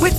With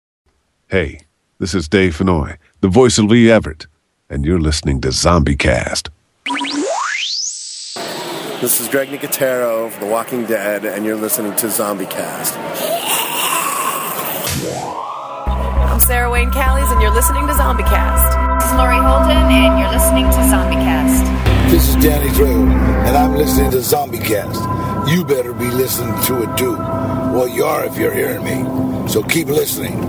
Hey, this is Dave Fenoy, the voice of Lee Everett, and you're listening to Zombie Cast. This is Greg Nicotero of The Walking Dead, and you're listening to Zombie Cast. I'm Sarah Wayne Callies, and you're listening to Zombie Cast. This is Lori Holden, and you're listening to ZombieCast. This is Danny Trejo, and I'm listening to Zombie Cast. You better be listening to it too. Well, you are if you're hearing me. So keep listening.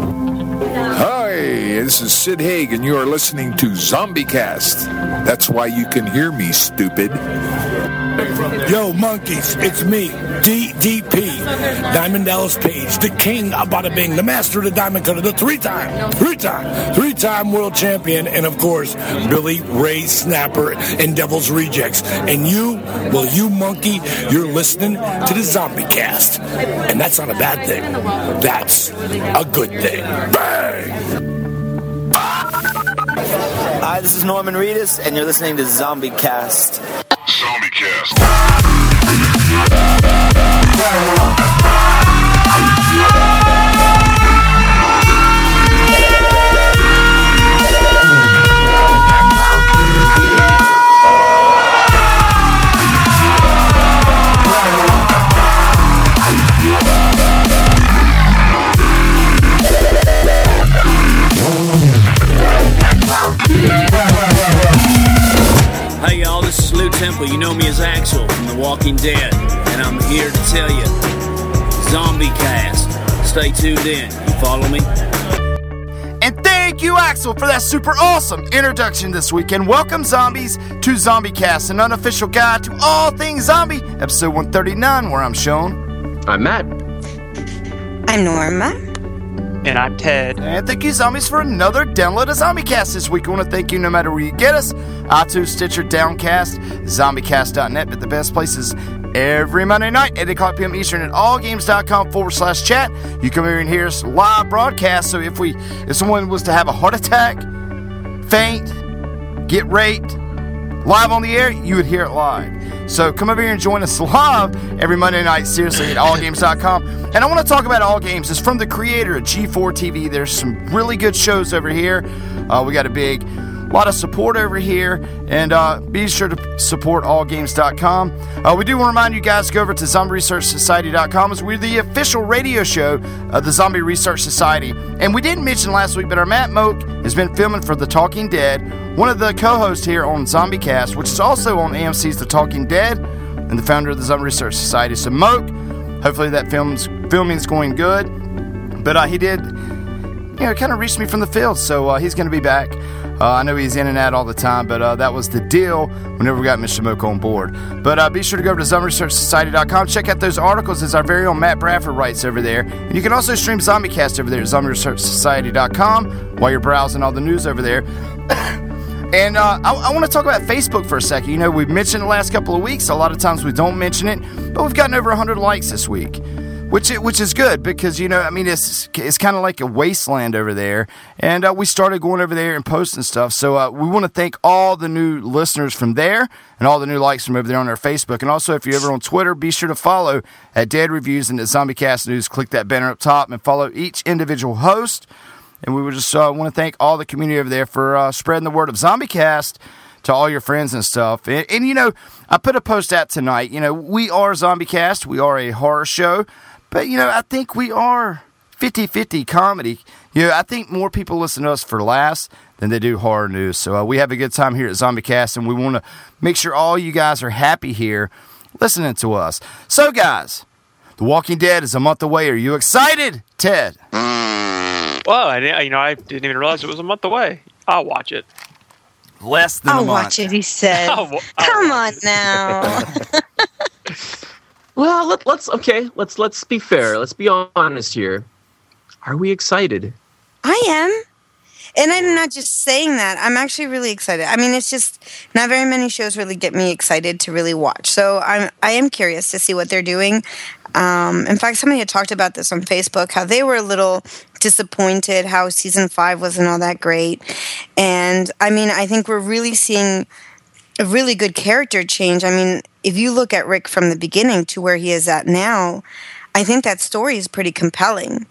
Hi, this is Sid Haig, and you are listening to ZombieCast. That's why you can hear me, stupid. Yo, monkeys, it's me, DDP, Diamond Dallas Page, the king of Bada Bing, the master of the diamond cutter, the three-time, three-time, three-time world champion, and of course, Billy Ray Snapper and Devil's Rejects. And you, well, you monkey, you're listening to the Zombie Cast, and that's not a bad thing. That's a good thing. Bang! Hi, this is Norman Reedus, and you're listening to Zombie Cast. Zombie Cast. Hey y'all, this is Lou Temple. You know me as Axel from The Walking Dead, and I'm here to tell you, Zombie Cast. Stay tuned in. You follow me? And thank you, Axel, for that super awesome introduction this week. And welcome, zombies, to ZombieCast, an unofficial guide to all things zombie, episode 139, where I'm shown. I'm Matt. I'm Norma. And I'm Ted. And thank you, zombies, for another download of ZombieCast this week. I want to thank you no matter where you get us iTunes, Stitcher, Downcast, ZombieCast.net. But the best place is every Monday night, 8 o'clock p.m. Eastern at allgames.com forward slash chat. You come here and hear us live broadcast. So if we if someone was to have a heart attack, faint, get raped, live on the air, you would hear it live. So come over here and join us live every Monday night, seriously, at allgames.com. And I want to talk about All Games. It's from the creator of G4 TV. There's some really good shows over here. Uh, we got a big lot of support over here. And uh, be sure to support allgames.com. Uh, we do want to remind you guys to go over to zombieresearchsociety.com as we're the official radio show of the Zombie Research Society. And we didn't mention last week, but our Matt Moak has been filming for The Talking Dead, one of the co hosts here on ZombieCast, which is also on AMC's The Talking Dead and the founder of the Zombie Research Society. So, Moak, hopefully that film's, filming's going good. But uh, he did you know, kind of reached me from the field. So uh, he's going to be back. Uh, I know he's in and out all the time, but uh, that was the deal whenever we got Mr. Moke on board. But uh, be sure to go over to zombieresearchsociety.com. Check out those articles as our very own Matt Bradford writes over there. And you can also stream ZombieCast over there at zombieresearchsociety.com while you're browsing all the news over there. And uh, I, I want to talk about Facebook for a second. You know, we've mentioned it the last couple of weeks. A lot of times we don't mention it, but we've gotten over 100 likes this week, which i- which is good because you know, I mean, it's it's kind of like a wasteland over there. And uh, we started going over there and posting stuff. So uh, we want to thank all the new listeners from there and all the new likes from over there on our Facebook. And also, if you're ever on Twitter, be sure to follow at Dead Reviews and at ZombieCast News. Click that banner up top and follow each individual host. And we would just uh, want to thank all the community over there for uh, spreading the word of ZombieCast to all your friends and stuff. And, and, you know, I put a post out tonight. You know, we are ZombieCast, we are a horror show, but, you know, I think we are 50 50 comedy. You know, I think more people listen to us for laughs than they do horror news. So uh, we have a good time here at ZombieCast, and we want to make sure all you guys are happy here listening to us. So, guys, The Walking Dead is a month away. Are you excited, Ted? Well, I, didn't- you know, I didn't even realize it was a month away. I'll watch it. Less than I'll watch it, he said. Oh, Come on now. Well, let, let's okay. Let's let's be fair. Let's be honest here. Are we excited? I am. And I'm not just saying that. I'm actually really excited. I mean, it's just not very many shows really get me excited to really watch. So I'm I am curious to see what they're doing. Um, in fact, somebody had talked about this on Facebook how they were a little disappointed how season five wasn't all that great. And I mean, I think we're really seeing a really good character change. I mean, if you look at Rick from the beginning to where he is at now, I think that story is pretty compelling.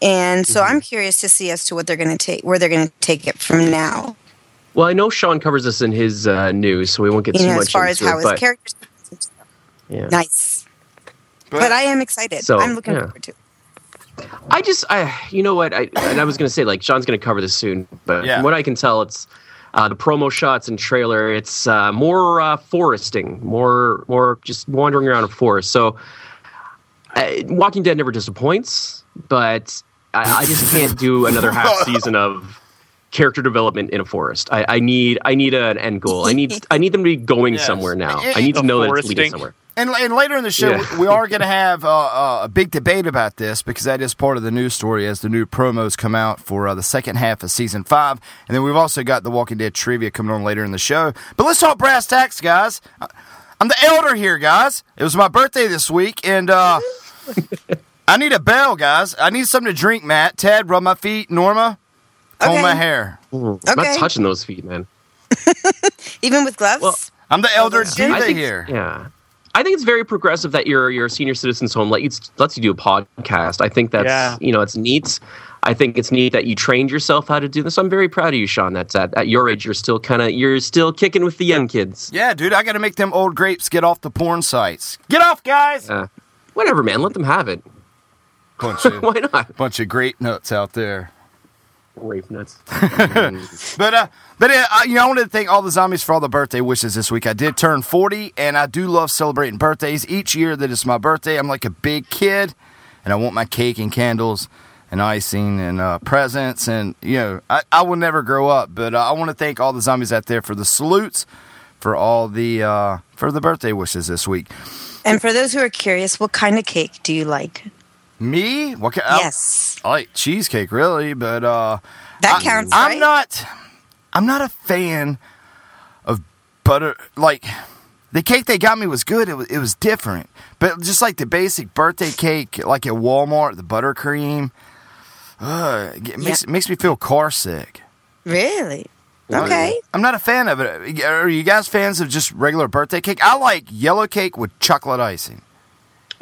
And so Mm-hmm. I'm curious to see as to what they're going to take, where they're going to take it from now. Well, I know Sean covers this in his uh, news, so we won't get you too know, much as far as into how it. his but, character's yeah. nice. But, I am excited. So, I'm looking yeah. forward to it. I just, I, you know what? I, and I was going to say, like, Sean's going to cover this soon, but Yeah. from what I can tell, it's uh, the promo shots and trailer. It's uh, more uh, foresting, more, more just wandering around a forest. So, uh, Walking Dead never disappoints, but I, I just can't do another half season of character development in a forest. I, I need, I need an end goal. I need, I need them to be going somewhere now. I need to The know that it's leading foresting. somewhere. And, and later in the show, Yeah. we are going to have uh, uh, a big debate about this because that is part of the news story as the new promos come out for uh, the second half of season five. And then we've also got the Walking Dead trivia coming on later in the show. But let's talk brass tacks, guys. I'm the elder here, guys. It was my birthday this week, and uh, I need a bell, guys. I need something to drink, Matt. Tad, rub my feet. Norma, comb Okay. my hair. Ooh, I'm not Okay. touching those feet, man. Even with gloves? I'm the elder I diva think- here. Yeah. I think it's very progressive that your your senior citizens home let you, lets you do a podcast. I think that's Yeah. you know it's neat. I think it's neat that you trained yourself how to do this. I'm very proud of you, Sean. That's at, at your age, you're still kind of you're still kicking with the young kids. Yeah, dude, I got to make them old grapes get off the porn sites. Get off, guys! Uh, whatever, man. Let them have it. Bunch of, Why not? Bunch of grape nuts out there. Rape nuts. But uh, but uh, I- you know, I wanted to thank all the zombies for all the birthday wishes this week. I did turn forty, and I do love celebrating birthdays. Each year that it's my birthday, I'm like a big kid, and I want my cake and candles and icing and uh, presents. And you know, I, I will never grow up. But uh, I want to thank all the zombies out there for the salutes, for all the uh, for the birthday wishes this week. And for those who are curious, what kind of cake do you like? Me? What? Ca- yes. I, like cheesecake, really, but uh, That I- counts, I'm right? not. I'm not a fan of butter. Like the cake they got me was good. It was it was different, but just like the basic birthday cake, like at Walmart, the buttercream. Uh, it makes it makes me feel car sick. Really? I'm- Okay. I'm not a fan of it. Are you guys fans of just regular birthday cake? I like yellow cake with chocolate icing.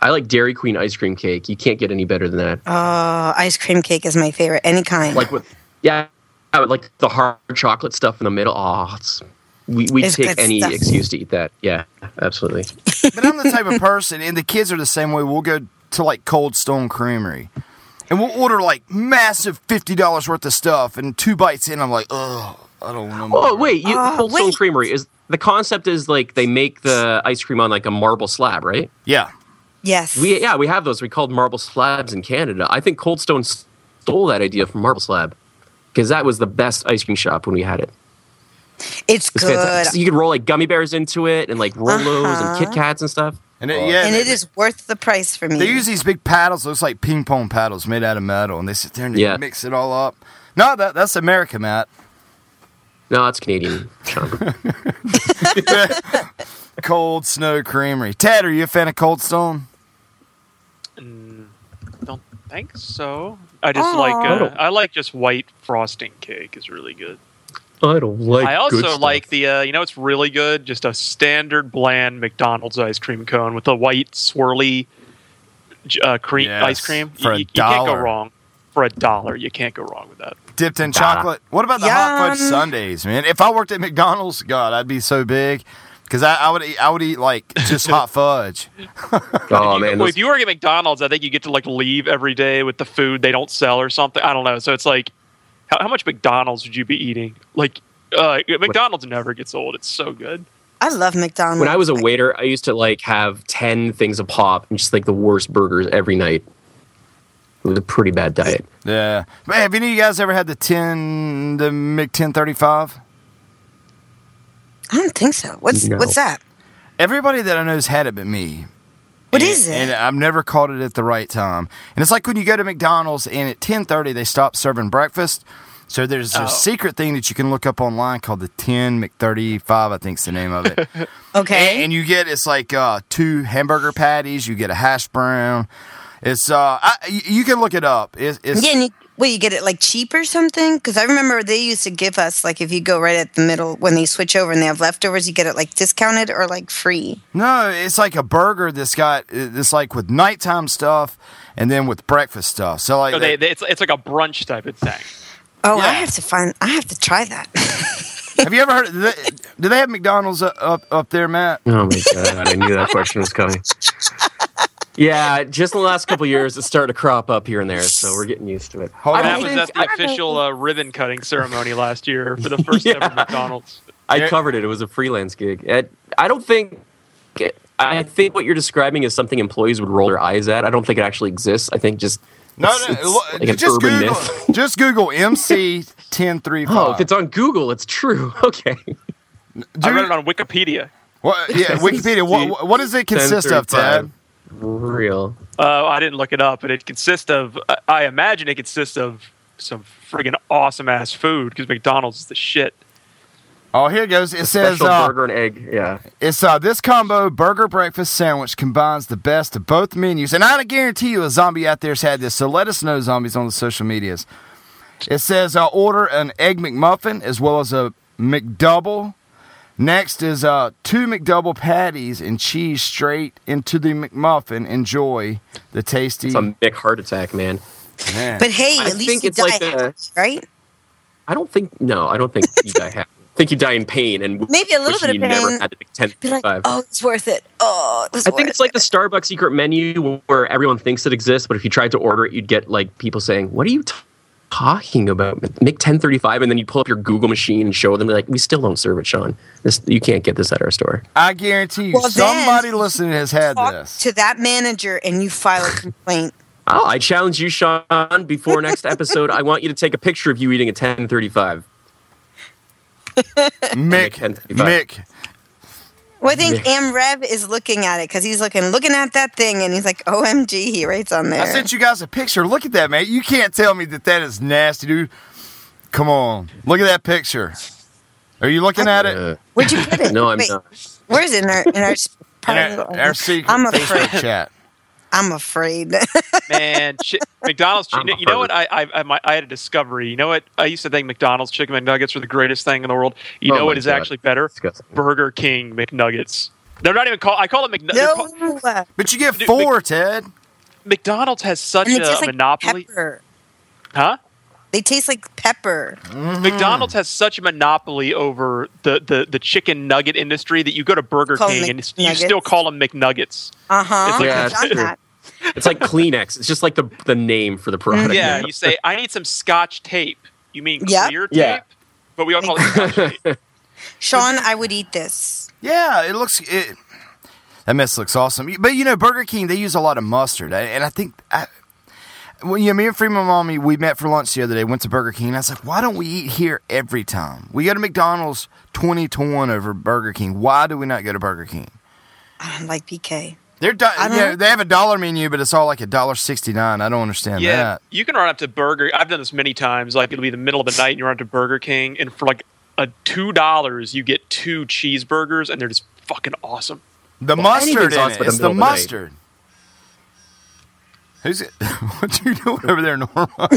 I like Dairy Queen ice cream cake. You can't get any better than that. Oh, ice cream cake is my favorite, any kind. Like with yeah, I would like the hard chocolate stuff in the middle. Oh, it's, we we It's take good any stuff. excuse to eat that. Yeah, absolutely. but I'm the type of person, and the kids are the same way. We'll go to like Cold Stone Creamery, and we'll order like massive fifty dollars worth of stuff, and two bites in, I'm like, oh, I don't want. Oh wait, you, Uh, Cold Stone Creamery is the concept is like they make the ice cream on like a marble slab, right? Yeah. Yes. We yeah we have those. We called marble slabs in Canada. I think Cold Stone stole that idea from Marble Slab because that was the best ice cream shop when we had it. It's It's good. fantastic. You could roll like gummy bears into it and like Rolos and Kit Kats and stuff. And it- yeah, and they- it is worth the price for me. They use these big paddles, looks like ping pong paddles made out of metal, and they sit there and they Yeah. mix it all up. No, that, that's America, Matt. No, it's Canadian. Sean. Cold Snow Creamery. Ted, are you a fan of Cold Stone? Don't think so. I just like Aw. uh, I like just white frosting cake is really good. I don't like. I good also stuff. like the uh, you know it's really good just a standard bland McDonald's ice cream cone with a white swirly j- uh, cream Yes, ice cream. for You- a you, you can't go dollar. wrong for a dollar. You can't go wrong with that. Dipped in Nah. chocolate. What about the hot fudge Yum. sundaes, man? If I worked at McDonald's, God, I'd be so big because I, I would eat, I would eat like just hot fudge. Oh man, well, those- if you work at McDonald's, I think you get to like leave every day with the food they don't sell or something. I don't know. So it's like, how, how much McDonald's would you be eating? Like, uh, McDonald's never gets old. It's so good. I love McDonald's. when I was a waiter, I used to like have ten things a pop and just like the worst burgers every night. It was a pretty bad diet. Yeah. Man, have any of you guys ever had the ten the Mc ten thirty five? I don't think so. What's No. what's that? Everybody that I know's had it but me. What and, is it? And I've never caught it at the right time. And it's like when you go to McDonald's and at 10:30 they stop serving breakfast. So there's a Oh. secret thing that you can look up online called the 10 McDirty5, I think's the name of it. okay. And, you get it's like uh, two hamburger patties, you get a hash brown. It's uh I, y- you can look it up. It's, it's yeah, and you, well, you get it like cheap or something? Because I remember they used to give us like if you go right at the middle when they switch over and they have leftovers, you get it like discounted or like free. No, it's like a burger that's got it's like with nighttime stuff and then with breakfast stuff. So like So they, they, it's, it's like a brunch type of thing. Oh, I have to find. I have to try that. have you ever heard? Do they, do they have McDonald's up, up up there, Matt? Oh my god, I knew that question was coming. Yeah, just in the last couple years, it's starting to crop up here and there, so we're getting used to it. I that don't was think- at the official uh, ribbon cutting ceremony last year for the first ever McDonald's. I covered it. It was a freelance gig. It, I don't think. I think what you're describing is something employees would roll their eyes at. I don't think it actually exists. I think just No, it's- no, it's look, like an just urban Google, myth. just Google MC ten three five. Oh, if it's on Google, it's true. Okay. I read it on Wikipedia. What? Yeah, Wikipedia. What, what does it consist of, Ted? Real. Uh, I didn't look it up, but it consists of. I- I imagine it consists of some friggin' awesome ass food because McDonald's is the shit. Oh, here it goes. It says Special uh, burger and egg. Yeah. It's uh, this combo burger breakfast sandwich combines the best of both menus, and I guarantee you a zombie out there's had this. So let us know, zombies, on the social medias. It says uh, order an egg McMuffin as well as a McDouble. Next is uh, two McDouble patties and cheese straight into the McMuffin. Enjoy the tasty. Some big heart attack, man. Man. But hey, at least you die happy, right? I don't think. No, I don't think you die happy. I think you die in pain and w- Maybe a little wish bit of you Never pain. had it ten Be like, oh, it's worth it. Oh, it was I worth think it's like the Starbucks secret menu where everyone thinks it exists, but if you tried to order it, you'd get like people saying, "What are you t- talking about? Make ten thirty five, and then you pull up your Google machine and show them. Like, we still don't serve it, Sean. This you can't get this at our store. I guarantee you, Well, then- somebody listening has had this. to that manager and you file a complaint. Oh, I challenge you, Sean. Before next episode, I want you to take a picture of you eating a ten thirty five. Mick, Mick, Well, I think Yeah. Amrev is looking at it because he's looking, looking at that thing, and he's like, "OMG!" He writes on there. I sent you guys a picture. Look at that, man. You can't tell me that that is nasty, dude. Come on. Look at that picture. Are you looking at it? Where'd you put it? No, I'm Wait, not. Where's it in our in our, s- In our, our secret I'm Facebook afraid. chat. I'm afraid. Man, chi- McDonald's. chi- you know what? I I, I my- I had a discovery. You know what? I used to think McDonald's chicken McNuggets were the greatest thing in the world. You Oh know my what is God. actually better? Burger King McNuggets. They're not even called. I call it McNuggets. but you get four, Ted. McDonald's has such and it a tastes like monopoly, pepper. huh? They taste like pepper. McDonald's has such a monopoly over the, the, the chicken nugget industry that you go to Burger Call them King and you still McNuggets. call them McNuggets. Uh huh. It's like- Yeah, it's true. It's like Kleenex. It's just like the the name for the product. yeah, you say I need some Scotch tape. You mean Yep. clear tape? Yeah. But we all call it Scotch tape. Sean, I would eat this. Yeah, it looks. It, that mess looks awesome. But you know, Burger King, they use a lot of mustard. I- And I think. I, well, you know, me and Freeman Mommy, we met for lunch the other day, went to Burger King. And I was like, why don't we eat here every time? We go to McDonald's 20 to 1 over Burger King. Why do we not go to Burger King? I don't like PK. They're do- I don't yeah, know. they have a dollar menu, but it's all like a dollar sixty nine. I don't understand yeah, that. you can run up to Burger. I've done this many times. Like it'll be the middle of the night, and you run up to Burger King, and for like a two dollars, you get two cheeseburgers, and they're just fucking awesome. The Well, mustard anything's in awesome it. in the It's the middle of the night. mustard. Who's it? what you doing over there, Norma?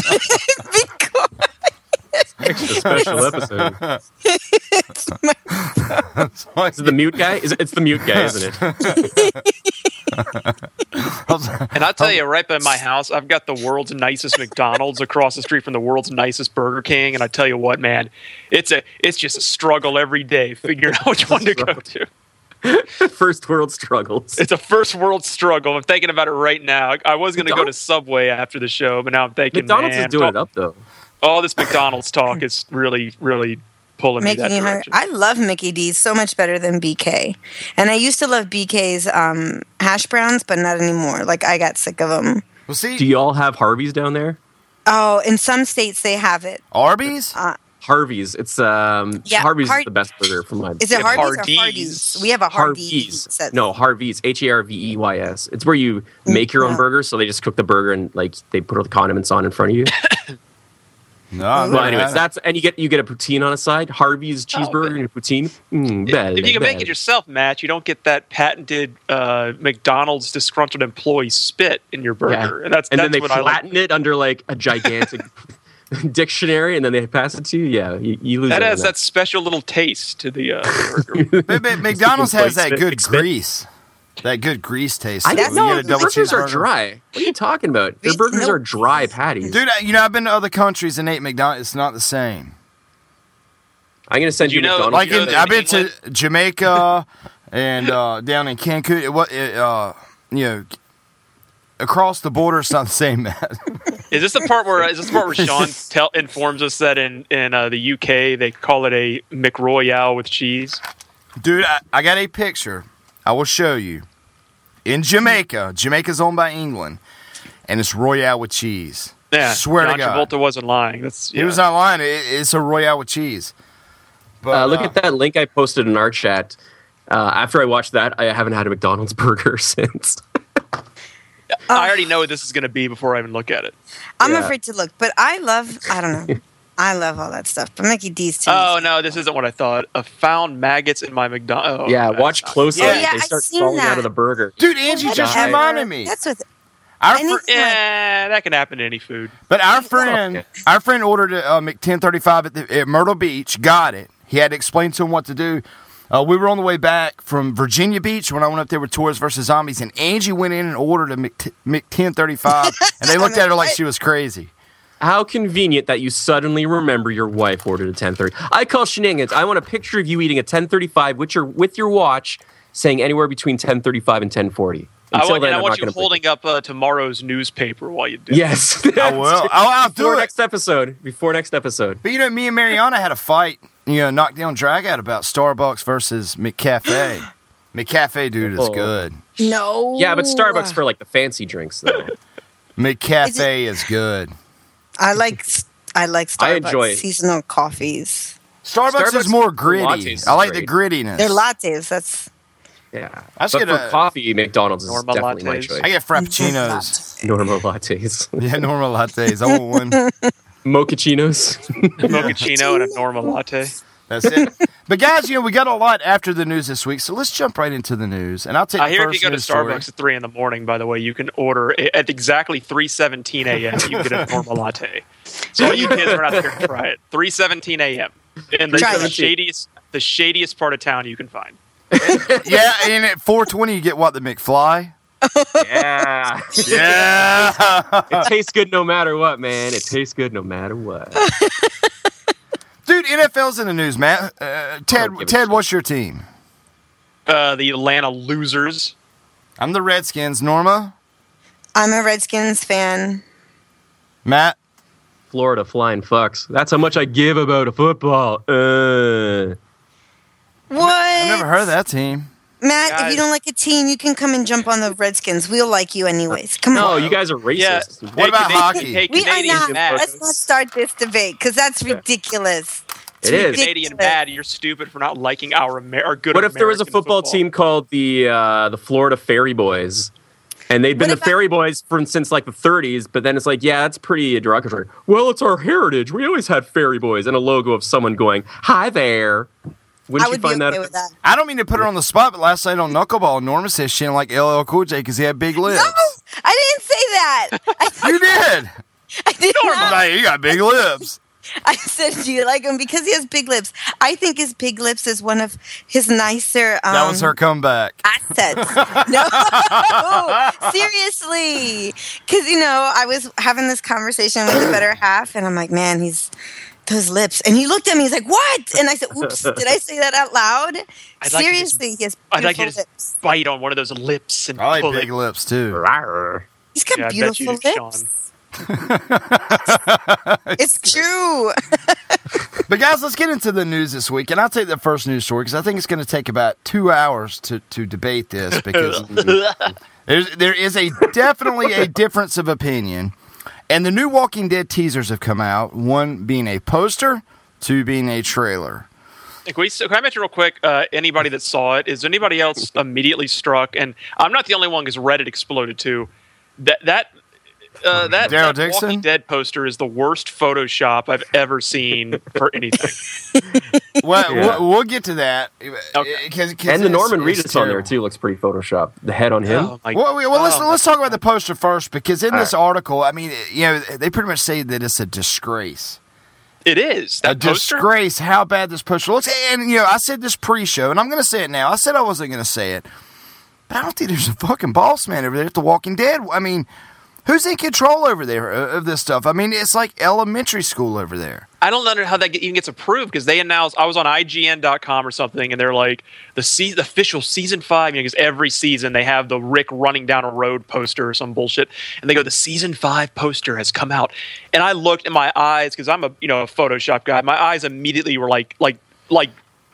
Extra special episode. Is it the mute guy? Is it, it's the mute guy, isn't it? And I'll tell you, right by my house, I've got the world's nicest McDonald's across the street from the world's nicest Burger King. And I tell you what, man, it's a it's just a struggle every day figuring out which one to go to. First world struggles. It's a first world struggle. I'm thinking about it right now. I, I was going to go to Subway after the show, but now I'm thinking McDonald's man, is doing all- it up though. All this McDonald's talk is really, really pulling me Making that you hungry. direction. I love Mickey D's so much better than BK. And I used to love BK's um, hash browns, but not anymore. Like I got sick of them. Well, see, do y'all have Harveys down there? Oh, in some states they have it. Arby's? Uh, Harvey's. It's um Yeah, Harvey's Har- is the best burger from my. Is it Yeah, Hardee's or Hardee's? We have a Hardee's. Harvey's. No, Harvey's. H E R V E Y S. It's where you make your own burger. So they just cook the burger and like they put all the condiments on in front of you. No, Well, anyways, that's and you get you get a poutine on a side. Harvey's cheeseburger and a poutine. Mm, If belle, you can make belle. it yourself, Matt, you don't get that patented uh, McDonald's disgruntled employee spit in your burger, Yeah. and that's and that's then they what I like. flatten it under like a gigantic dictionary, and then they pass it to you. Yeah, you, you lose. That all has that special little taste to the uh, burger. McDonald's has that Spit, good grease. That good grease taste. I to it. don't You get know. a double Burgers are cheeseburger. dry. What are you talking about? Their burgers are dry patties. Dude, I- you know, I've been to other countries and ate McDonald's. It's not the same. I'm gonna send you, You know, McDonald's. like uh, in, I've been to Jamaica and uh, down in Cancun. It, wa- it, uh, you know, across the border, it's not the same, man. Is this the part where is this the part where Sean tell, informs us that in in uh, the UK they call it a McRoyale with cheese? Dude, I, I got a picture. I will show you. In Jamaica, Jamaica's owned by England, and it's Royale with cheese. Yeah, swear to John God, Travolta wasn't lying. That's he was not lying. It, it's a Royale with cheese. uh, look at that link I posted in our chat. Uh, after I watched that, I haven't had a McDonald's burger since. I already know what this is going to be before I even look at it. I'm Yeah. afraid to look, but I love. I don't know. I love all that stuff. But Mickey D's Uh, too. Oh no, this isn't what I thought. I found maggots in my oh, McDonald's. yeah, watch closely. Yeah. they I've start seen falling that. out of the burger. Dude, Angie just Whatever. reminded me. That's with Our fr- yeah, Eh, that can happen to any food. But our friend, our friend ordered a uh, McTen35 at, the, at Myrtle Beach. Got it. He had to explain to him what to do. Uh, we were on the way back from Virginia Beach when I went up there with Tours versus Zombies, and Angie went in and ordered a Mc- McTen35, and they looked at her like she was crazy. How convenient that you suddenly remember your wife ordered a 1030. I call shenanigans. I want a picture of you eating a 1035 with your with your watch, saying anywhere between 1035 and 1040. I Until want, then, and I I'm want not you gonna- holding up uh, tomorrow's newspaper while you do. Yes, I will. I'll, I'll do before it. next episode. Before next episode. But you know, me and Mariana had a fight, you know, knockdown drag out about Starbucks versus McCafe. McCafe, dude, is Oh. good. No. Yeah, but Starbucks for like the fancy drinks though. McCafe is good. I like. I like Starbucks I enjoy it. seasonal coffees. Starbucks, is more gritty. lattes I like is the grittiness. They're lattes. That's Yeah, I just but get for a- coffee, McDonald's is Normal definitely my lattes. choice. I get frappuccinos. normal lattes. yeah, normal lattes. I want one. Mochachinos. Mochaccino and a normal latte. That's it. but guys, you know we got a lot after the news this week, so let's jump right into the news. And I'll take. I the hear if first you go to news Starbucks story. at three in the morning, by the way, you can order i- at exactly three seventeen a.m. You get a normal latte. So all you kids are out there, try it. Three seventeen a.m. in the, Try the it. shadiest, the shadiest part of town you can find. yeah, and at four twenty you get what the McFly. Yeah. Yeah. it tastes good no matter what, man. It tastes good no matter what. Dude, NFL's in the news, man. Uh, Oh, Ted, Ted, what's your team? Uh, the Atlanta losers. I'm the Redskins. Norma, I'm a Redskins fan. Matt. Florida flying fucks. That's how much I give about a football. Uh, What? I've never heard of that team. Matt, if Guys. you don't like a team, you can come and jump on the Redskins. We'll like you anyways. Come no, on. you guys are racist. What about hockey? we are not. Let's not start this debate because that's ridiculous. It is. Canadian bad. You're stupid for not liking our, Amer- our good. What if there was a American football, team called the uh, the Florida Ferry Boys? And they'd been the Ferry Boys from since like the 30s, but then it's like, yeah, that's pretty derogatory. Well, it's our heritage. We always had Ferry Boys and a logo of someone going, "Hi there." Wouldn't you find that? I don't mean to put her on the spot, but last night on Knuckleball, Norma said she didn't like LL Cool J because he had big lips. I didn't say that. you did. I did Norma's not. like, you got big lips. I said, "Do you like him?" Because he has big lips. I think his big lips is one of his nicer. Um, that was her comeback. assets. no, seriously, because you know I was having this conversation with the better half, and I'm like, "Man, he's those lips." And he looked at me. He's like, "What?" And I said, "Oops, did I say that out loud?" I'd like to just- seriously, he has I'd beautiful like to just lips. bite on one of those lips and I pull like big it. lips too. He's got Yeah, I bet you beautiful did, lips. it's true. But guys, let's get into the news this week, and I'll take the first news story because I think it's going to take about two hours to to debate this because there's, there is a definitely a difference of opinion, and the new Walking Dead teasers have come out. One being a poster, to being a trailer. Can, we, so can I mention real quick? Uh, anybody that saw it is anybody else immediately struck? And I'm not the only one because Reddit exploded too. That that uh, Um, that, Daryl that Dixon? Walking Dead poster is the worst Photoshop I've ever seen for anything. Well, Yeah. we'll, we'll get to that. uh, Cause, 'cause and the it's- Norman it's Reedus on there terrible. too looks pretty photoshopped. The head on him. Oh, well, we- well, let's let's talk about the poster first because in All this right. article, I mean, you know, they pretty much say that it's a disgrace. It is that a poster. disgrace how bad this poster looks. And you know, I said this pre-show, and I'm going to say it now. I said I wasn't going to say it, but I don't think there's a fucking boss man over there at The Walking Dead. I mean, who's in control over there uh, of this stuff? I mean, it's like elementary school over there. I don't know how that get- even gets approved because they announced I was on IGN.com or something, and they're like the, se- the official season five. You know, because every season they have the Rick running down a road poster or some bullshit, and they go the season five poster has come out, and I looked in my eyes because I'm a you know a Photoshop guy. My eyes immediately were like like like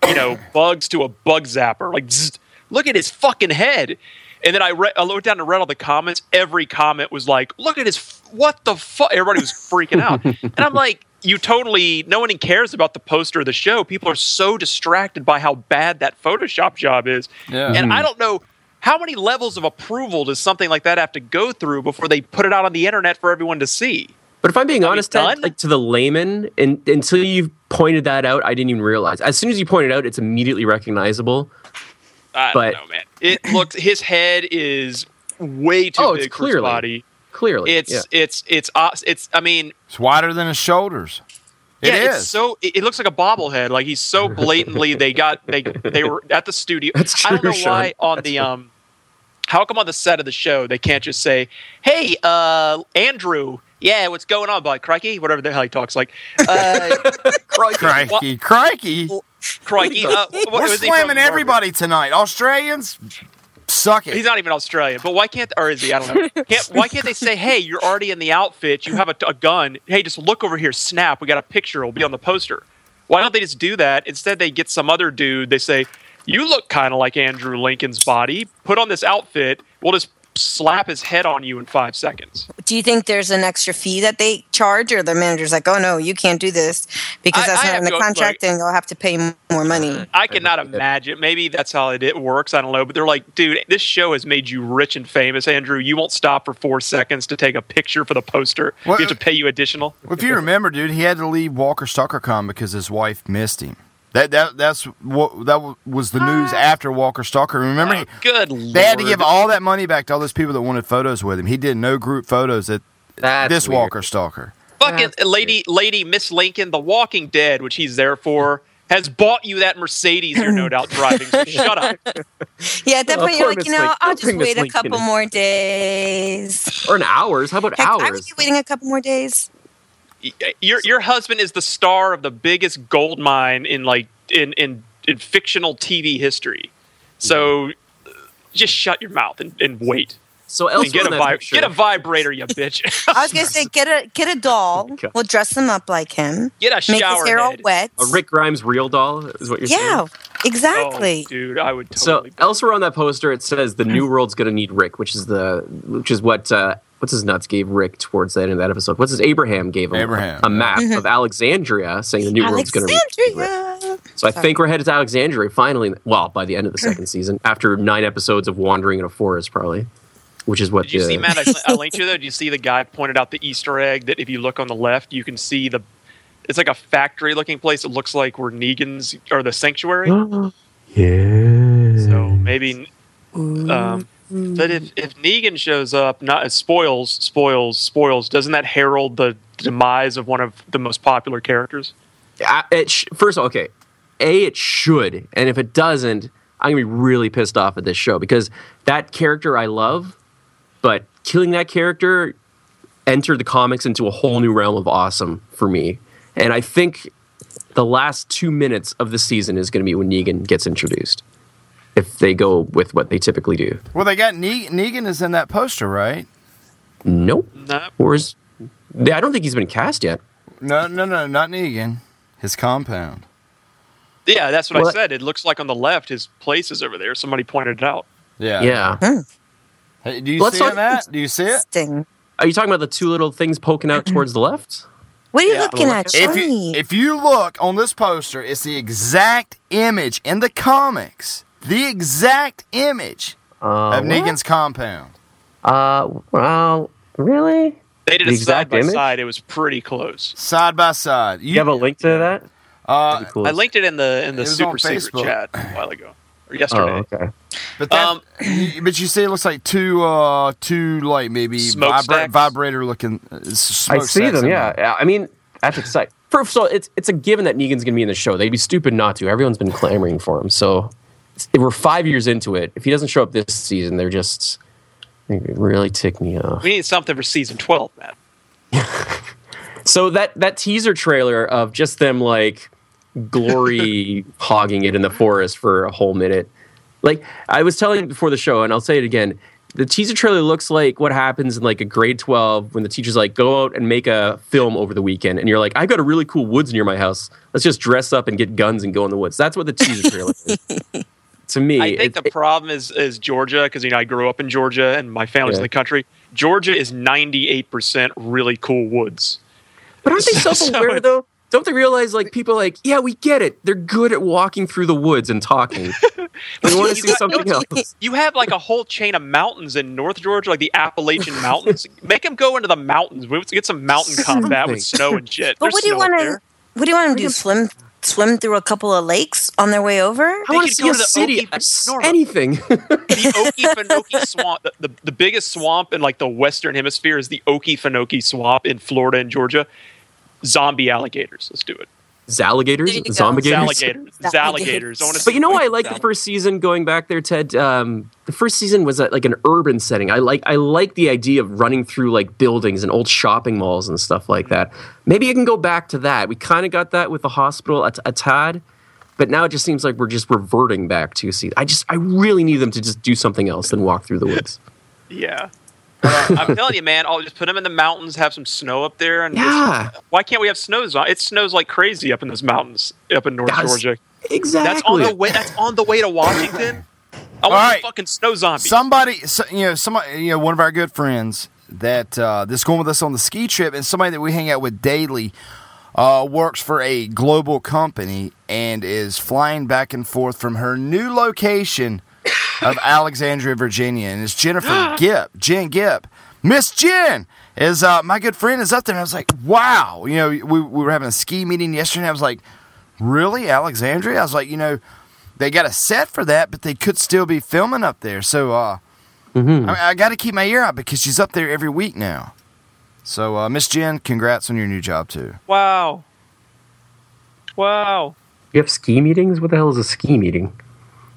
you know bugs to a bug zapper. Like zzzt, look at his fucking head. And then I, re- I looked down and read all the comments. Every comment was like, "Look at his f- what the fuck!" Everybody was freaking out, and I'm like, "You totally no one even cares about the poster of the show. People are so distracted by how bad that Photoshop job is, Yeah. and I Mhm. Hmm. don't know." How many levels of approval does something like that have to go through before they put it out on the internet for everyone to see? But if I'm being Are we honest, Ted, done? like to the layman, and until you've pointed that out, I didn't even realize. As soon as you pointed out, it's immediately recognizable. I But- don't know, man. It looks his head is way too Oh, it's big for his clearly- body. Clearly, it's it's it's it's it's. I mean, It's wider than his shoulders. It yeah, is. it's so it, it looks like a bobblehead. Like he's so blatantly they got they they were at the studio. That's I don't true, know why Sean. on That's the true. um how come on the set of the show they can't just say, "Hey, uh Andrew, yeah, what's going on?" But crikey, whatever the hell he talks like. Uh, crikey, Crikey, crikey. crikey. Uh, what- We're was he from slamming Norway? everybody tonight. Australians, suck it. He's not even Australian, but why can't or is he? I don't know. Can't, why can't they say, "Hey, you're already in the outfit. You have a, a gun. Hey, just look over here. Snap. We got a picture. It'll be on the poster." Why don't they just do that? Instead, they get some other dude. They say, "You look kind of like Andrew Lincoln's body. Put on this outfit. We'll just slap his head on you in five seconds." Do you think there's an extra fee that they charge, or the manager's like, "Oh no, you can't do this because I- that's I not have in the no- contract, and you'll have to pay m- more money." I cannot imagine. Maybe that's how it, it works. I don't know. But they're like, dude, this show has made you rich and famous, Andrew. You won't stop for four seconds to take a picture for the poster. What- we have to pay you additional. Well, if you remember, dude, he had to leave Walker StalkerCon because his wife missed him. That that that's what that wa- was the news after Walker Stalker. Remember, he- Ah, Good they had to give lord. all that money back to all those people that wanted photos with him. He did no group photos at That's this weird. Walker Stalker. fucking lady lady miss lincoln the walking dead which he's there for has bought you that mercedes you're no doubt driving so shut up Yeah, at that Oh, point, you're poor like, Miss you know, Link. I'll Don't just bring Miss wait a Link in couple it. more days. Or an hours? How about Heck, I would hours? be waiting a couple more days. Y- your your husband is the star of the biggest gold mine in like in in, in fictional tv history so uh, just shut your mouth and, and wait so and elsewhere get a, in that vib- picture- get a vibrator you bitch I was gonna say, get a get a doll. Okay. We'll dress them up like him. Get a make shower his hair all head. wet. A Rick Grimes real doll is what you're Yeah, saying. exactly. Oh, dude i would So elsewhere on that poster, it says the new world's gonna need Rick, which is the which is what uh, what's his nuts gave Rick towards the end of that episode. What's his Abraham gave him Abraham. a, map Mhm. of Alexandria, saying the new world's gonna need. Alexandria. So I Sorry. think we're headed to Alexandria finally. Well, by the end of the second season, after nine episodes of wandering in a forest, probably, which is what Did you the, see, Matt? I, I linked you though. Did you see the guy pointed out the Easter egg that if you look on the left, you can see the. It's like a factory-looking place. It looks like where Negan's or the sanctuary. yeah. So maybe. Um, but if if Negan shows up, not as spoils, spoils, spoils. Doesn't that herald the demise of one of the most popular characters? I, it sh- first of all, okay, a it should, and if it doesn't, I'm gonna be really pissed off at this show because that character I love, but killing that character entered the comics into a whole new realm of awesome for me, and I think the last two minutes of the season is gonna be when Negan gets introduced, if they go with what they typically do. Well, they got ne- Negan is in that poster, right? Nope. No. Where's? I don't think he's been cast yet. No, no, no, not Negan. His compound. Yeah, that's what I Well- said. It looks like on the left, his place is over there. Somebody pointed it out. Yeah. Yeah. Hey, Uh, do you Let's see talk- that? Do you see it? Sting. Mm-hmm. Are you talking about the two little things poking out towards the left? What are you looking at, If Johnny? you, if you look on this poster, it's the exact image in the comics. The exact image what? of Negan's compound. Uh, well, really? They did The it side exact by image? side. It was pretty close. Side by side. You, have a link to that? Uh, I linked it in the It in the was on super secret Facebook. chat a while ago or yesterday. Oh, okay. But that, you- but you see, it looks like two, uh, two like maybe vibra- Smokestacks? vibrator looking. Uh, s- I see smokestacks them. in Yeah, there. Yeah, I mean that's exciting. First of all, it's it's a given that Negan's going to be in the show. They'd be stupid not to. Everyone's been clamoring for him. So it's- we're five years into it. If he doesn't show up this season, they're just they really tick me off. We need something for season twelve, man. So that that teaser trailer of just them like glory hogging it in the forest for a whole minute. Like I was telling you before the show, and I'll say it again. The teaser trailer looks like what happens in like a grade twelve when the teacher's like, "Go out and make a film over the weekend," and you're like, "I've got a really cool woods near my house. Let's just dress up and get guns and go in the woods." That's what the teaser trailer is. To me, I it- think the problem is is Georgia because you know I grew up in Georgia and my family's Yeah. in the country. Georgia is ninety eight percent really cool woods. But aren't they self-aware though? Don't they realize like people are like, yeah, we get it. They're good at walking through the woods and talking. we want to see something else. You have like a whole chain of mountains in North Georgia, like the Appalachian Mountains. Make them go into the mountains. We get some mountain combat with snow and shit. But There's what do you snow up want there. to? What do you want to do? Swim, swim through a couple of lakes on their way over? I They wanna could see go a to the city, Oki- anything. Okefenokee swamp. The, the, the biggest swamp in like the Western Hemisphere is the Okefenokee swamp in Florida and Georgia. Zombie alligators. Let's do it. Alligators, zombigators, Alligators. Alligators. I want to But you know, why I like the first season going back there, Ted. Um, the first season was at, like an urban setting. I like I like the idea of running through like buildings and old shopping malls and stuff like that. Maybe I can go back to that. We kind of got that with the hospital at a tad, but now it just seems like we're just reverting back to see. I just I really need them to just do something else than walk through the woods. Yeah. Uh, I'm telling you, man. I'll just put them in the mountains, have some snow up there, and just- Yeah. why can't we have snows? On? It snows like crazy up in those mountains up in North That's- Georgia. That's on exactly. the way. That's on the way to Washington. I want right. some fucking snow zombies. Somebody, so, you know, somebody, you know, one of our good friends that uh, that's going with us on the ski trip, and somebody that we hang out with daily uh, works for a global company and is flying back and forth from her new location of Alexandria, Virginia, and it's Jennifer Gipp, Jen Gipp, Miss Jen. Is uh, my good friend is up there, and I was like, "Wow!" You know, we, we were having a ski meeting yesterday. and I was like, "Really, Alexandria?" I was like, "You know, they got a set for that, but they could still be filming up there. So uh, I, I got to keep my ear out because she's up there every week now. So uh, Miss Jen, congrats on your new job too. Wow. Wow. You have ski meetings? What the hell is a ski meeting?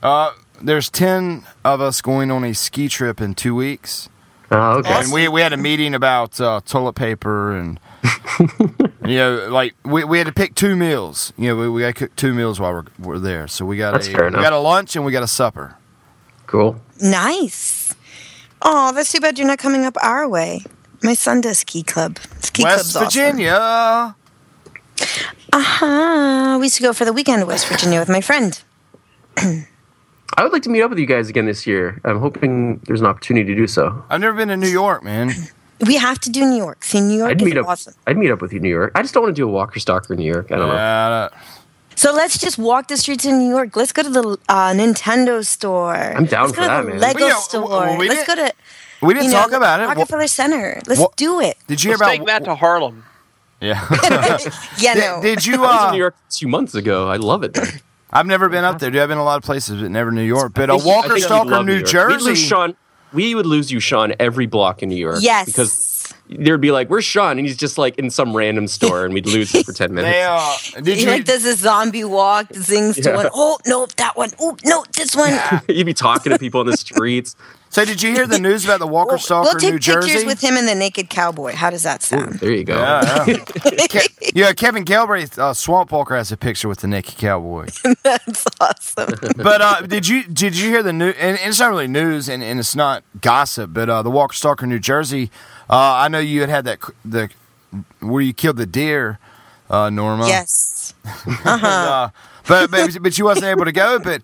Uh, there's ten of us going on a ski trip in two weeks. Oh, okay. And we, we had a meeting about uh, toilet paper and you know like we, we had to pick two meals. You know we, we got to cook two meals while we're, we're there. So we got That's a fair we enough. got a lunch and we got a supper. Cool. Nice. Oh, that's too bad you're not coming up our way. My son does ski club. Ski West club's awesome. Virginia. Uh huh. We used to go for the weekend to West Virginia with my friend. I would like to meet up with you guys again this year. I'm hoping there's an opportunity to do so. I've never been to New York, man. We have to do New York. See, New York I'd is meet up. awesome. I'd meet up with you, in New York. I just don't want to do a Walker Stalker in New York. I don't know. So let's just walk the streets in New York. Let's go to the uh, Nintendo store. I'm down let's for go that, to the man. Lego Well, you know, store. well, we let's go to. We didn't you know, talk about it. Wha- Rockefeller Center. Let's What- do it. Did you hear Let's about take that to Harlem? Yeah, Did- no. Did you? I was in Uh, New York two months ago. I love it. there. I've never been up there. Dude, I've been a lot of places, but never New York. But uh, I a think you- I Walker think you'd Stalker, love New York. We'd lose Jersey. Sean. We would lose you, Sean, every block in New York. Yes. Because there'd be like, "Where's Sean?" and he's just like in some random store, and we'd lose him for ten minutes. They, uh, did he you? like does a zombie walk, zings to Yeah. one. Oh no, that one. Oh no, this one. You'd be talking to people on the streets. So did you hear the news about the Walker Stalker, we'll take New pictures Jersey? with him and the naked cowboy. How does that sound? There you go. Yeah, yeah. Ke- yeah, Kevin Galbraith, uh, Swamp Walker has a picture with the naked cowboy. That's awesome. But uh, did you did you hear the news? And, and it's not really news, and, and it's not gossip. But uh, the Walker Stalker, New Jersey. Uh, I know you had had that c- the where you killed the deer, uh, Norma. Yes. Uh-huh. uh, but, but but you wasn't able to go. But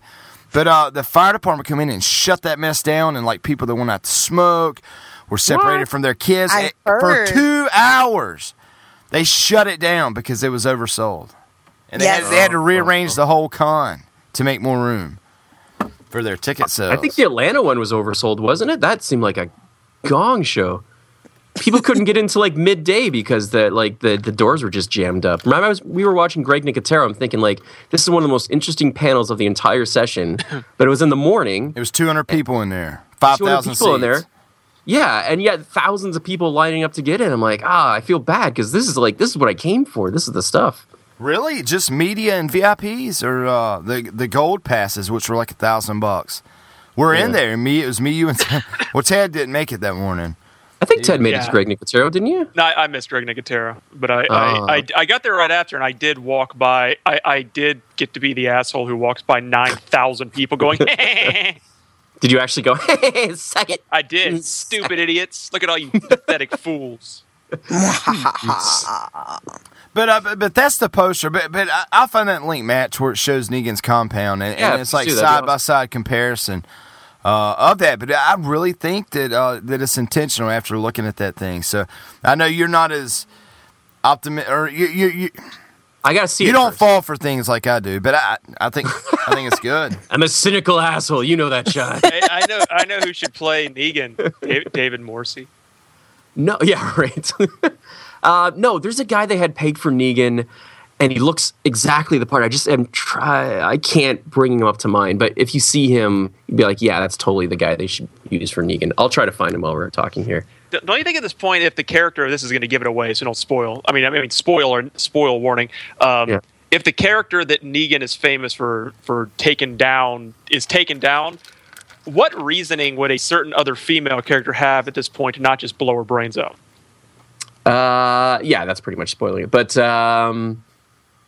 but uh, the fire department come in and shut that mess down, and like people that went out to smoke were separated What? from their kids eh, I for heard. two hours. They shut it down because it was oversold, and they, had, they had to rearrange the whole con to make more room for their ticket sales. I think the Atlanta one was oversold, wasn't it? That seemed like a gong show. People couldn't get into like midday because the like the, the doors were just jammed up. Remember, I was, we were watching Greg Nicotero. I'm thinking like this is one of the most interesting panels of the entire session, but it was in the morning. It was 200 people in there, 5,000 people in there. seats. Yeah, and yet thousands of people lining up to get in. I'm like, ah, I feel bad because this is like this is what I came for. This is the stuff. Really, just media and VIPs or uh, the the gold passes, which were like a thousand bucks. We're in Yeah. there. Me, it was me, you, and Ted. well, Ted didn't make it that morning. I think Ted made it Yeah. to Greg Nicotero, didn't you? No, I, I missed Greg Nicotero, but I, Ah. I, I I got there right after, and I did walk by. I, I did get to be the asshole who walks by nine thousand people going. Did you actually go? Suck it. I did. Stupid idiots! Look at all you pathetic fools. But uh, but- but that's the poster. But but I, I'll find that link, Matt, to where it shows Negan's compound, and, Yeah, and it's like please do, that'd side be by side comparison uh, of that. But I really think that uh, that it's intentional after looking at that thing. So I know you're not as optimistic, or you you. you I gotta see You it don't first. fall for things like I do, but I, I think I think it's good. I'm a cynical asshole. You know that, Sean. I, I know. I know who should play Negan. Da- David Morrissey. No, yeah, right. uh, no, there's a guy they had paid for Negan, and he looks exactly the part. I just am try. I can't bring him up to mind, but if you see him, you'd be like, yeah, that's totally the guy they should use for Negan. I'll try to find him while we're talking here. D- Don't you think at this point, if the character of this is going to give it away, so don't spoil. I mean, I mean, spoiler, spoil warning. Um, If the character that Negan is famous for for taking down is taken down, what reasoning would a certain other female character have at this point to not just blow her brains out? Uh, yeah, that's pretty much spoiling it, but um,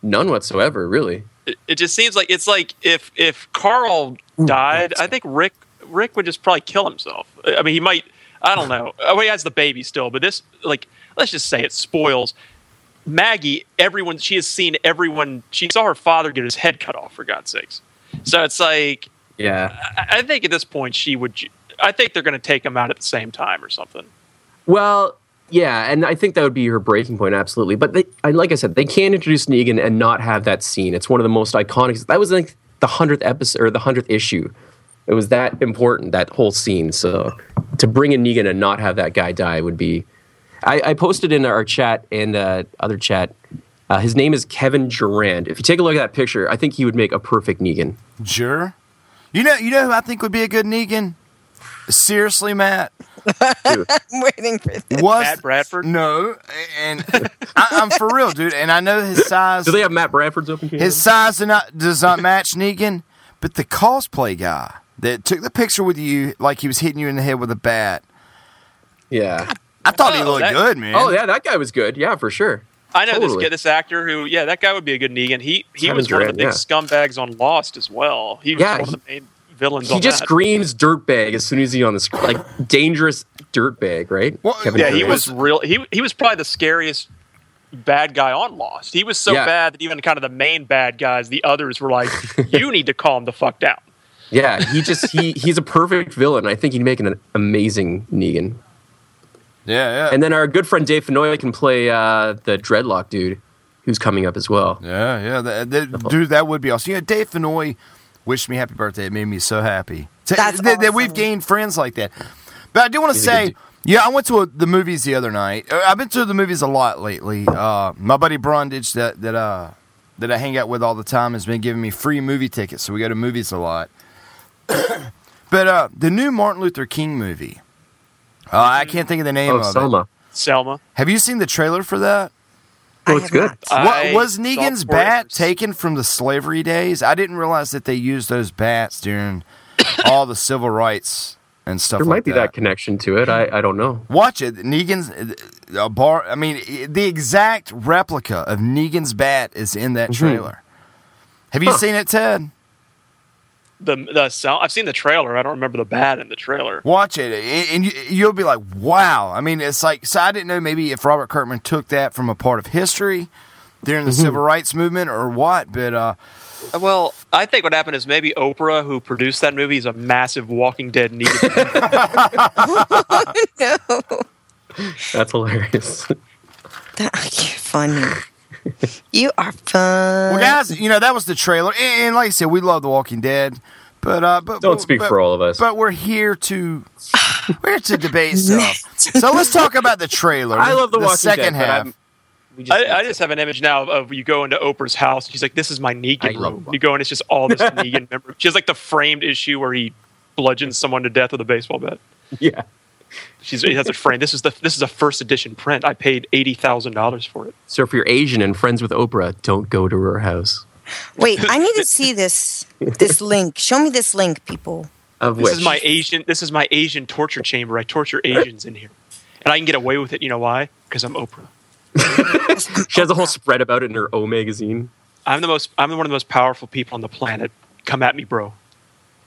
none whatsoever, really. It, it just seems like it's like if if Carl died, I think Rick Rick would just probably kill himself. I I mean, he might. I don't know. Well, he has the baby still, but this like let's just say it spoils. Maggie, everyone she has seen everyone. She saw her father get his head cut off for God's sakes. So it's like Yeah. I, I think at this point she would. ju- I think they're going to take him out at the same time or something. Well, yeah, and I think that would be her breaking point, absolutely. But they, I, like I said, they can't introduce Negan and not have that scene. It's one of the most iconic. That was like the hundredth episode or the hundredth issue. It was that important that whole scene. So to bring in Negan and not have that guy die would be. I, I posted in our chat and uh, other chat. Uh, his name is Kevin Durand. If you take a look at that picture, I think he would make a perfect Negan. Sure. You know, you know who I think would be a good Negan. Seriously, Matt. I'm waiting for this. Was Matt Bradford? No, and I, I'm for real, dude. And I know his size. Do they have Matt Bradford's open? His size do not, does not match Negan, but the cosplay guy that took the picture with you, like he was hitting you in the head with a bat. Yeah, I thought he Oh, looked that- good, man. Oh yeah, that guy was good. Yeah, for sure. I know this Totally. kid, this actor who, yeah, that guy would be a good Negan. He he Kevin was one of Durant, the big yeah. scumbags on Lost as well. He was Yeah, one of the main villains. He on just that. screams dirtbag as soon as he's on the screen. Like, dangerous dirtbag, right? Kevin yeah, he Durant. was real. He he was probably the scariest bad guy on Lost. He was so Yeah. bad that even kind of the main bad guys, the others were like, "You need to calm the fuck down." Yeah, he just, he he's a perfect villain. I think he'd make an amazing Negan. Yeah, yeah. And then our good friend Dave Fenoy can play uh, the dreadlock dude who's coming up as well. Yeah, yeah. That, that- dude, that would be awesome. You know, Dave Fenoy wished me happy birthday. It made me so happy. To- that, that we've gained friends like that. But I do want to He's a good say, dude. yeah, I went to a, the movies the other night. Uh, I've been to the movies a lot lately. Uh, my buddy Brundage that that uh that I hang out with all the time has been giving me free movie tickets, so we go to movies a lot. but uh, the new Martin Luther King movie, uh, I can't think of the name Oh, of it. Selma. Selma. Have you seen the trailer for that? Oh, it's good. What, was I Negan's saw bat taken from the slavery days? I didn't realize that they used those bats during all the civil rights and stuff. There like might be that connection to it. I, I don't know. Watch it. Negan's uh, a bar. I mean, i- the exact replica of Negan's bat is in that Mm-hmm. trailer. Have you Huh. seen it, Ted? The the Sel- I've seen the trailer. I don't remember the bat in the trailer. Watch it, a- and you, you'll be like, "Wow!" I mean, it's like so. I didn't know maybe if Robert Kirkman took that from a part of history during the civil rights movement or what, but uh, Well, I think what happened is maybe Oprah, who produced that movie, is a massive Walking Dead Negan. That's hilarious. You're funny. you are fun. Well, guys, you know that was the trailer, and, and like I said, we love The Walking Dead, but uh, but Don't but- speak but- for all of us. But we're here to we're here to debate stuff. so let's talk about the trailer. I love The Walking second Dead, but half. I'm- I, I just have an image now of, of you go into Oprah's house. And she's like, "This is my Negan room." You go and it's just all this Negan member. She has like the framed issue where he bludgeons someone to death with a baseball bat. Yeah. She's it has a frame. This is the this is a first edition print. I paid eighty thousand dollars for it. So if you're Asian and friends with Oprah, don't go to her house. Wait, I need to see this this link. Show me this link, people. Of this which is my Asian. This is my Asian torture chamber. I torture Asians in here, and I can get away with it. You know why? Because I'm Oprah. she has a whole spread about it in her O magazine. I'm the most. I'm one of the most powerful people on the planet. Come at me, bro.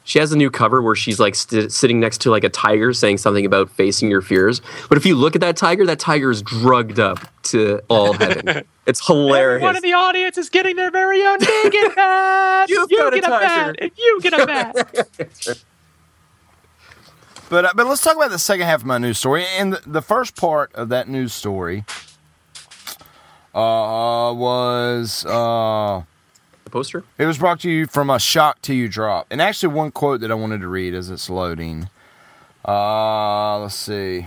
She has a new cover where she's like st- sitting next to like a tiger saying something about facing your fears. But if you look at that tiger, that tiger is drugged up to all heaven. it's hilarious. One of the audience is getting their very own Negan bat. you got a get a tiger. bat. And you get a bat. But uh, but let's talk about the second half of my news story. And the, the first part of that news story uh, was uh, the poster. It was brought to you from a shock to you drop. And actually, one quote that I wanted to read as it's loading. Uh, let's see.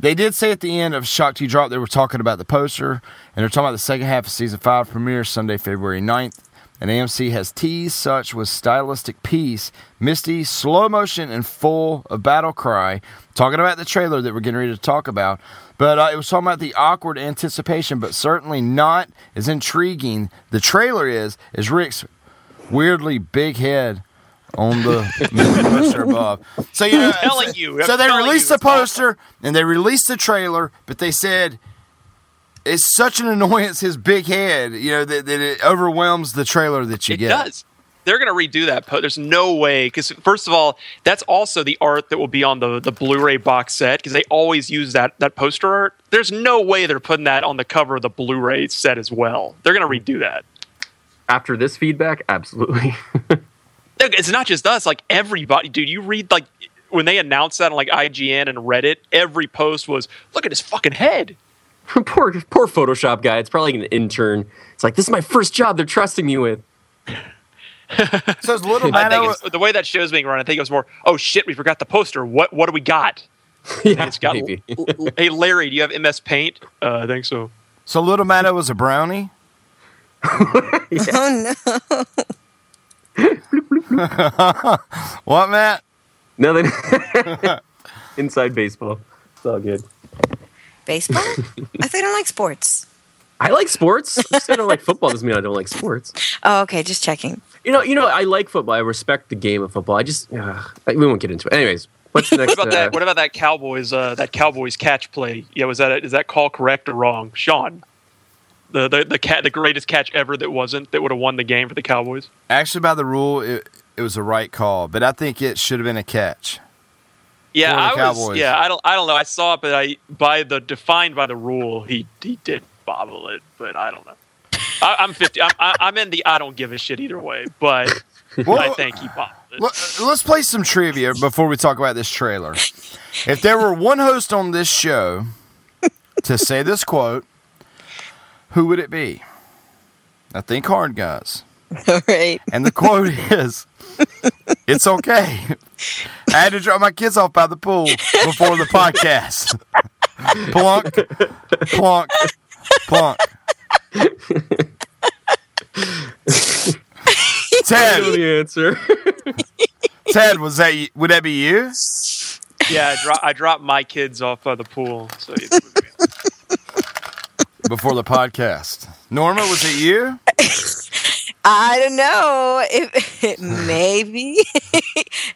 They did say at the end of Shock to You Drop, they were talking about the poster, and they're talking about the second half of season five premiere Sunday, February 9th. And AMC has teased such with stylistic piece, misty, slow motion, and full of battle cry. Talking about the trailer that we're getting ready to talk about. But uh, it was talking about the awkward anticipation, but certainly not as intriguing the trailer is, as Rick's weirdly big head on the poster above. So you know, I'm telling you. I'm so they telling released you. the poster and they released the trailer, but they said it's such an annoyance his big head, you know, that, that it overwhelms the trailer that you It get. does. They're going to redo that. Po- There's no way because first of all, that's also the art that will be on the the Blu-ray box set because they always use that that poster art. There's no way they're putting that on the cover of the Blu-ray set as well. They're going to redo that. After this feedback, absolutely. Look, It's not just us. Like everybody, dude. You read like when they announced that on like IGN and Reddit, every post was, "Look at his fucking head." poor poor Photoshop guy. It's probably an intern. It's like this is my first job. They're trusting me with. so it's little I think it's, the way that show's being run, I think it was more, oh shit, we forgot the poster. What what do we got? yeah, it's got, hey Larry, do you have MS Paint? Uh, I think so. So Little Mato was a brownie? Oh no. what, Matt? Nothing. Inside baseball. It's all good. Baseball? I thought I don't like sports. I like sports. Just I don't like football doesn't mean I don't like sports. Oh, okay, just checking. You know, you know, I like football. I respect the game of football. I just ugh, I- we won't get into it. Anyways, what's the What next? about uh, that? What about that Cowboys? Uh, that Cowboys catch play? Yeah, was that is that call correct or wrong, Sean? The the the, cat, the greatest catch ever that wasn't that would have won the game for the Cowboys. Actually, by the rule, it, it was a right call, but I think it should have been a catch. Yeah, For the I was. Cowboys. Yeah, I don't I don't know. I saw it, but I by the defined by the rule, he he did bobble it, but I don't know. I, I'm fifty. I'm, I, I'm in the I don't give a shit either way, but I Well- think he bobbled. it. Let- Let's play some trivia before we talk about this trailer. If there were one host on this show to say this quote, who would it be? I think hard guys. All right. And the quote is It's okay. I had to drop my kids off by the pool before the podcast. plunk, plunk, plunk. Ted. I know the answer. Ted, was that y- would that be you? Yeah, I, dro- I dropped my kids off by the pool. So it- Before the podcast. Norma, was it you? I don't know. It, maybe,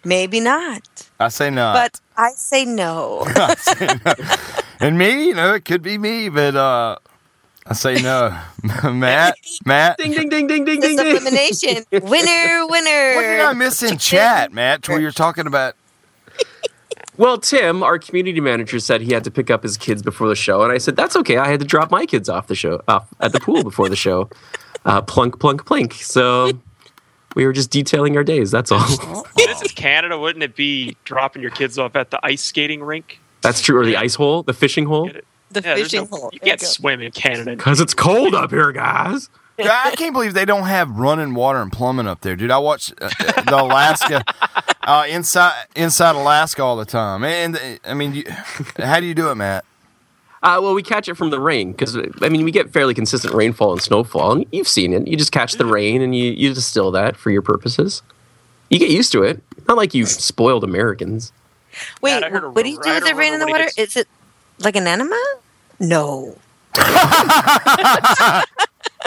maybe not. I say no. but I say no. and me, you know, it could be me, but uh I say no. Matt, Matt. Ding ding ding ding ding This ding ding. elimination winner, winner. What did I miss in chat, Matt, where you're talking about Well, Tim, our community manager said he had to pick up his kids before the show, and I said that's okay. I had to drop my kids off the show off at the pool before the show. Uh, plunk plunk plink. So we were just detailing our days. That's all. this is Canada, wouldn't it be dropping your kids off at the ice skating rink? That's true. Or the ice hole, the fishing hole. The Yeah, there's fishing no- hole. You can't swim in Canada. Because it's cold up here, guys. Yeah, I can't believe they don't have running water and plumbing up there, dude. I watch uh, uh, the Alaska uh, inside inside Alaska all the time, and uh, I mean, you, how do you do it, Matt? Uh, well, we catch it from the rain because I mean we get fairly consistent rainfall and snowfall, and you've seen it. You just catch the rain and you, you distill that for your purposes. You get used to it. Not like you spoiled Americans. Wait, what do you do with the rain in the water? Is it like an enema? No.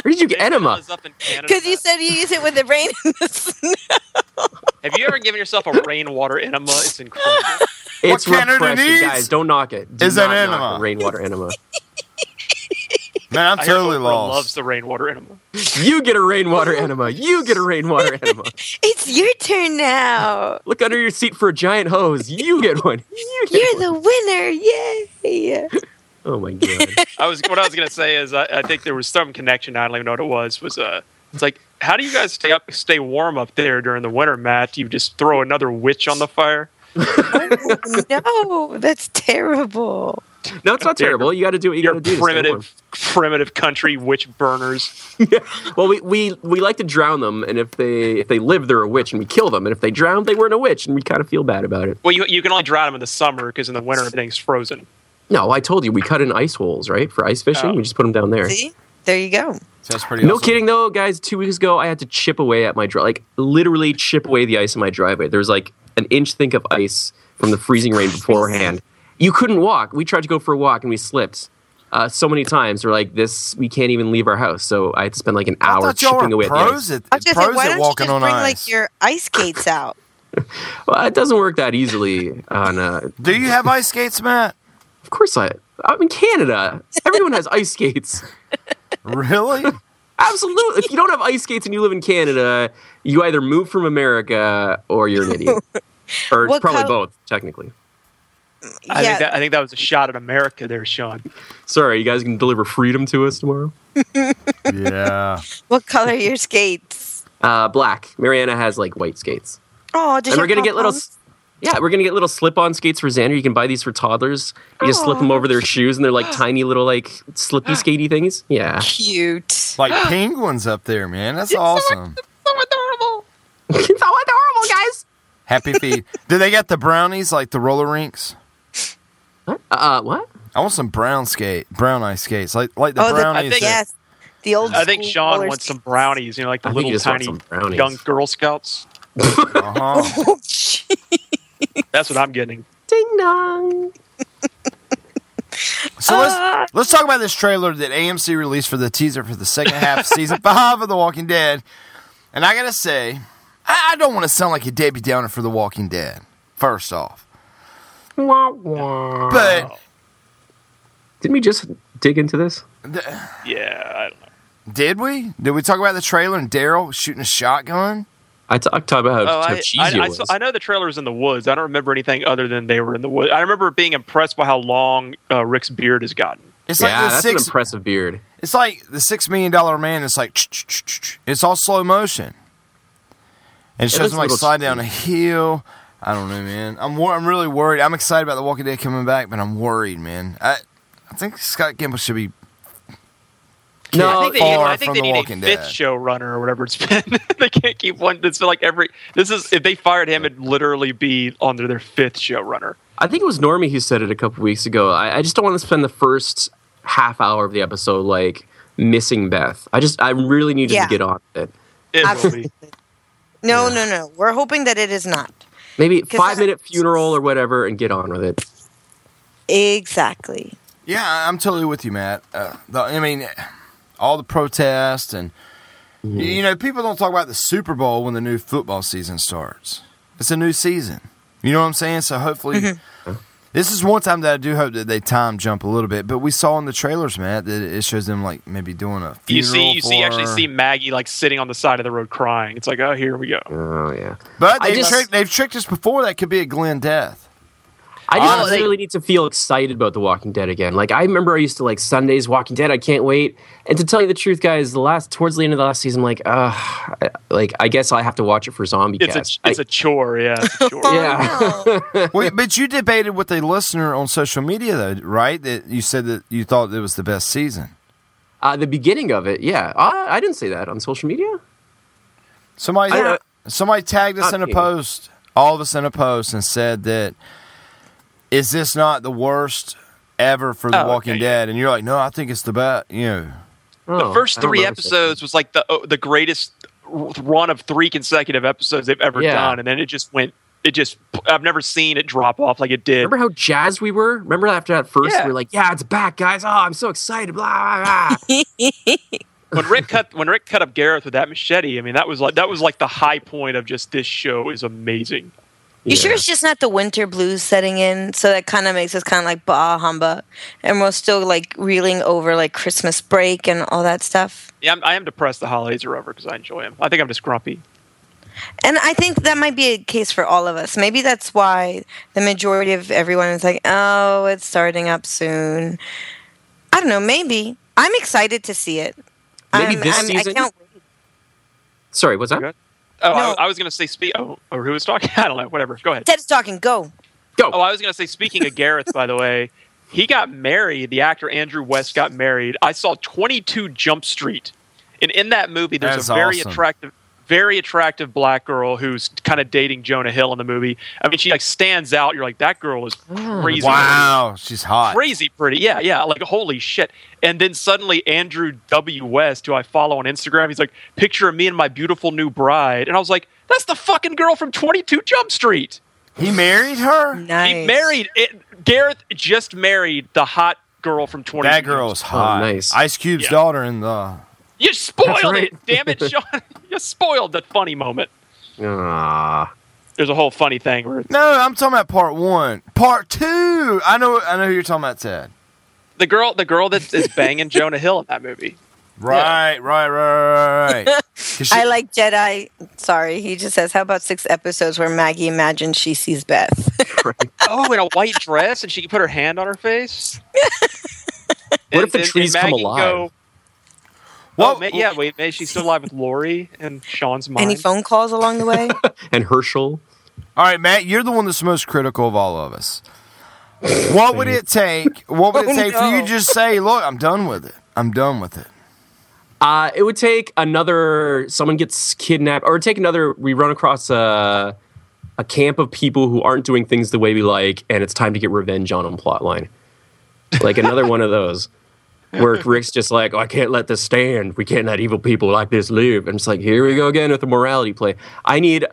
Where did you get enema? Because you said you use it with the rain in the snow. Have you ever given yourself a rainwater enema? It's incredible. It's What Canada refreshing, needs guys. Don't knock it. Do is an not knock enema. a Rainwater enema. Man, I'm I hear totally Oprah lost. Loves the rainwater enema. You get a rainwater enema. You get a rainwater enema. It's your turn now. Look under your seat for a giant hose. You get one. You're the winner. Yay. Oh my god. I was what I was gonna say is I, I think there was some connection. I don't even know what it was. Was uh, it's like how do you guys stay up, stay warm up there during the winter, Matt? Do you just throw another witch on the fire? no, that's terrible. No, it's not terrible. You got to do what you got to do. to stay warm. Primitive, primitive country witch burners. Well, we, we we like to drown them, and if they if they live, they're a witch, and we kill them. And if they drown, they weren't a witch, and we kind of feel bad about it. Well, you you can only drown them in the summer because in the winter everything's frozen. No, I told you we cut in ice holes, right, for ice fishing. Oh. We just put them down there. See? There you go. Sounds pretty. No kidding though, guys. Two weeks ago, I had to chip away at my dri like literally chip away the ice in my driveway. There was like an inch thick of ice from the freezing rain beforehand. You couldn't walk. We tried to go for a walk and we slipped uh, so many times. We're like, this, we can't even leave our house. So I had to spend like an hour thought y'all chipping were away pros at, at the ice. Just like, why don't you just bring like your ice skates out? Well, it doesn't work that easily on. Uh, Do you have ice skates, Matt? Of course I. I'm in Canada. Everyone has ice skates. Really? Absolutely. If you don't have ice skates and you live in Canada, you either move from America or you're an idiot, or it's What probably col- both technically. I Yeah. think that I think that was a shot at America there, Sean. Sorry, you guys can deliver freedom to us tomorrow. yeah. What color are your skates? Uh, black. Mariana has like white skates. Oh, does and your we're gonna mom get little. own- s- Yeah, we're gonna get little slip-on skates for Xander. You can buy these for toddlers. You just slip them Aw. over their shoes, and they're like tiny little like slippy skatey things. Yeah. Cute. Like penguins up there, man. That's awesome. It's all adorable, guys. Happy feet. Do they got the brownies like the roller rinks? What? Uh, what? I want some brown skate, brown ice skates, like like the oh, the, brownies. that- yes. The old I think school Sean roller wants some skates. brownies. You know, like the I think he little just wants tiny some brownies. young Girl Scouts. Uh-huh. That's what I'm getting. Ding dong. So let's let's talk about this trailer that AMC released for the teaser for the second half of season five of The Walking Dead. And I gotta say, I, I don't want to sound like a Debbie Downer for The Walking Dead. First off, but Didn't we just dig into this? yeah, I don't know. Did we? Did we talk about the trailer and Daryl shooting a shotgun? I talked about Oh, I, I, I, saw- I know the trailer was in the woods. I don't remember anything other than they were in the woods. I remember being impressed by how long uh, Rick's beard has gotten. It's like Yeah, the that's an six- impressive beard. It's like the six million dollar man. It's like ch-ch-ch-ch. it's all slow motion, and it It shows looks him a like little slide down a hill. I don't know, man. I'm wor- I'm really worried. I'm excited about the Walking Dead coming back, but I'm worried, man. I I think Scott Gimple should be I kicked think they, far I think from they the need Walking a fifth Dead. showrunner or whatever it's been. they can't keep one. It's been like every. This is if they fired him, it'd literally be under their fifth showrunner. I think it was Normie who said it a couple weeks ago. I, I just don't want to spend the first half hour of the episode like missing Beth. I just I really needed Yeah. to get on with it. Absolutely. No, no, no. We're hoping that it is not. Maybe 'Cause five that- minute funeral or whatever, and get on with it. Exactly. Yeah, I- I'm totally with you, Matt. Uh, the, I mean, all the protests and Mm-hmm. you know, people don't talk about the Super Bowl when the new football season starts. It's a new season. You know what I'm saying? So hopefully, this is one time that I do hope that they time jump a little bit. But we saw in the trailers, Matt, that it shows them like maybe doing a funeral. You see, you see, for actually her. see Maggie like sitting on the side of the road crying. It's like, oh, here we go. Oh yeah. But I they've, just- tricked, they've tricked us before. That could be a Glenn death. I don't necessarily need to feel excited about The Walking Dead again. Like I remember I used to like Sundays Walking Dead. I can't wait. And to tell you the truth, guys, the last towards the end of the last season, I'm like, uh, like I guess I have to watch it for Zombie It's Cast. a it's a chore. Yeah. It's a chore. Wait, but you debated with a listener on social media, though, right? That you said that you thought it was the best season. Uh, the beginning of it, yeah. I, I didn't say that on social media. Somebody, I don't- somebody tagged us in a Okay. post, all of us in a post, and said that is this not the worst ever for The Oh, Walking okay. Dead? And you're like, no, I think it's the best. You know, Oh, the first three episodes was like the oh, the greatest r- run of three consecutive episodes they've ever Yeah. done, and then it just went. It just I've never seen it drop off like it did. Remember how jazzed we were? Remember after that first, Yeah. we were like, "Yeah, it's back, guys! Oh, I'm so excited!" Blah blah blah. when Rick cut when Rick cut up Gareth with that machete. I mean, that was like that was like the high point of just this show is amazing. You sure it's just not the winter blues setting in? So that kind of makes us kind of like bah humbug, and we're still like reeling over like Christmas break and all that stuff. Yeah, I'm, I am depressed. The holidays are over because I enjoy them. I think I'm just grumpy. And I think that might be a case for all of us. Maybe that's why the majority of everyone is like, "Oh, it's starting up soon." I don't know. Maybe I'm excited to see it. Maybe I'm, this I'm, season? I can't Sorry, what's that? Oh, I, I was gonna say speak. Oh, or who was talking? I don't know. Whatever. Go ahead. Ted's talking. Go. Go. Oh, I was gonna say. Speaking of Gareth, by the way, he got married. The actor Andrew West got married. I saw 22 Jump Street, and in that movie, there's That's a very awesome. attractive, very attractive black girl who's kind of dating Jonah Hill in the movie. I mean, she like stands out. You're like, that girl is crazy. wow, oh, she's hot. crazy pretty. Yeah, yeah. Like holy shit. And then suddenly Andrew W. West, who I follow on Instagram, he's like, picture of me and my beautiful new bride. And I was like, that's the fucking girl from 22 Jump Street. He married her. Nice. He married it, Gareth just married the hot girl from 22. That girl is hot. nice. Ice Cube's daughter in the. You spoiled right. it, damn it, Sean. you spoiled the funny moment. Ah. There's a whole funny thing where No, I'm talking about part one. Part two. I know. I know who you're talking about, Ted. the girl the girl that is banging Jonah Hill in that movie. Right, right, right, right, right. 'Cause she- I like Jedi. Sorry, he just says, "How about six episodes where Maggie imagines she sees Beth?" Oh, in a white dress, and she can put her hand on her face. What if the trees come Maggie alive? Go, Well- well, ma- Oh, yeah, wait, maybe she's still alive with Lori and Sean's mom. Any phone calls along the way? and Herschel. All right, Matt, you're the one that's most critical of all of us. What would it take? What would it Oh, take for you no. to just say, "Look, I'm done with it. I'm done with it." Uh, it would take another someone gets kidnapped, or take another. We run across a a camp of people who aren't doing things the way we like, and it's time to get revenge on them. Plotline, like another one of those where Rick's just like, oh, I can't let this stand. We can't let evil people like this live. And it's like, here we go again with the morality play. I need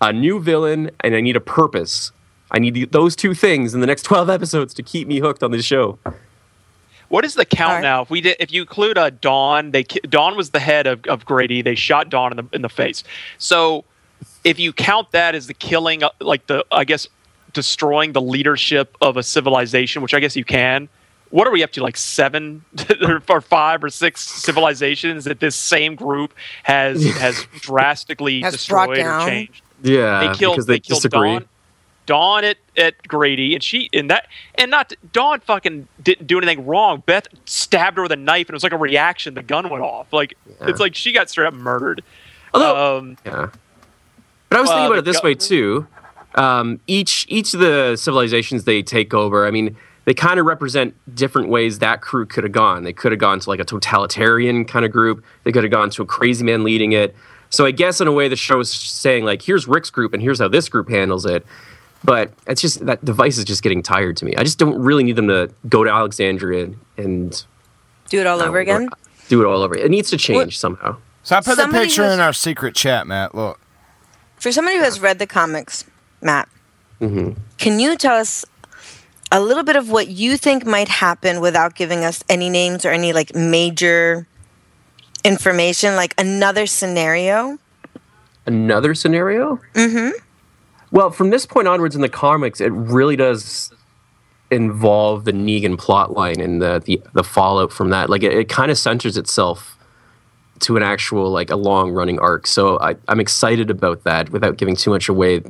a new villain, and I need a purpose. I need the- those two things in the next twelve episodes to keep me hooked on this show. What is the count now? If we did, if you include uh, Dawn, they ki- Dawn was the head of, of Grady. They shot Dawn in the in the face. So if you count that as the killing, uh, like the I guess destroying the leadership of a civilization, which I guess you can. What are we up to? Like seven or five or six civilizations that this same group has has drastically Has brought destroyed or down. changed Yeah, they killed because they, killed disagree. Dawn, Dawn at, at Grady, and she and that and not Dawn fucking didn't do anything wrong. Beth stabbed her with a knife, and it was like a reaction. The gun went off. Like it's like she got straight up murdered. Although- um, Yeah. But I was thinking Uh, about the it this way too. Um, each each of the civilizations they take over, I mean, they kind of represent different ways that crew could have gone. They could have gone to like a totalitarian kind of group. They could have gone to a crazy man leading it. So I guess in a way the show is saying like, here's Rick's group and here's how this group handles it. But it's just that device is just getting tired to me. I just don't really need them to go to Alexandria and, and Do it all over again. do it all over. It needs to change somehow. So I put the Somebody picture has- in our secret chat, Matt. Look, For somebody who has read the comics, Matt, Mm-hmm. can you tell us a little bit of what you think might happen without giving us any names or any like major information, like another scenario? Another scenario? Mm-hmm. Well, from this point onwards in the comics, it really does involve the Negan plotline and the, the the fallout from that. Like it, it kind of centers itself to an actual like a long running arc. So I, I'm excited about that. Without giving too much away,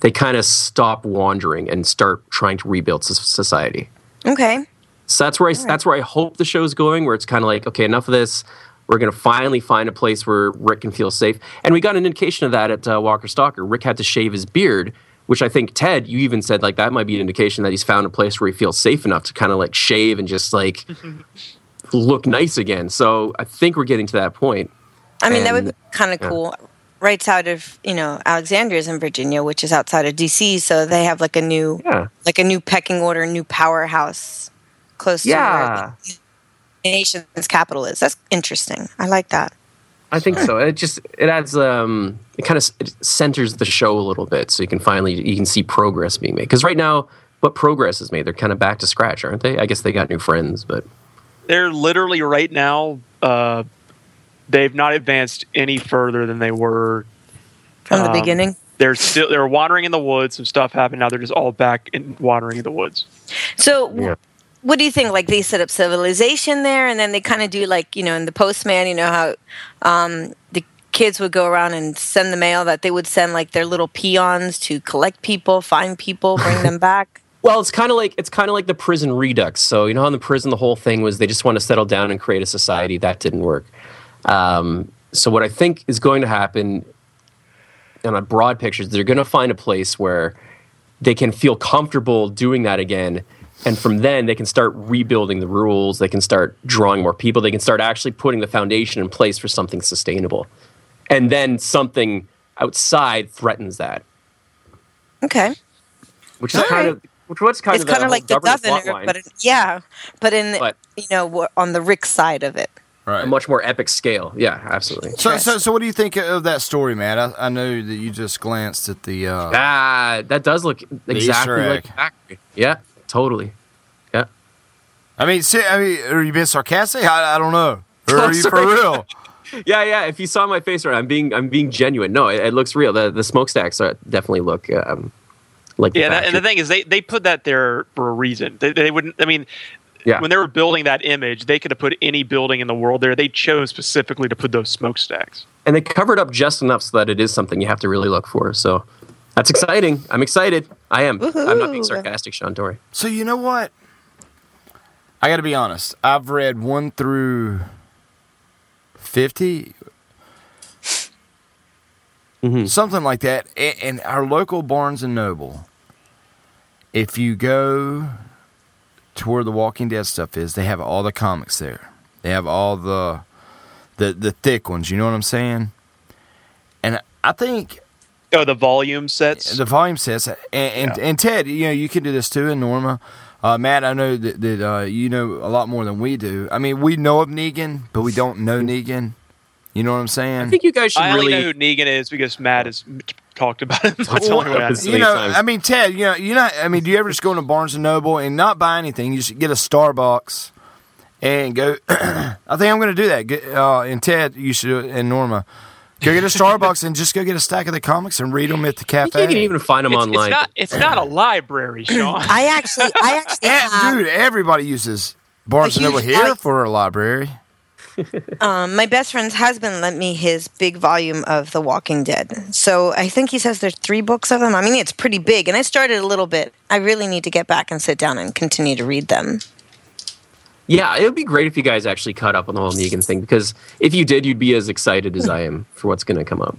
they kind of stop wandering and start trying to rebuild s- society. Okay. So that's where I, that's where I hope the show's going, where it's kind of like, okay, enough of this. We're going to finally find a place where Rick can feel safe. And we got an indication of that at uh, Walker Stalker. Rick had to shave his beard, which I think Ted, you even said like that might be an indication that he's found a place where he feels safe enough to kind of like shave and just like look nice again. So I think we're getting to that point. I mean, that would be kind of yeah. cool. Right out of you know Alexandria's in Virginia, which is outside of DC, so they have like a new Yeah. like a new pecking order, new powerhouse close to where Yeah. the nation's capital is. That's interesting. I like that. I think so. It just it adds um it kind of it centers the show a little bit, so you can finally you can see progress being made. Because right now, what progress is made? They're kind of back to scratch, aren't they? I guess they got new friends, but They're literally right now. Uh, they've not advanced any further than they were from the um, beginning. They're still they're wandering in the woods. Some stuff happened. Now they're just all back in wandering in the woods. So, w- what do you think? Like they set up civilization there, and then they kind of do like you know in the postman, you know how um, the kids would go around and send the mail that they would send like their little peons to collect people, find people, bring them back. Well, it's kind of like it's kind of like the prison redux. So you know, how in the prison, the whole thing was they just want to settle down and create a society. That didn't work. Um, so what I think is going to happen, on a broad picture, is they're going to find a place where they can feel comfortable doing that again, and from then they can start rebuilding the rules. They can start drawing more people. They can start actually putting the foundation in place for something sustainable, and then something outside threatens that Okay, which is kind of which was kind it's of that kind of whole like the plot governor, line, but it, yeah, but in you know we're on the Rick side of it. a much more epic scale. Yeah, absolutely. So, so, so, what do you think of that story, Matt? I, I know that you just glanced at the. Uh, ah, that does look The exactly Easter like egg. Factory. Yeah, totally. Yeah. I mean, see, I mean, are you being sarcastic? I, I don't know. Or are you for Sorry. real? Yeah, yeah. If you saw my face, right, I'm being I'm being genuine. No, it, it looks real. The the smokestacks are, definitely look um, like the yeah, that, and the factory. thing is, they, they put that there for a reason. They, they wouldn't. I mean, Yeah. when they were building that image, they could have put any building in the world there. They chose specifically to put those smokestacks. and they covered up just enough so that it is something you have to really look for. So that's exciting. I'm excited. I am. I'm not being Woohoo. sarcastic, Sean. Don't worry. So you know what? I got to be honest. I've read one through fifty, something like that. And, and our local Barnes and Noble, if you go to where the Walking Dead stuff is, they have all the comics there. They have all the the the thick ones. You know what I'm saying? And I think Oh, the volume sets. the volume sets, and and, and Ted, you know, you can do this too, and Norma, uh, Matt, I know that, that uh, you know a lot more than we do. I mean, we know of Negan, but we don't know Negan. You know what I'm saying? I think you guys should I really. only know who Negan is because Matt has m- talked about him. That's the only way I know. you know, I mean, Ted, you know, you know, I mean, do you ever just go into Barnes and Noble and not buy anything? You should get a Starbucks and go. I think I'm going to do that. Get, uh, and Ted, you should, and Norma, go get a Starbucks and just go get a stack of the comics and read them at the cafe. you can even find them online. It's not, it's not a library, Sean. I actually, I actually have. Eh, Dude, everybody uses Barnes and huge Noble here value- for a library. Um, my best friend's husband lent me his big volume of The Walking Dead. So I think he says there's three books of them. I mean, it's pretty big, and I started a little bit. I really need to get back and sit down and continue to read them. Yeah, it would be great if you guys actually caught up on the whole Negan thing because if you did, you'd be as excited as I am for what's going to come up.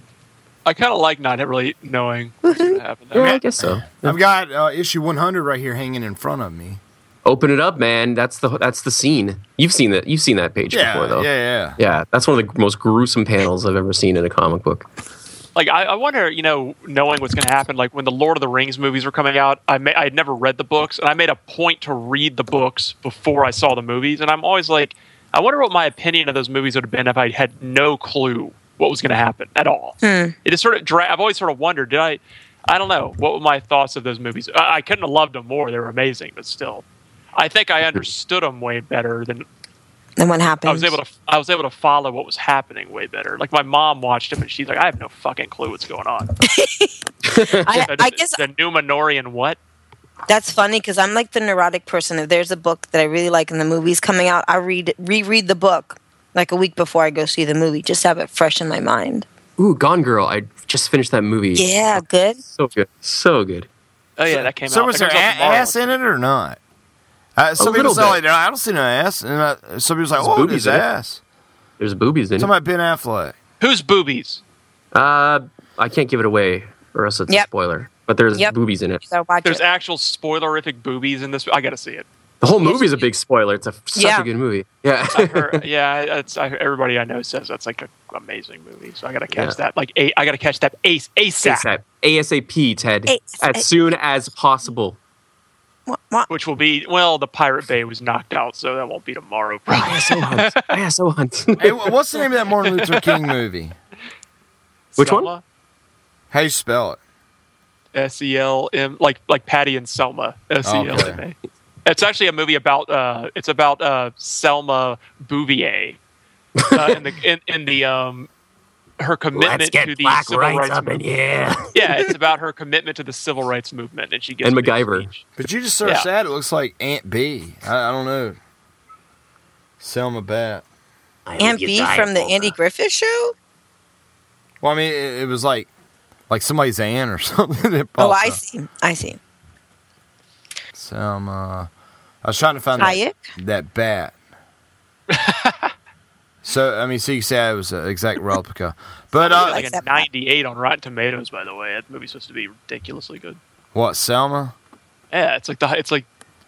I kind of like not really knowing what's going to happen. Yeah, I guess so. I've got uh, issue 100 right here hanging in front of me. Open it up, man. That's the that's the scene. You've seen that. You've seen that page Yeah, before, though. yeah, yeah. yeah. That's one of the most gruesome panels I've ever seen in a comic book. Like I, I wonder, you know, knowing what's going to happen. Like when the Lord of the Rings movies were coming out, I ma- I had never read the books, and I made a point to read the books before I saw the movies. And I'm always like, I wonder what my opinion of those movies would have been if I had no clue what was going to happen at all. It is sort of. Dra- I've always sort of wondered, did I? I don't know what were my thoughts of those movies. I, I couldn't have loved them more. They were amazing, but still, I think I understood them way better than And what happened? I was able to I was able to follow what was happening way better. Like my mom watched him and she's like, I have no fucking clue what's going on. I, I guess the Numenorian what? that's funny because I'm like the neurotic person. If there's a book that I really like and the movie's coming out, I read reread the book like a week before I go see the movie, just have it fresh in my mind. Ooh, Gone Girl. I just finished that movie. Yeah, good. So good. So good. Oh yeah, that came so out. was there That a- comes out tomorrow. ass in it or not? Uh, some people little say, like, bit. I don't see no ass. And uh, some people say, There's oh, boobies there's in it. ass. There's boobies in Some it. about Ben Affleck. Who's boobies? Uh, I can't give it away or else it's a Yep. spoiler. But there's Yep. boobies in it. There's actual spoilerific boobies in this. I gotta see it. The whole movie's a big spoiler. It's a, such Yeah. a good movie. Yeah. I heard- yeah, it's, I, everybody I know says that's like an amazing movie. So I gotta catch Yeah. that. Like a, I gotta catch that ace ASAP. ASAP. ASAP, Ted. A- as soon as possible. Which will be well, the Pirate Bay was knocked out, so that won't be tomorrow. Probably. ISO hunt. ISO hunt. Hey, wh- what's the name of that Martin Luther King movie? Which one? How you spell it? S E L M, like like Patty and Selma. S E L M A. It's actually a movie about uh, it's about uh, Selma Bouvier uh, in the in, in the um, her commitment Let's get to the black civil rights rights up in movement. here. yeah, it's about her commitment to the civil rights movement, and she gets and to be- MacGyver. But you just search Yeah. that, it looks like Aunt B. I, I don't know. Selma Bat. Aunt B from the Andy Griffith Oh, Show. Well, I mean, it, it was like like somebody's aunt or something. that Oh, popped I up. see. I see. Selma. I was trying to find that, that bat. so, I mean, so you say it was an exact replica. But, uh, like a 98 on Rotten Tomatoes, by the way. That movie's supposed to be ridiculously good. what, Selma? Yeah, it's like the hi- it's like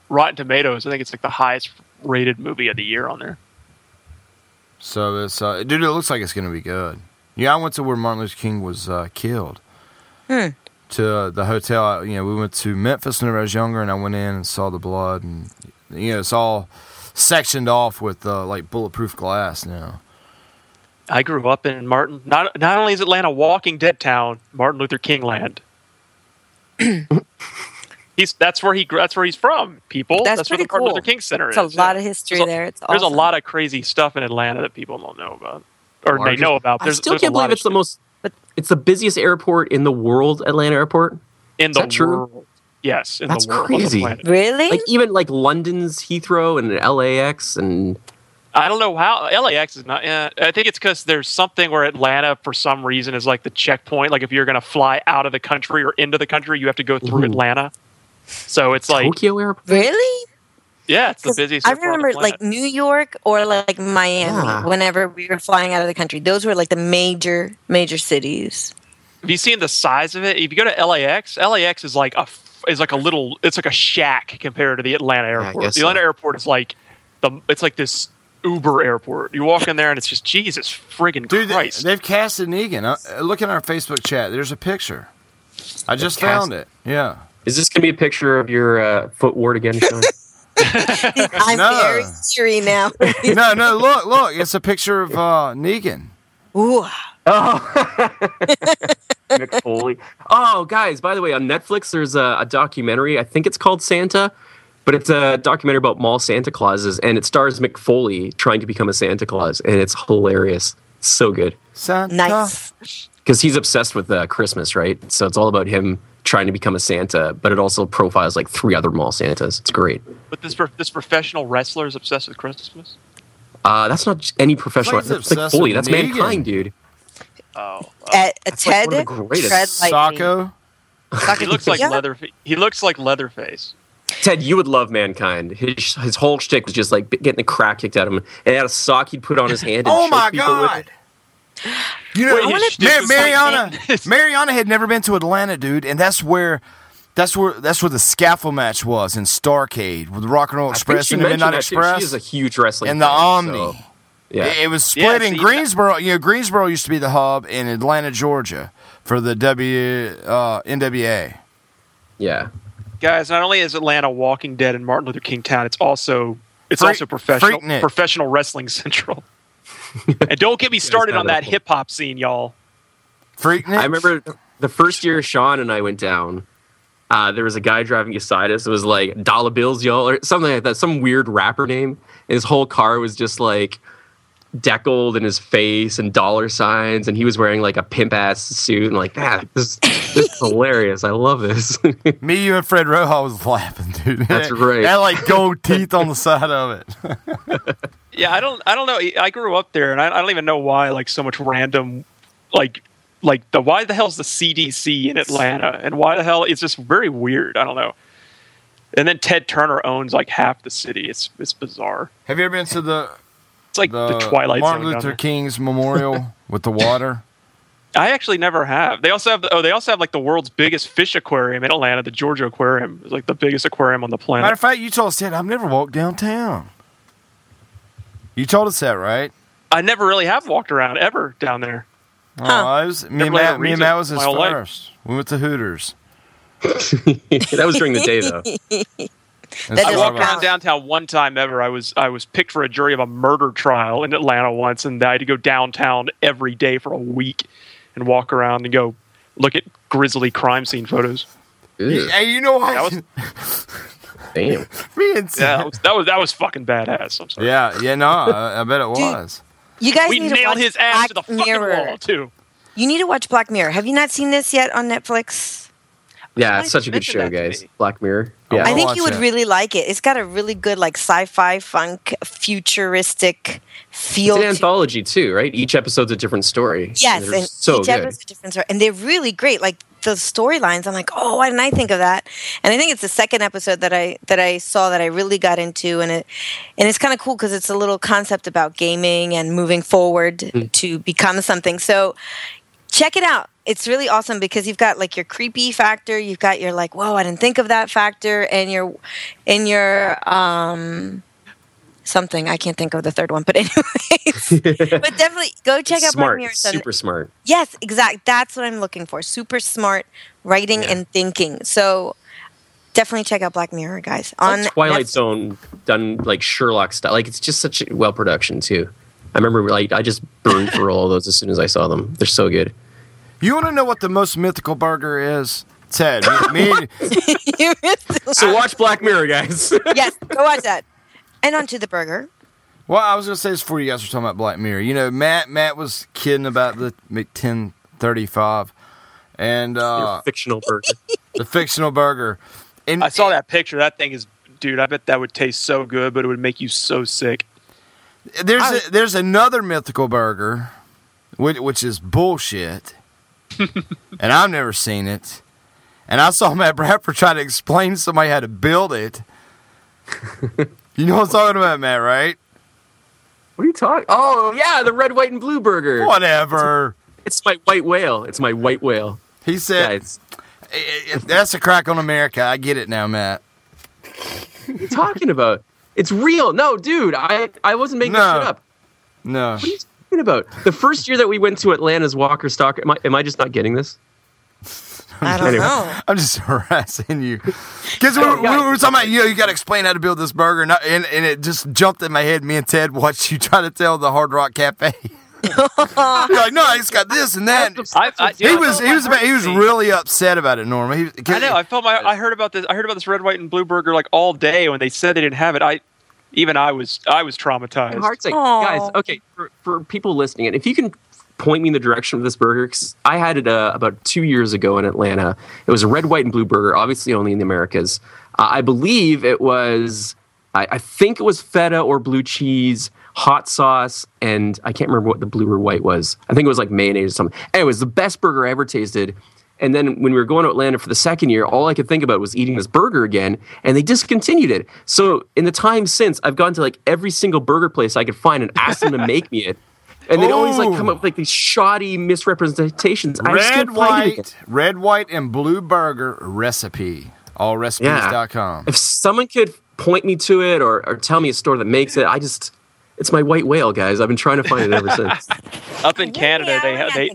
Rotten Tomatoes. I think it's like the highest rated movie of the year on there. So it's uh, dude, it looks like it's gonna be good. Yeah, I went to where Martin Luther King was uh, killed. To uh, the hotel, I- you know, we went to Memphis whenever I was younger, and I went in and saw the blood, and you know, it's all sectioned off with uh, like bulletproof glass now. I grew up in Martin. Not not only is Atlanta Walking Dead town, Martin Luther King land. he's that's where he gr- that's where he's from. People. That's That's, where the pretty Martin cool. Luther King Center It's is. a lot yeah. of history There's there. It's There's awesome. a lot of crazy stuff in Atlanta that people don't know about, or they know about. I There's, still there's can't a lot believe of it's the most. It's the busiest airport in the world, Atlanta Airport. In Is the that true? world. Yes, in That's the world. on the crazy. planet. Really? Like e even like London's Heathrow and LAX and I don't know how LAX is not. Yeah, I think it's because there's something where Atlanta, for some reason, is like the checkpoint. Like if you're going to fly out of the country or into the country, you have to go through Ooh. Atlanta. So it's like Mm-hmm. Tokyo Airport. Really? yeah, it's the 'Cause busiest. I airport on the remember like planet. New York or like Miami. Yeah. Whenever we were flying out of the country, those were like the major major cities. Have you seen the size of it? If you go to LAX, LAX is like a f- is like a little. It's like a shack compared to the Atlanta airport. guess the Atlanta airport is like the. It's like this Uber airport. You walk in there and it's just Jesus friggin' Dude, they, Christ. they've casted Negan. Uh, uh, look in our Facebook chat. There's a picture. I just cast- found it. Yeah. Is this gonna be a picture of your uh, foot wart again, Sean? I'm very cheery now. no, no, look, look. It's a picture of uh, Negan. Ooh. Oh. Mick Foley. Oh, guys, by the way, on Netflix, there's a, a documentary. I think it's called Santa, but it's a documentary about mall Santa Clauses, and it stars Mick Foley trying to become a Santa Claus, and it's hilarious. So good. Santa. Nice. Because he's obsessed with uh, Christmas, right? So it's all about him trying to become a Santa, but it also profiles like three other mall Santas. It's great. but this pro- this professional wrestler is obsessed with Christmas. Uh, that's not just any professional. Why is it That's Mick obsessed Foley. with That's Negan? mankind, dude. At a like Ted one of the greatest. Tread Lightning. Sacco. He looks like Yeah. leather. He looks like Leatherface. Ted, you would love Mankind. His his whole shtick was just like getting the crap kicked out of him. And he had a sock he'd put on his hand. And Oh choke my people with God. it. You know, Wait, his shtick Mar- was Mariana, Mariana had never been to Atlanta, dude, and that's where, that's where, that's where the scaffold match was in Starcade with Rock and Roll I think Express she and the mentioned Midnight that too. Express She is a huge wrestling and the fan, Omni. so, yeah, It, it was Yeah, split in see, Greensboro. You know, Greensboro used to be the hub in Atlanta, Georgia, for the W uh, NWA. yeah. Guys, not only is Atlanta Walking Dead and Martin Luther King Town, it's also it's Freak- also professional Freaknik. professional wrestling central. and don't get me started not on that awful. hip hop scene, y'all. Freaknik. I remember the first year Sean and I went down. Uh, there was a guy driving beside us. It was like dollar bills, y'all, or something like that. Some weird rapper name. And his whole car was just like deckled in his face and dollar signs, and he was wearing like a pimp ass suit. And like that, this, this is hilarious. I love this. Me, you, and Fred Roja was laughing, dude. That's right. That like gold teeth on the side of it. Yeah, I don't. I don't know. I grew up there, and I, I don't even know why. Like so much random, like like the why the hell's the CDC in Atlanta, and why the hell it's just very weird. I don't know. And then Ted Turner owns like half the city. It's it's bizarre. Have you ever been to the? It's like the, Twilight Martin Zone down Luther there. King's Memorial with the water. I actually never have. They also have the, oh, they also have like the world's biggest fish aquarium in Atlanta, the Georgia Aquarium. It's like the biggest aquarium on the planet. Matter of fact, you told us that I've never walked downtown. You told us that, right? I never really have walked around ever down there. Oh, I was, me, and Never had Matt, me a and reason Matt was his my whole life. first. We went to Hooters. that was during the day, though. That's I all walked about around it. downtown one time ever. I was I was picked for a jury of a murder trial in Atlanta once, and I had to go downtown every day for a week and walk around and go look at grisly crime scene photos. Hey, you know what? Damn. me and Yeah, that was, that was that was fucking badass. I'm sorry. Yeah, yeah, no, I, I bet it was. You guys we need to nailed watch his ass to the Black fucking Mirror. wall too. You need to watch Black Mirror. Have you not seen this yet on Netflix? Yeah, it's such a good show, guys. Black Mirror. I Yeah. I think you would really like it. It's got a really good like sci-fi funk futuristic It's feel. an to anthology too, right? Each episode's a different story. Yes, They're and so each good. episode's a different story, and they're really great. Like the storylines, I'm like, oh, why didn't I think of that? And I think it's the second episode that I that I saw that I really got into, and it and it's kind of cool because it's a little concept about gaming and moving forward Hmm. to become something. So check it out. It's really awesome because you've got like your creepy factor, you've got your like, whoa, I didn't think of that factor, and your and your um something. I can't think of the third one, but anyways. but definitely go check out Black smart, Mirror. It's on- super smart. Yes, exact. That's what I'm looking for. Super smart writing and thinking. So definitely check out Black Mirror, guys. On Twilight Zone done like Sherlock style. Like it's just such a well production too. I remember like I just burned through all those as soon as I saw them. They're so good. You want to know what the most mythical burger is? Ted, me, me So watch Black Mirror, guys. yes, go watch that. And onto the burger. Well, I was gonna say this before you guys were talking about Black Mirror. You know, Matt Matt was kidding about the ten thirty five, and uh, fictional burger, the fictional burger. And I saw that picture. That thing is, dude. I bet that would taste so good, but it would make you so sick. There's a, there's another mythical burger, which, which is bullshit, and I've never seen it. And I saw Matt Bradford try to explain to somebody how to build it. you know what I'm talking about, Matt? Right? What are you talking? Oh yeah, the red, white, and blue burger. Whatever. It's my white whale. It's my white whale. He said, "Eh, eh, "That's a crack on America." I get it now, Matt. What are you talking about? It's real. No, dude, I, I wasn't making No. this shit up. No. What are you talking about? The first year that we went to Atlanta's Walker Stalker, am I, am I just not getting this? I don't Anyway. know. I'm just harassing you because we, were- we were talking about you know you got to explain how to build this burger and, I- and and it just jumped in my head. Me and Ted watched you try to tell the Hard Rock Cafe. You're like no, he's got this and that. I, I, dude, he I was felt he my was about, heart he was beat. really upset about it, Norma. He, I know. I felt my. I heard about this. I heard about this red, white, and blue burger like all day when they said they didn't have it. I, even I was, I was traumatized. My heart's like, guys, okay, for, for people listening, and if you can point me in the direction of this burger, because I had it uh, about two years ago in Atlanta. It was a red, white, and blue burger, obviously only in the Americas. Uh, I believe it was, I, I think it was feta or blue cheese, hot sauce, and I can't remember what the blue or white was. I think it was like mayonnaise or something. Anyways, the best burger I ever tasted. And then when we were going to Atlanta for the second year, all I could think about was eating this burger again, and they discontinued it. So in the time since, I've gone to like every single burger place I could find and asked them to make me it. And they'd always like come up with like these shoddy misrepresentations. I just Oh. red couldn't find it again. white red white and blue burger recipe allrecipes.com. If someone could point me to it or, or tell me a store that makes it, I just it's my white whale, guys. I've been trying to find it ever since. Up in Canada, they have they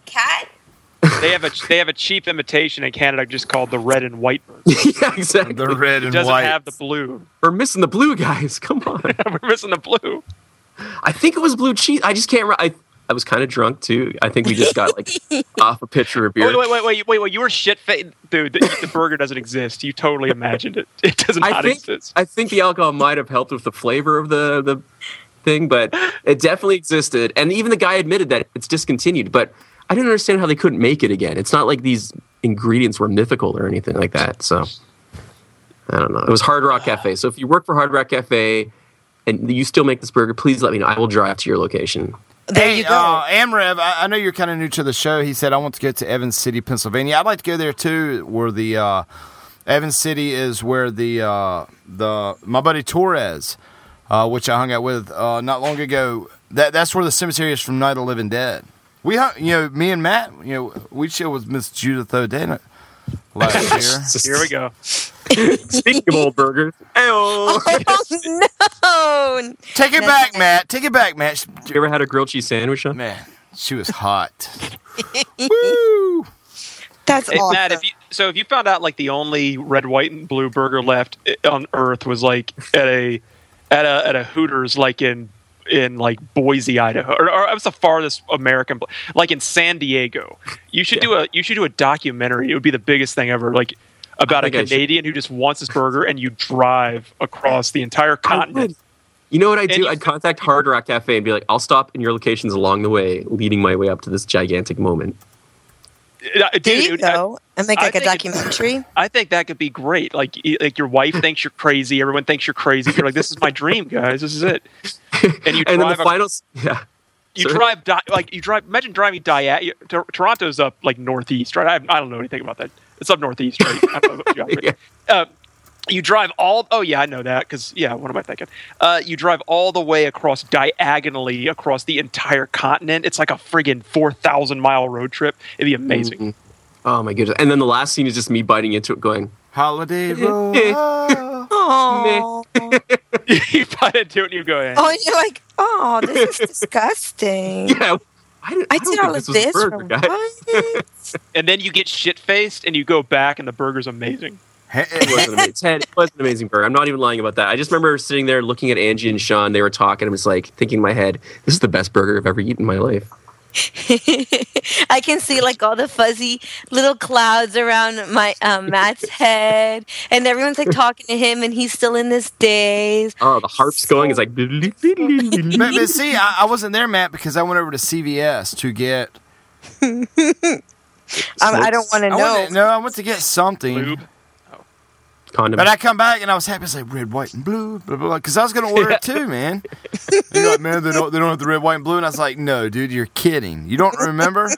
they have a they have a cheap imitation in Canada just called the red and white burger. yeah, exactly. The red It and doesn't white. have the blue. We're missing the blue guys. Come on. We're missing the blue. I think it was blue cheese. I just can't. re- I I was kind of drunk too. I think we just got like off a pitcher of beer. Wait, wait, wait, wait, wait, wait! You were shit, fa- dude. The, the burger doesn't exist. You totally imagined it. It does not I think exist. I think the alcohol might have helped with the flavor of the the thing, but it definitely existed. And even the guy admitted that it's discontinued. But I don't understand how they couldn't make it again. It's not like these ingredients were mythical or anything like that. So I don't know. It was Hard Rock Cafe. So if you work for Hard Rock Cafe and you still make this burger, please let me know. I will drive to your location. There you go. Uh, Amrev, I, I know you're kind of new to the show. He said, I want to go to Evans City, Pennsylvania. I'd like to go there too, where the uh, Evans City is where the uh, the my buddy Torres, uh, which I hung out with uh, not long ago, that that's where the cemetery is from Night of the Living Dead. We hung, you know, me and Matt, you know, we chill with Miss Judith O'Dana last year. Here we go. Speaking of old burgers, oh no! Take it back, Matt. Take it back, Matt. You ever had a grilled cheese sandwich? Huh? Man, she was hot. Woo! That's Hey, awesome. Matt, if you, so if you found out like the only red, white, and blue burger left i- on Earth was like at a at a at a Hooters like in in like Boise, Idaho, or, or it's the farthest American, pla- like in San Diego, you should do a you should do a documentary. It would be the biggest thing ever. Like about a think I should. Canadian who just wants his burger, and you drive across the entire continent. You know what I'd do? I'd contact Hard Rock Cafe and be like, I'll stop in your locations along the way, leading my way up to this gigantic moment. Uh, Dude, there you go, and make I like a think it's- documentary. I think that could be great. Like, y- like your wife thinks you're crazy. Everyone thinks you're crazy. You're like, this is my dream, guys. This is it. And you And then the drive ac- finals, yeah. You Sorry. drive di- like you drive. Imagine driving Dia- you- Tor- Toronto's up like northeast, right? I, I don't know anything about that. It's up northeast, right? I don't know about geography. uh, you drive all. Oh yeah, I know that because yeah, what am I thinking? Uh, you drive all the way across diagonally across the entire continent. It's like a friggin' four thousand mile road trip. It'd be amazing. Mhm. Oh my goodness! And then the last scene is just me biting into it, going, Holiday road. Oh, you bite into it and you go. eh. oh, and you're like, oh, this is disgusting. "Yeah, I, did, I did don't think all of this was a this. burger, for guys." what? and then you get shit faced and you go back and the burger's amazing. It was, an amazing, Ted, it was an amazing burger. I'm not even lying about that. I just remember sitting there looking at Angie and Sean. They were talking. I was like thinking in my head, this is the best burger I've ever eaten in my life. I can see like all the fuzzy little clouds around my um, Matt's head, and everyone's like talking to him, and he's still in this daze. Oh, the harp's going is like. but, but see, I, I wasn't there, Matt, because I went over to CVS to get. Um, I don't want to I know. went- no, I went to get something. Condom. But I come back and I was happy. It's like red, white, and blue, blah, blah, blah. Because I was going to order it too, man. And you're like, man, they don't, they don't have the red, white, and blue. And I was like, no, dude, you're kidding. You don't remember?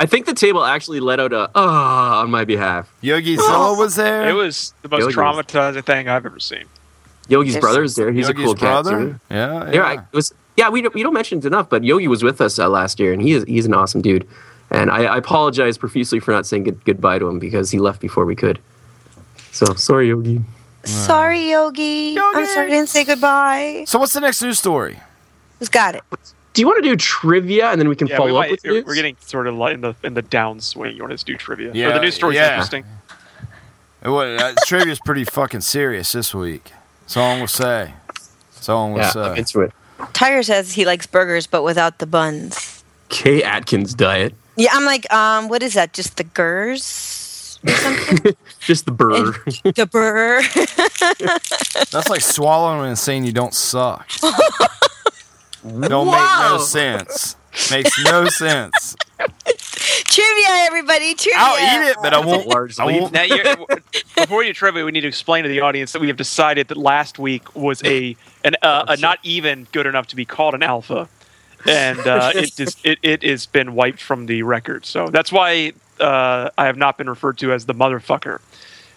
I think the table actually let out a ah on my behalf. Yogi Zilla was there. It was the most Yogi's. traumatizing thing I've ever seen. Yogi's brother is there. He's Yogi's a cool brother? cat. Too. Yeah, yeah. Yeah, I, it was. Yeah, we don't, we don't mention it enough, but Yogi was with us uh, last year, and he is he's an awesome dude. And I, I apologize profusely for not saying good, goodbye to him because he left before we could. So sorry, Yogi. Sorry, Yogi. I'm sorry I didn't say goodbye. so what's the next news story? Who's got it? Do you want to do trivia and then we can Yeah, we follow might, up with we're news? we're getting sort of like in the in the downswing. You want us to do trivia? Yeah, Or Oh, the news story's yeah. interesting. It was, uh, trivia's pretty fucking serious this week. Song will say. Song will yeah, say. I'm into it. Tyre says he likes burgers, but without the buns. Kay Atkins diet, Yeah, I'm like, um, what is that? Just the gers? just the burr. the burr? That's like swallowing and saying you don't suck. don't make no Wow. sense. Makes no sense. trivia, everybody, trivia. I'll eat it, but I won't. large I leap. won't. now, you're, before you trivia, we need to explain to the audience that we have decided that last week was a an uh, a not even good enough to be called an alpha, and uh, it is it it has been wiped from the record. So that's why uh, I have not been referred to as the motherfucker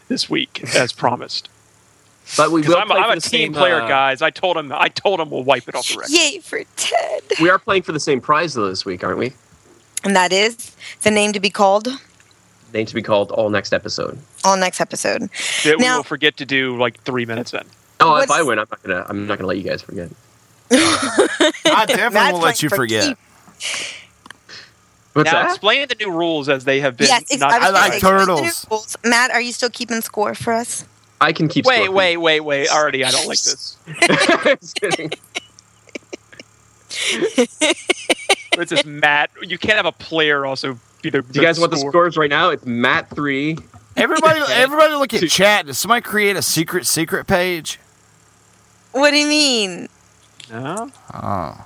this week as promised. But we will Because I'm, a- play I'm for a the team same, player, uh, guys. I told him. I told him we'll wipe it off the record. Yay for Ted. We are playing for the same prize though this week, aren't we? And that is the name to be called Name to be called all next episode. all next episode. That we Now- will forget to do like three minutes in. Oh, What's- if I win, I'm not gonna I'm not gonna let you guys forget. I definitely That's won't like let you for forget. keep- What's now that? explain the new rules as they have been. Yes, ex- not- was I gonna like say, explain the new turtles. rules. Matt, are you still keeping score for us? I can keep. wait, score. wait, wait, wait. Already, I don't like this. Just kidding. It's just Matt. You can't have a player also be the. Do you guys want the scores right now? It's Matt three. Everybody, everybody, look at chat. Does somebody create a secret secret page? What do you mean? No? Oh,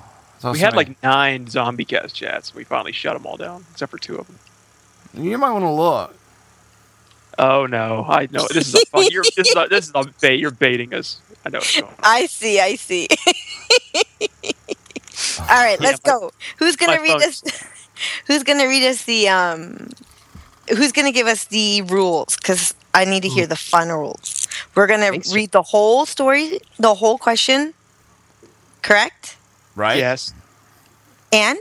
We had like nine zombie cast chats. We finally shut them all down, except for two of them. you might want to look. Oh no, I know this is a fun. You're, this is a, this is a bait. You're baiting us. I know. It's going on. I see. I see. All right, let's Yeah, my- go. Who's gonna my read us? Who's gonna read us the um? Who's gonna give us the rules? Because I need to hear the fun rules. We're gonna read the whole story, the whole question. Correct. Right. Yes. And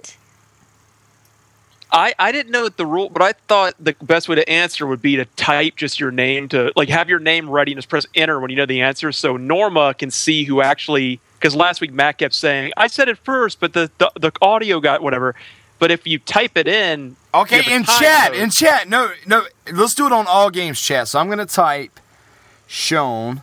I, I didn't know that the rule, but I thought the best way to answer would be to type just your name to like have your name ready and just press enter when you know the answer. So Norma can see who actually, because last week Matt kept saying, I said it first, but the, the, the audio got whatever. But if you type it in. Okay, you have a in time chat, code. in chat. No, no, let's do it on all games chat. So I'm going to type Sean,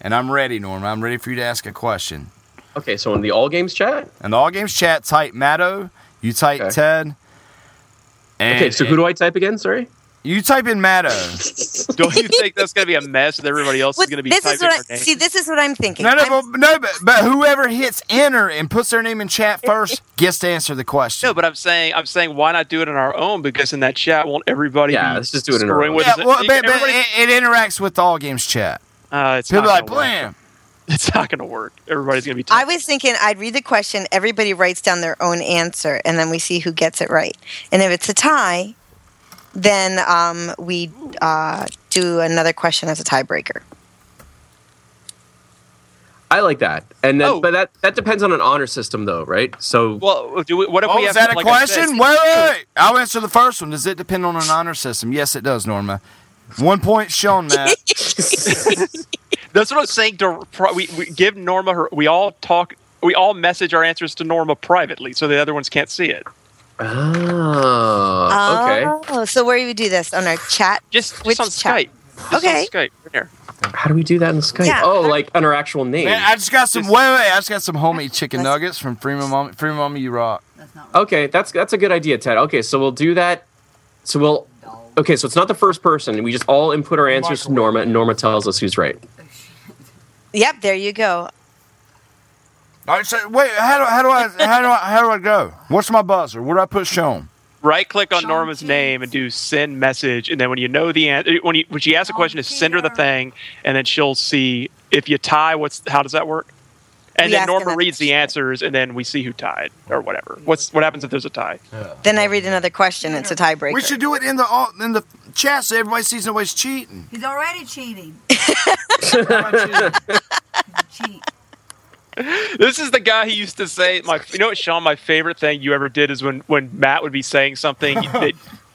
and I'm ready, Norm. I'm ready for you to ask a question. Okay, so in the all games chat? In the all games chat, type Matto. You type Ted. okay, so who do I type again? Sorry. You type in Matto. Don't you think that's going to be a mess and everybody else is going to be this typing is what their I name? see. This is what I'm thinking. No, no, I'm- but, no, but, but whoever hits enter and puts their name in chat first gets to answer the question. No, but I'm saying I'm saying why not do it in our own because in that chat won't everybody Yeah, be let's just do it in our screwing own. with Yeah, us? well, You- but, but everybody- it, it interacts with all games chat. uh, it's People not are like, gonna work. blam. It's not going to work. Everybody's going to be I was thinking I'd read the question. Everybody writes down their own answer, and then we see who gets it right. And if it's a tie, then um, we uh, do another question as a tiebreaker. I like that. And then, but that that depends on an honor system though, right? So Well, do we, what if Oh, we is have that a like I said- question? Wait, wait, wait. I'll answer the first one. Does it depend on an honor system? Yes, it does, Norma. One point shown, Matt. That's what I'm saying. To, pro- we, we give Norma her. We all talk. We all message our answers to Norma privately, so the other ones can't see it. Oh, okay. Oh, so where do we do this on our chat? Just, Which on chat? Skype. Okay. Skype. Right here. How do we do that in Skype? Yeah. Oh, like under actual name. Man, I just got some. Wait, wait. I just got some homemade chicken nuggets from Freeman Mommy. Freeman Mommy, you rock. Okay, that's that's a good idea, Ted. Okay, so we'll do that. So we'll. Okay, so it's not the first person. We just all input our answers to Norma, and Norma tells us who's right. Yep, there you go. All right, so wait. How do, how do I how do I how do I go? What's my buzzer? Where do I put shown? Right click on Norma's name and do send message, and then when you know the answer, when you when she asks a question, just send her the thing, and then she'll see if you tie. What's how does that work? And We then ask Norma another reads the answers, and then we see who tied or whatever. What's what happens if there's a tie? Then I read another question. It's a tiebreaker. We should do it in the all- in the chat so everybody sees nobody's cheating. He's already cheating. This is the guy who used to say my. You know what, Sean? My favorite thing you ever did is when when Matt would be saying something that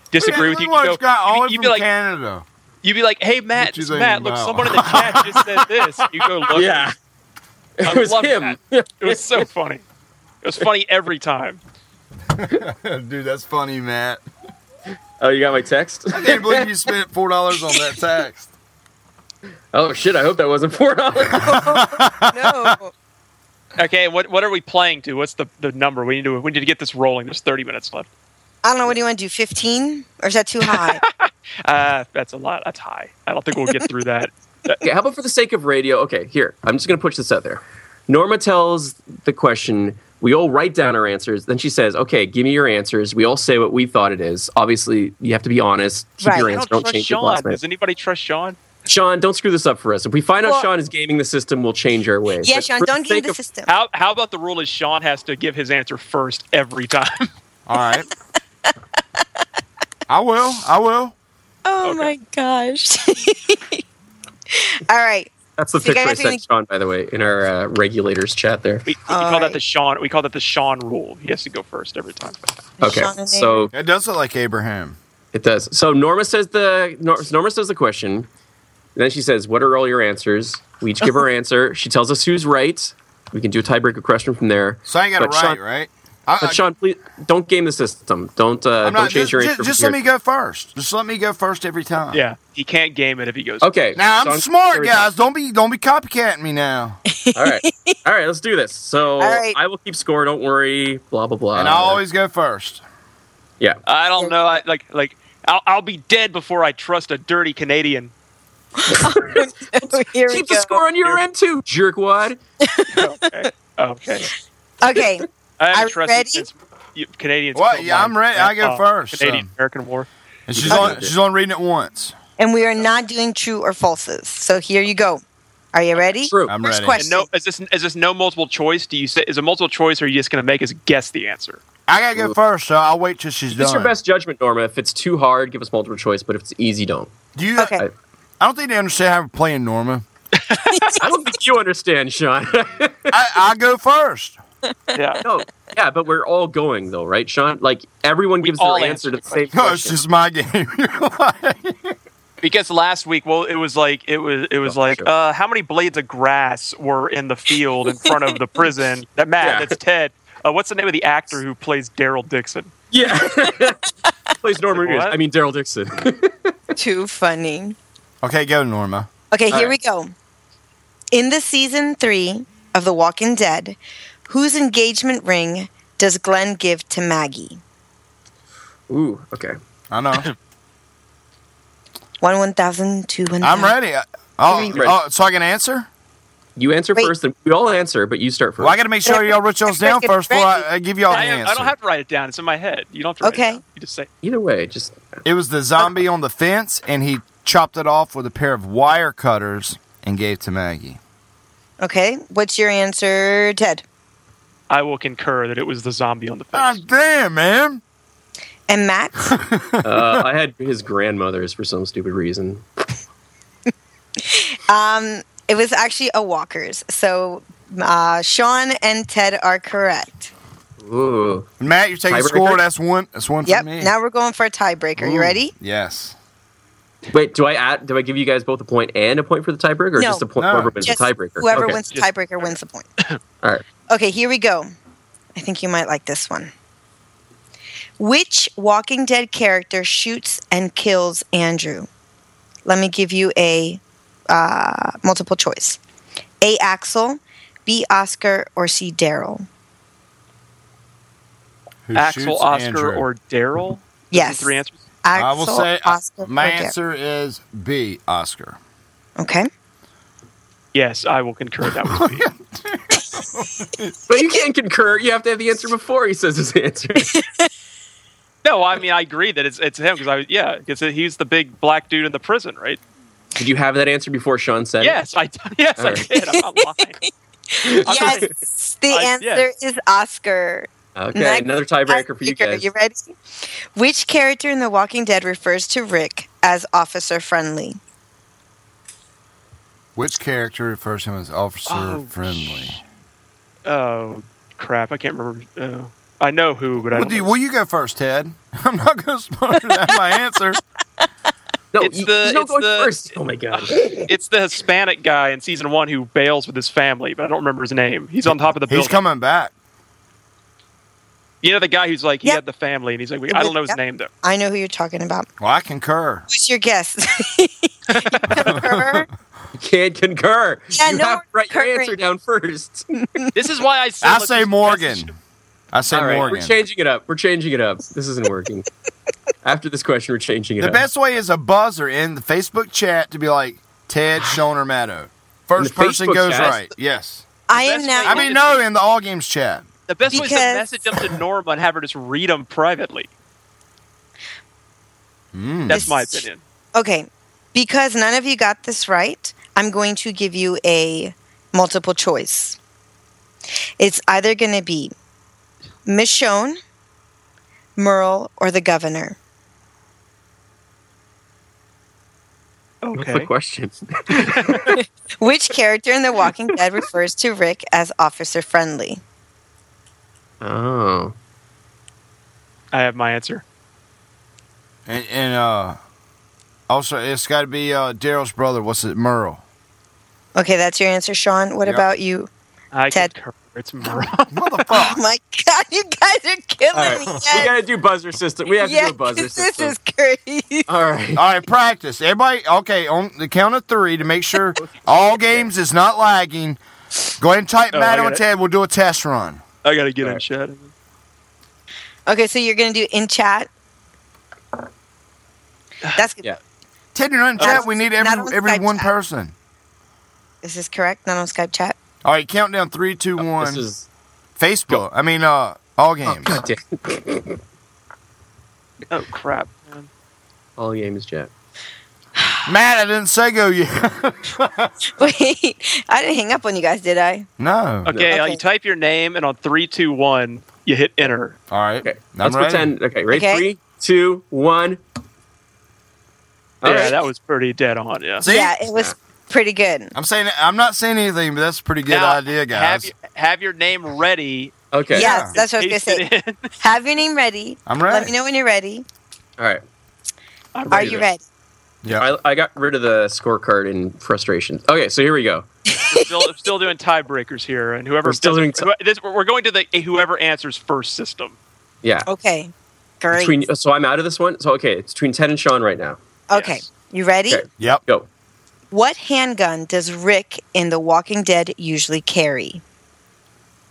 disagree with you. We you'd watched go- guy all the way you'd from be like, Canada. you'd be like, hey Matt, What you think Matt, look, about?" someone in the chat just said this. You go look. Yeah. I It was loved him. that. It was so funny. It was funny every time. Uh, Dude, that's funny, Matt. Oh, you got my text? I can't believe you spent four dollars on that text. Oh shit! I hope that wasn't four dollars. no. Okay, what what are we playing to? What's the, the number? We need to we need to get this rolling. There's 30 minutes left. I don't know. What do you want to do? Fifteen, or is that too high? Uh, that's a lot. That's high. I don't think we'll get through that. okay, how about for the sake of radio? Okay, here. I'm just going to push this out there. Norma tells the question. We all write down our answers. Then she says, okay, give me your answers. We all say what we thought it is. Obviously, you have to be honest. Keep your I answer. don't, Don't, trust change your Sean. last minute. Does anybody trust Sean? Sean, don't screw this up for us. If we find Well- out Sean is gaming the system, we'll change our ways. yeah, But Sean. for Don't give sake the of- system. How how about the rule is Sean has to give his answer first every time? All right. I will. I will. Oh my gosh. All right. That's the So you picture I guys are sent Sean, by the way, in our uh, regulators chat there. We, we call that the Sean. We call that the Sean rule. He has to go first every time. Okay, so It does look like Abraham. It does. So Norma says the Nor- Norma says the question. and then she says, "What are all your answers?" We each give our answer. She tells us who's right. We can do a tiebreaker question from there. So I ain't got it But right, Sean- right? I, I- But Sean, please don't game the system. Don't uh, I'm not- don't change just, your ju- answer. just from let me here. go first. Just let me go first every time. Yeah, he can't game it if he goes. Okay. Now I'm Sean- smart, every time. guys. Don't be don't be copycatting me now. All right, all right. Let's do this. So right. I will keep score. Don't worry. Blah blah blah. and I always go first. yeah. I don't know. I, like like I'll, I'll be dead before I trust a dirty Canadian. Here we Keep the go. score on your end too, jerkwad. Okay. Okay. I haven't Are we trusted ready? since you, Canadians. What? killed Yeah, my I'm ready. I go grandpa, first, Canadian so. American War. And she's on she's on reading it once. and we are not doing true or falses. So here you go. Are you ready? True. I'm First question. no, is this is this no multiple choice? Do you say is it multiple choice, or are you just going to make us guess the answer? I gotta go first, so I'll wait till she's It's done. your best judgment, Norma. If it's too hard, give us multiple choice. But if it's easy, don't. Do you? Okay. I, I don't think they understand how we're playing, Norma. I don't think you understand, Sean. I, I go first. yeah. No. Yeah, but we're all going though, right, Sean? Like everyone gives all their answer to the same question. it's just my game. Because last week, well, it was like it was it was like uh, how many blades of grass were in the field in front of the prison? That Matt, Yeah. that's Ted. Uh, what's the name of the actor who plays Daryl Dixon? Yeah. Plays Norman Like, Reedus. what? I mean Daryl Dixon. Too funny. Okay, go, Norma. Okay, All here right. we go. In the season three of The Walking Dead, whose engagement ring does Glenn give to Maggie? Ooh, okay. I know. One one thousand, two one. I'm ready. I- Oh, Ready. oh, so I can answer? You answer first, and we all answer, but you start first. Well, I got to make sure y'all wrote y'all down first before I, I give y'all the I, am- answer. I don't have to write it down. It's in my head. You don't have to. Write it down. You just say. Either way, just It was the zombie on the fence, and he chopped it off with a pair of wire cutters and gave to Maggie. Okay, what's your answer, Ted? I will concur that it was the zombie on the. Ah, God damn, man. And Matt? uh, I had his grandmother's for some stupid reason. um, it was actually a Walker's. So uh, Sean and Ted are correct. Ooh. Matt, you're taking Tiebreaker? score. That's one. That's one Yep. for me. Now we're going for a tiebreaker. You ready? uh, Yes. Wait, do I add? Do I give you guys both a point and a point for the tiebreaker, or No. just a point? No. Whoever wins Just the tiebreaker. Whoever Okay. wins the tiebreaker wins the point. All right. Okay, here we go. I think you might like this one. Which Walking Dead character shoots and kills Andrew? Let me give you a uh, multiple choice A. Axel, B. Oscar, or C. Daryl. Who Axel, shoots Oscar, Andrew? or Daryl? Yes. Three answers. I will Axel, say Oscar, my or Derek. answer is B. Oscar. Okay. Yes, I will concur. That was me. But you can't concur. You have to have the answer before he says his answer. no, I mean I agree that it's it's him because I was yeah because he's the big black dude in the prison, right? Did you have that answer before Sean said Yes, I yes I Alright. did. I'm not lying. Yes. The I- answer is Oscar. it? Okay, Nice another tiebreaker for you Tiebreaker. guys. You ready? Which character in The Walking Dead refers to Rick as officer friendly? Which character refers to him as officer Oh, friendly? Oh crap! I can't remember. Oh, I know who, but I Well, don't. do, will you go first, Ted? I'm not going to spoil that my answer. No, it's the it's the Oh my god. it's the Hispanic guy in season one who bails with his family, but I don't remember his name. He's on top of the He's building. coming back. you know the guy who's like he had the family, and he's like, I don't know his Yep. name though. I know who you're talking about. Well, I concur. What's your guess? You can't concur. Yeah, you no have to write your concurring. answer down first. This is why I said I let's say just- Morgan. I say All right, Morgan. we're changing it up. We're changing it up. This isn't working. After this question, we're changing it The up. best way is a buzzer in the Facebook chat to be like Ted, Sean, or Matto. First In the person Facebook goes chat? right. Yes. I am now. I mean, no, in the all games chat. The best way is to Because- message them to Norma and have her just read them privately. Hmm. That's my opinion. Okay, because none of you got this right, I'm going to give you a multiple choice. It's either going to be Michonne, Merle, or the governor. What's the question? Which character in The Walking Dead refers to Rick as officer friendly? Oh. I have my answer. And, and uh, also, it's got to be uh, Daryl's brother. What's it, Merle? Okay, that's your answer, Sean. What Yep. about you? I Ted. concur. It's Merle. Oh my God, you guys are killing All right. me. We Yes. gotta do buzzer system. We have Yes, to do a buzzer this system. is crazy. All right. All right, practice. Everybody, okay, on the count of three to make sure all games is not lagging. Go ahead and type Oh, I Matto got and it. Ted. We'll do a test run. I gotta get in chat. Okay, so you're going to do in chat? That's good. Yeah. Ted, you're not in Oh. Uh, chat. We need not every on every Skype one chat. person. Is this correct? Not on Skype chat? All right, countdown three, two, Oh, one. This is Facebook. I mean, uh, all games. Oh crap! man. all games, Jack. Matt, I didn't say go yet. Wait, I didn't hang up on you guys, did I? No. Okay, uh, you type your name, and on three, two, one, you hit enter. All right. Okay. Let's pretend. Okay, ready? Okay. Three, two, one. Yeah, All right. that was pretty dead on. Yeah. Yeah, it was pretty good. I'm saying I'm not saying anything, but that's a pretty good Now, idea, guys. Have, y- have your name ready. Okay. Yes, that's what I was going to say. Have your name ready. I'm Let ready. me know when you're ready. All right. Are you ready? Yeah. I, I got rid of the scorecard in frustration. Okay, so here we go. We're still, we're still doing tiebreakers here, and whoever We're still doing doesn't- this, we're going to the eh, whoever answers first system. Yeah. Okay. Great. Between, so I'm out of this one. So okay, it's between Ted and Sean right now. okay. You ready? Okay. Yep. Go. What handgun does Rick in The Walking Dead usually carry?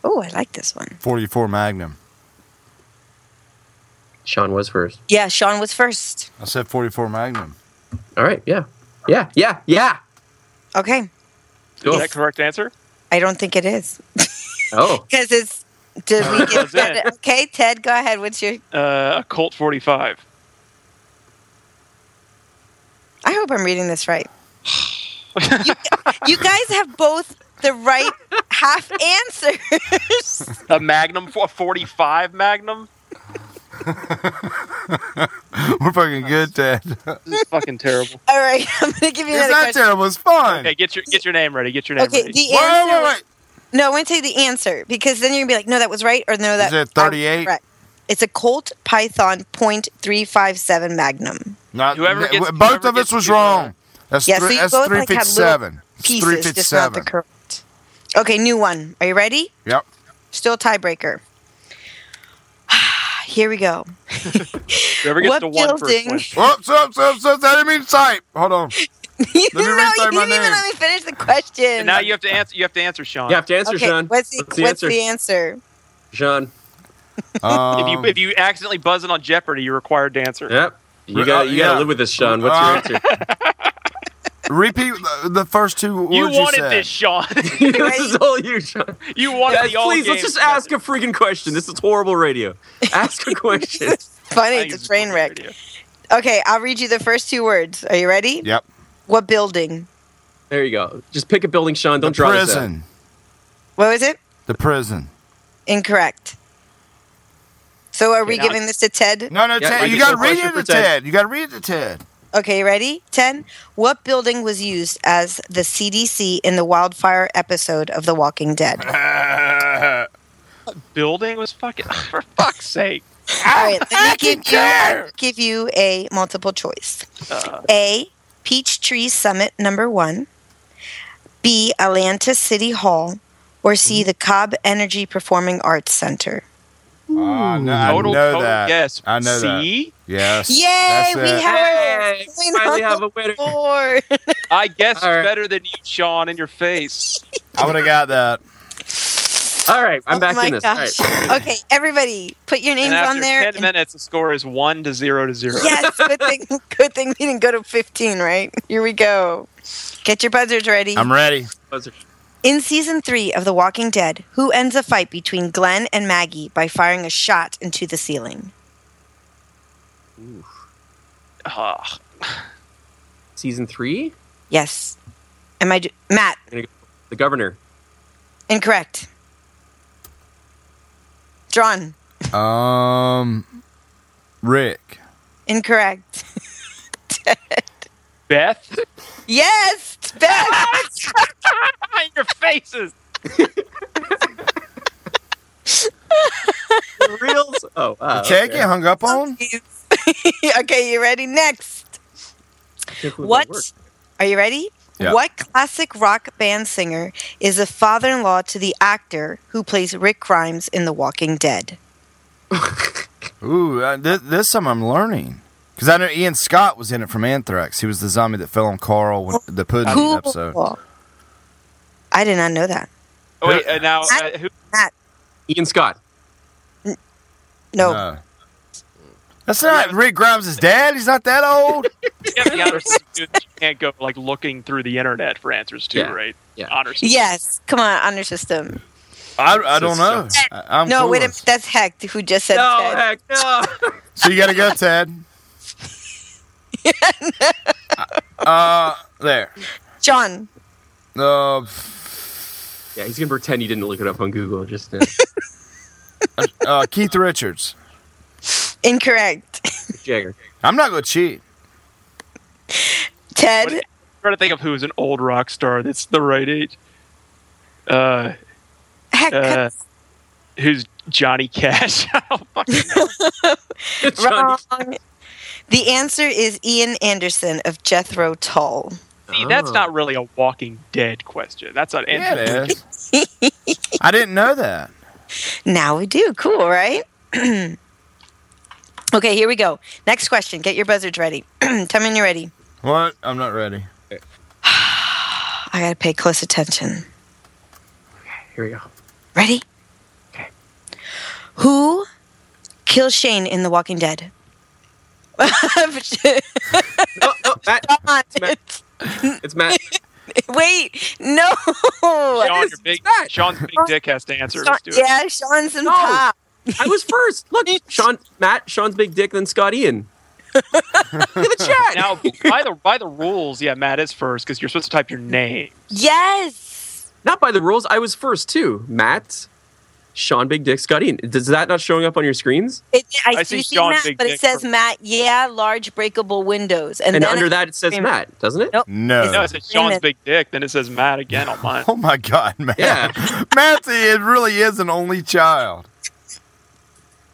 Oh, I like this one. 44 Magnum. Sean was first. Yeah, Sean was first. I said 44 Magnum. All right. Yeah. Yeah. Yeah. Yeah. Okay. Is that correct answer? I don't think it is. Oh. Because it's. Did we get Close in. that? Okay, Ted, go ahead. What's your. Uh, a Colt 45. I hope I'm reading this right. You, you guys have both the right half answers. A Magnum, a 45 Magnum. We're fucking good, Ted. This is fucking terrible. All right, I'm going to give you It's another not question. terrible. It's fun. Okay, get your get your name ready. Get your name Okay, ready. the answer. No, I want to tell you the answer because then you're gonna be like, no, that was right, or no, that Is it 38? Right. It's a Colt Python .357 Magnum. Not, Whoever n- gets- both whoever of us gets was to, uh, wrong. That's, yeah, three, so you that's both like have little 357. It's pieces, just not the 357. correct. Okay, new one. Are you ready? Yep. Still tiebreaker. Here we go. Whoever gets what to one first building- wins. Whoops, whoops, whoops, whoops. I didn't mean to type. Hold on. Let me No, you retype didn't my even name. let me finish the question. And now you have to answer. You have to answer, Sean. You have to answer, okay, Sean. What's the, What's the what's answer? the answer? Sean. if Um, you if you accidentally buzz in on Jeopardy, you're required to answer. Yep. You got. You got to live with this, Sean. What's Uh, your answer? Repeat the, the first two words You you, wanted said. this, Sean. this is all you, Sean. you wanted Guys, the all please, game. let's just ask a freaking question. This is horrible radio. Ask a question. Funny, it's a train wreck. Okay, I'll read you the first two words. Are you ready? Yep. What building? There you go. Just pick a building, Sean. Don't draw this out. Prison. What was it? The prison. Incorrect. So are we Okay, now- giving this to Ted? No, no, Ted. You got to read it to Ted. You got to read it to Ted. Okay, ready? 10. What building was used as the CDC in the wildfire episode of The Walking Dead? All Building was fucking for fuck's sake. right, let me give you, I'll give you a multiple choice. Uh, A. Peachtree Summit number 1. B. Atlanta City Hall. Or C. Mm-hmm. The Cobb Energy Performing Arts Center. Ah, no, I Total- know total that. guess. I know See? that. Yes. Yay, That's we it. have Hey, a point finally on have the a winner. board. I guess All right. better than you, Sean, in your face. I would have got that. All right, I'm back in this. All right. Oh okay, everybody, put your names and after on there. ten minutes, the score is one to zero to zero. yes, good thing, good thing we didn't go to 15, right? Here we go. Get your buzzers ready. I'm ready. Buzzer. In season three of The Walking Dead, who ends a fight between Glenn and Maggie by firing a shot into the ceiling? Ah, Season three. Yes. Am I. Do- Matt, I'm gonna go with The governor. incorrect. John, Um, Rick. incorrect. Beth, Yes, it's Beth. in your faces. The reels. Oh, wow. Did Chad get hung up on? okay, you ready? Next. What? Are you ready? Yeah. What classic rock band singer is the father in law to the actor who plays Rick Grimes in The Walking Dead? Ooh, uh, this, this time I'm learning. Because I know Ian Scott was in it from Anthrax. He was the zombie that fell on Carl when the pudding Cool. episode. I did not know that. Oh, wait, uh, now uh, who? Ian Scott. No. No. That's not Rick Grimes' dad. He's not that old. Yeah, the honor system, too, that you can't go like looking through the internet for answers too, Yeah. right? Yeah. Honor system. Yes. Come on, honor system. I, I don't know. I, am no, wait a minute. That's Hecht who just said No, Ted. heck no. So you got to go, Ted. Uh, there. John. Uh, yeah, he's gonna pretend he didn't look it up on Google. Just uh, Keith Richards. Incorrect. Jagger. I'm not gonna cheat. Ted. I'm trying to think of who's an old rock star that's the right age. Uh, Heck, uh, who's Johnny Cash? I don't fucking know. Johnny- Wrong. The answer is Ian Anderson of Jethro Tull. See, that's not really a Walking Dead question. That's an Yeah, answer. it is. I didn't know that. Now we do. Cool, right? okay, here we go. Next question. Get your buzzards ready. Tell me when you're ready. What? I'm not ready. I gotta pay close attention. Here we go. Ready? Okay. Who kills Shane in The Walking Dead? John. It's Matt. Wait, no. Sean, your big, Sean's big dick has to answer. Let's do it. yeah, Sean's in top. I was first. Look, Sean, Matt, Sean's big dick, then Scott Ian. Now, by the by the rules, yeah, Matt is first because you're supposed to type your name. Yes. Not by the rules. I was first too. Matt, Sean, big dick, Scott Ian. Does that not showing up on your screens? It, I, I see, see see Sean Matt, Big but it Dick says first. Matt. Yeah, large breakable windows, and, And, then under it- that it says Matt, doesn't it? Nope. No. No, it says Sean's big dick. Then it says Matt again on mine. Oh my God, man. Yeah. Matthew, it really is an only child.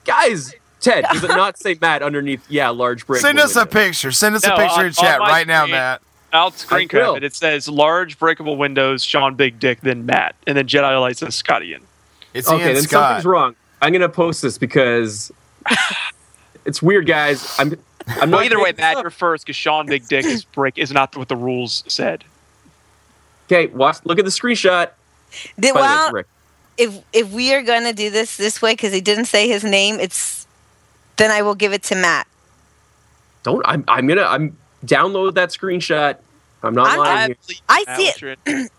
Guys, Ted, does it not say Matt underneath? Yeah, large break. Send us a picture. Send us No, a picture on- in chat on my right now, screen- Matt. I'll screen I will. cap it. It says large breakable windows, Sean Big Dick, then Matt, and then Jedi Light says Scott Ian. It's Okay, Ian then Scott. something's wrong. I'm gonna post this because it's weird, guys. I'm. I'm Well, not either way, making this Matt, up. you're first because Sean Big Dick is break is not what the rules said. Okay, watch. Look at the screenshot. Did- By the way, well, Rick. if if we are gonna do this this way because he didn't say his name, it's then I will give it to Matt. don't. I'm. I'm gonna. I'm download that screenshot. I'm not I'm- lying. I Matt, see it. what's your-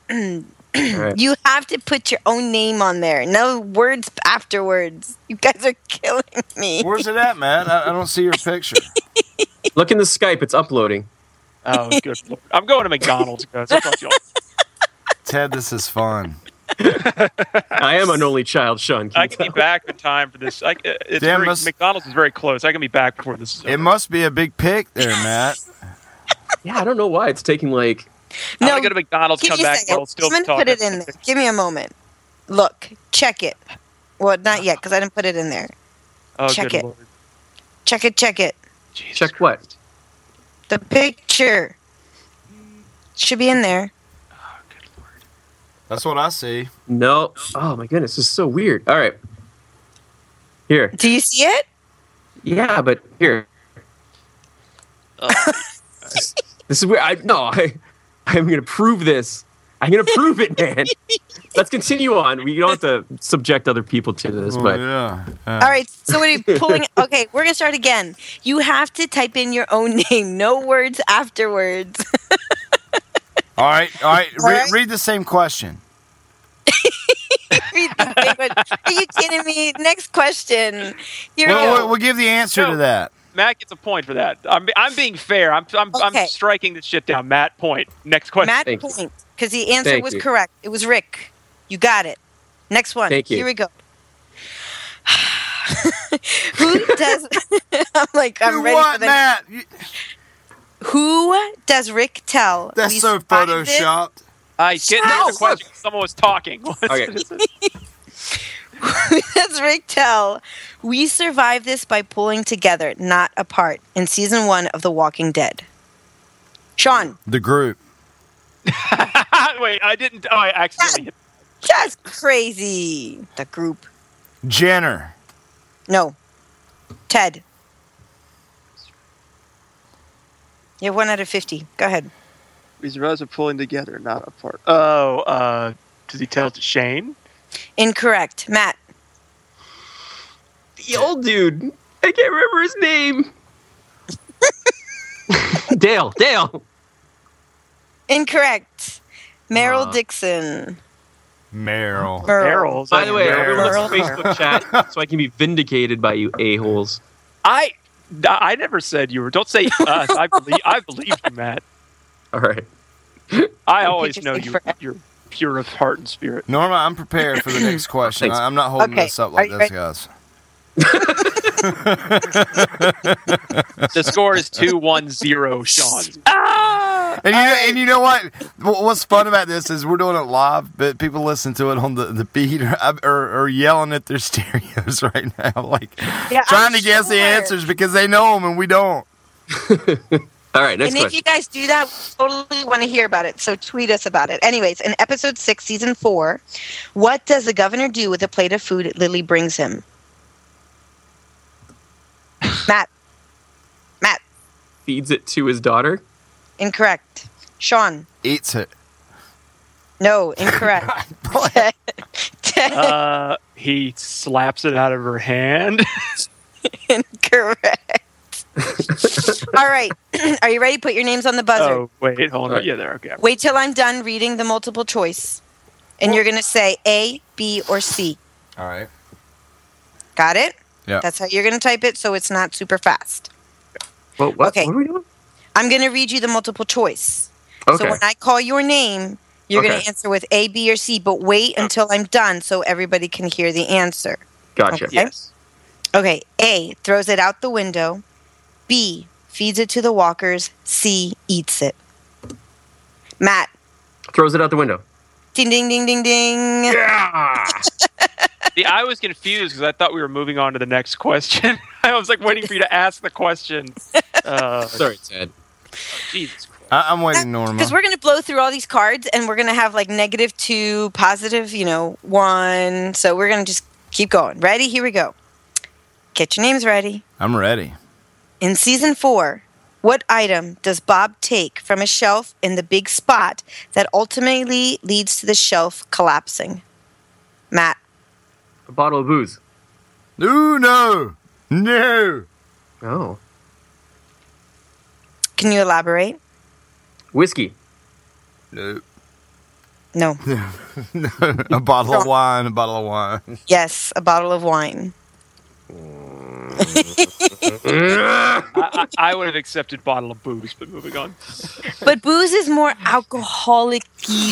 here. All right. You have to put your own name on there. No words afterwards. You guys are killing me. Where's it at, Matt? I, I don't see your picture. Look in the Skype. It's uploading. Oh, good. lord. I'm going to McDonald's, guys. I'll talk to y'all. Ted, this is fun. I am an only child, Sean. I can be back in time for this. I, uh, it's Damn, very, must- McDonald's is very close. I can be back before this. Is It over. must be a big pic there, Matt. Yeah, I don't know why it's taking like. I'm No, gonna go to McDonald's, Give come me a back, and second. we'll still I'm be gonna talking. put it in there. Give me a moment. Look, check it. Well, not yet because I didn't put it in there. Oh, Check good it. lord. Check it. Check it. Jesus Check what? The picture should be in there. That's what I see. No. Oh my goodness, this is so weird. All right. Here. Do you see it? Yeah, but here. Oh, this is where I no. I I'm gonna prove this. I'm gonna prove it, man. Let's continue on. We don't have to subject other people to this, Oh, but yeah. Yeah. All right. So what are you pulling? Okay, we're gonna start again. You have to type in your own name. No words afterwards. All right. All right. All Re- right. Read the same question. Read the big one. Are you kidding me? Next question. Here we We'll, go. we'll, we'll give the answer No. to that. Matt gets a point for that. I'm, I'm being fair. I'm, I'm, Okay. I'm striking this shit down. Matt, point. Next question. Matt Thank you. point because the answer Thank was you. correct. It was Rick. You got it. Next one. Thank you. Here we go. Who does? I'm like I'm Do ready what, for the. Matt? You- Who does Rick tell? That's we so spotted it? photoshopped. I get No, no, the look. question. Someone was talking. Okay. Who does Rick tell? We survived this by pulling together, not apart, in season one of The Walking Dead. Sean, The group. Wait, I didn't. Oh, I accidentally hit. that's crazy. The group. Jenner. No. Ted. You have one out of 50. Go ahead. These rows are pulling together, not apart. Oh, uh, does he tell it to Shane? Incorrect. Matt. the old dude. I can't remember his name. Dale. Dale. Incorrect. Meryl Aw. Dixon. Meryl. Meryl. Errol's. By the way, Errol. everyone Girl. listen to Facebook chat so I can be vindicated by you a holes. I, I never said you were. Don't say us. I believe. I believe you, Matt. All right. I always know you, you're pure of heart and spirit. Norma, I'm prepared for the next question. I- I'm not holding Okay, this up like are you this, ready? guys. the score is 2 1 0, Sean. And you, and you know what? Wh- What's fun about this is we're doing it live, but people listen to it on the, the beat or, or, or yelling at their stereos right now, like trying to guess the answers because they know them and we don't. All right, and if you guys do that, we totally want to hear about it. So tweet us about it. Anyways, in episode six, season four, what does the governor do with a plate of food Lily brings him? Matt, Feeds it to his daughter. incorrect. Sean, Eats it. no, incorrect. Uh, he slaps it out of her hand. incorrect. All right, are you ready? Put your names on the buzzer. Oh, wait, hold on. Yeah, there. Okay. Wait till I'm done reading the multiple choice, and you're gonna say A, B, or C. All right. Got it? Yeah. That's how you're going to type it so it's not super fast. Well, what? Okay. What are we doing? I'm going to read you the multiple choice. So Okay. when I call your name, you're going Okay. to answer with A, B, or C, but wait until I'm done so everybody can hear the answer. Gotcha. Okay? Okay. A throws it out the window. B feeds it to the walkers. C eats it. Matt, Throws it out the window. ding, ding, ding, ding, ding. Yeah. See, I was confused because I thought we were moving on to the next question. I was like waiting for you to ask the question. Uh, Sorry, Ted. Jesus Christ. I, I'm waiting, Norma. Because we're going to blow through all these cards and we're going to have like negative two, positive, you know, one. So we're going to just keep going. Ready? Here we go. Get your names ready. I'm ready. In season four, what item does Bob take from a shelf in the big spot that ultimately leads to the shelf collapsing? Matt, A bottle of booze. No, no, no. Oh. can you elaborate? Whiskey. No. No. no. A bottle of wine. A bottle of wine. Yes, a bottle of wine. I, I, I would have accepted bottle of booze, but moving on. But booze is more alcoholic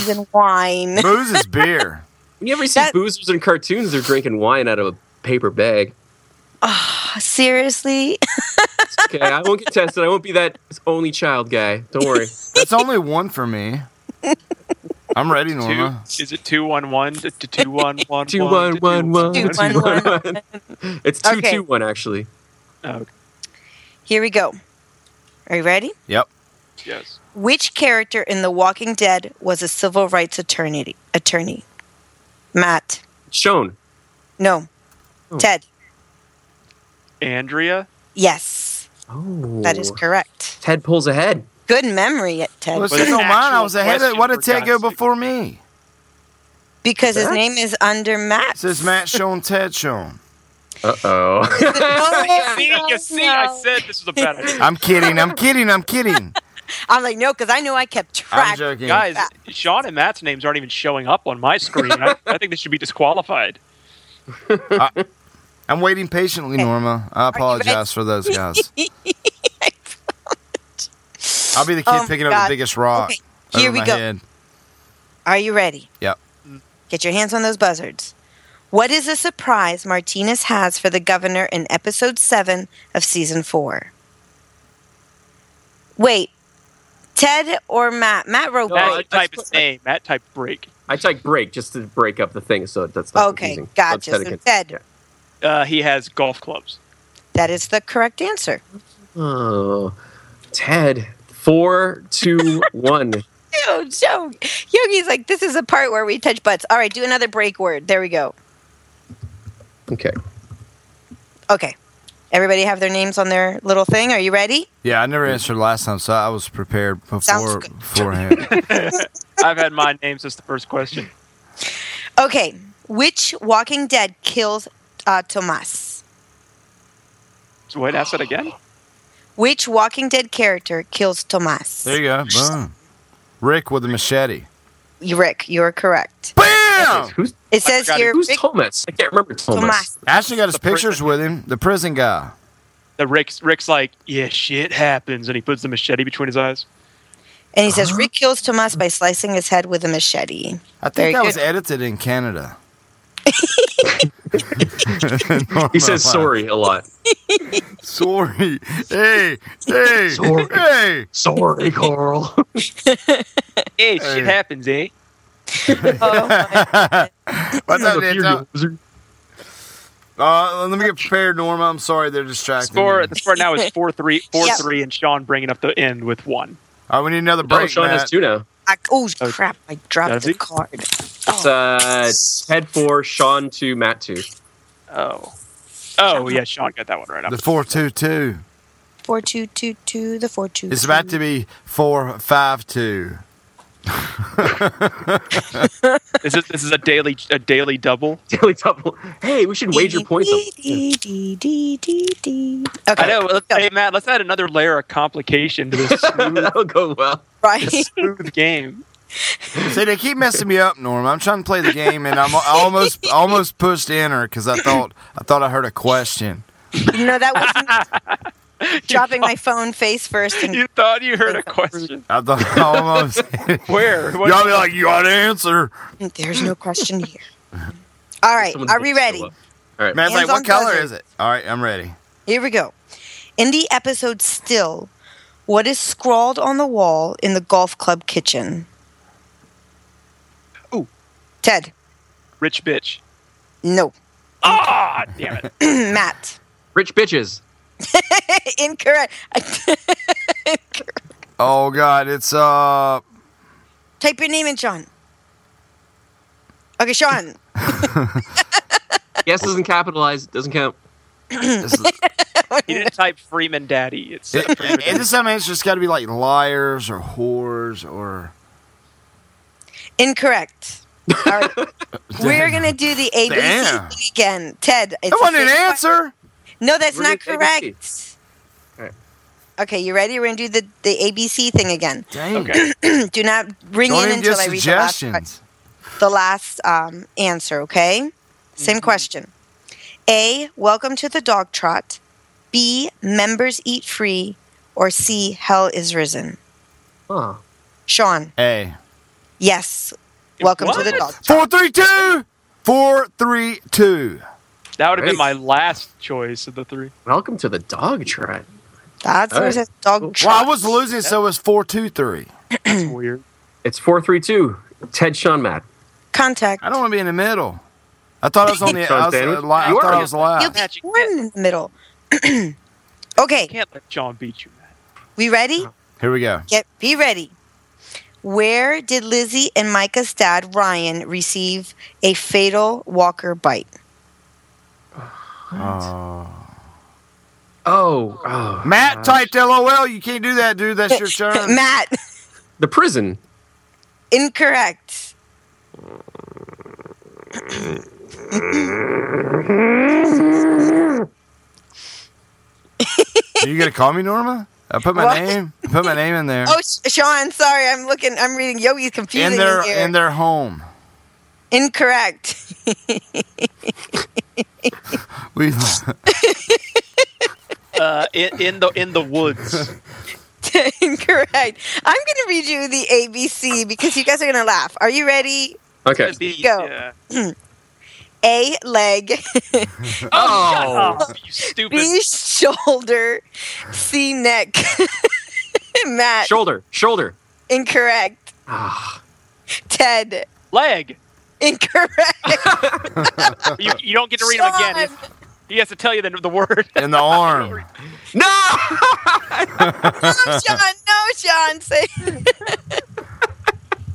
than wine. Booze is beer. You ever see boozers in cartoons? They're drinking wine out of a paper bag. Seriously? It's okay, I won't get tested. I won't be that only child guy. Don't worry. That's only one for me. I'm ready, Two, Norma. is it two one one to to two one one Two one one one one. Two, one, one, It's two two one Okay. actually. Here we go. Are you ready? Yep. Yes. Which character in The Walking Dead was a civil rights attorney? Attorney, Matt. Shown. No. Oh. Ted. Andrea. Yes, Oh. that is correct. Ted pulls ahead. Good memory, Ted. Well, it's on mine. I was ahead of. What did Ted go before me? because his name is under It Matt. says Matt Sean Ted Sean. Uh oh. See, you see, I said this was a bad idea. I'm kidding. I'm kidding. I'm kidding. I'm like no, because I know I kept track. joking. Guys, Sean and Matt's names aren't even showing up on my screen. I, I think they should be disqualified. I'm waiting patiently, Norma. I apologize for those guys. I'll be the kid Oh my picking up God. the biggest rock. Okay, here over we my go. Head. Are you ready? Yep. Get your hands on those buzzards. What is the surprise Martinez has for the governor in episode 7 of season 4? Wait. Ted or Matt? Matt wrote Matt break. type his name. Matt type break. I typed break just to break up the thing, so that's not Okay, confusing. gotcha. That's So etiquette. Ted, Uh, he has golf clubs. that is the correct answer. Oh, Ted. Four, two, one. Ew, joke. Yogi's like, this is a part where we touch butts. All right, do another break word. There we go. Okay. Okay. Everybody have their names on their little thing. Are you ready? Yeah, I never answered last time, so I was prepared Sounds before good. beforehand. I've had my name since the first question. Okay. Which Walking Dead kills uh, Tomas? So wait, ask that again. Which Walking Dead character kills Tomas? there you go. Boom. Rick with a machete. You- Rick, you're correct. Bam! Who's It says here Who's Rick Thomas? I can't remember Thomas. Tomas. Ashley got his pictures with him. The prison guy. The Rick's Rick's like, yeah, shit happens, and he puts the machete between his eyes. And he says, Rick kills Tomas by slicing his head with a machete. I think that was edited in Canada. he says sorry a lot. sorry. Hey, hey, Sorry. hey. Sorry, Carl. Hey, shit happens, eh? What's up, Look, you Danton? Uh, let me get prepared, Norma. I'm sorry they're distracting. Score me. the score now is four three four three, Yep. and Sean bringing up the end with one. Uh, we need another break. Sean has Matt. two now. I, oh, crap. I dropped Does the he? card. It's uh, head four, Sean two, Matt two. Oh, oh yeah, Sean got that one right. The four two two. 4222, the 422. It's about to be four five two. Is this this is a daily a daily double? Daily double. Hey, we should wager points. I know. Let's, hey Matt, let's add another layer of complication to this smooth, That'll go well. this Right? smooth game. See, they keep messing me up, Norm. I'm trying to play the game, and I'm I almost almost pushed enter because I thought I thought I heard a question. no, that was me dropping my phone face first. And You thought you heard a question? I thought I almost. Where? What- Y'all be like, you ought to answer. Mm-hmm. there's no question here. All right. Someone's Are we gonna show ready? up. All right. Man's like, Hands what on color buzzer. is it? All right, I'm ready. Here we go. In the episode Still, what is scrawled on the wall in the golf club kitchen? Ooh. Ted. Rich bitch. No. Ah, damn it. Matt. Rich bitches. Incorrect. Oh God, it's uh, Type your name in, Sean. Okay, Sean. Yes, doesn't capitalize. Doesn't count. it's, He didn't type Freeman Daddy. It's it, it, this time it's just got to be like liars or whores or Incorrect. All right. We're going to do the ABC Damn. thing again. Ted. It's that the wasn't an same one. answer. No, that's We're not doing ABC. correct. Alright. Okay, you ready? We're going to do the, the ABC thing again. Dang. Okay. do not ring Don't in even until get I read the last, part- suggestions. the last um, answer, okay? Same Mm-hmm. question. A, welcome to the dog trot. B, members eat free. Or C, hell is risen. Huh. Sean, Hey, yes. Welcome to the What? dog trot. four three two, four three two. That would have been my Great. last choice of the three. Welcome to the dog trot. That's where it says dog Well, I trot. was losing, so it was four two three. That's Mm. weird. It's four three two. Ted, Sean, Matt. Contact. I don't want to be in the middle. I thought I was on the. Sean I, was, Sandwich? uh, li- I You thought are. I was alive. You'll be Magic one in the middle. okay, Can't let John beat you, Matt. we ready? Here we go. Get be ready. Where did Lizzie and Micah's dad Ryan receive a fatal walker bite? Oh, oh. Matt typed LOL. You can't do that, dude. That's your turn. Matt, the prison. incorrect. Are you gonna call me Norma? I put my What? name. I put my name in there. Oh, Sh- Sean, sorry, I'm looking. I'm reading Yogi's confusing in in their here. in their home. incorrect. We Uh, in, in the in the woods. incorrect. I'm going to read you the ABC because you guys are going to laugh. Are you ready? Okay. Be- Go. yeah. A leg, Oh, shut up, you stupid. B shoulder, C neck. Matt, Shoulder. Shoulder. incorrect. Ah. Ted, Leg. incorrect. You, you don't get to read him again. Sean. He has to tell you the, the word. in the arm. No. no, Sean. No, Sean. Say,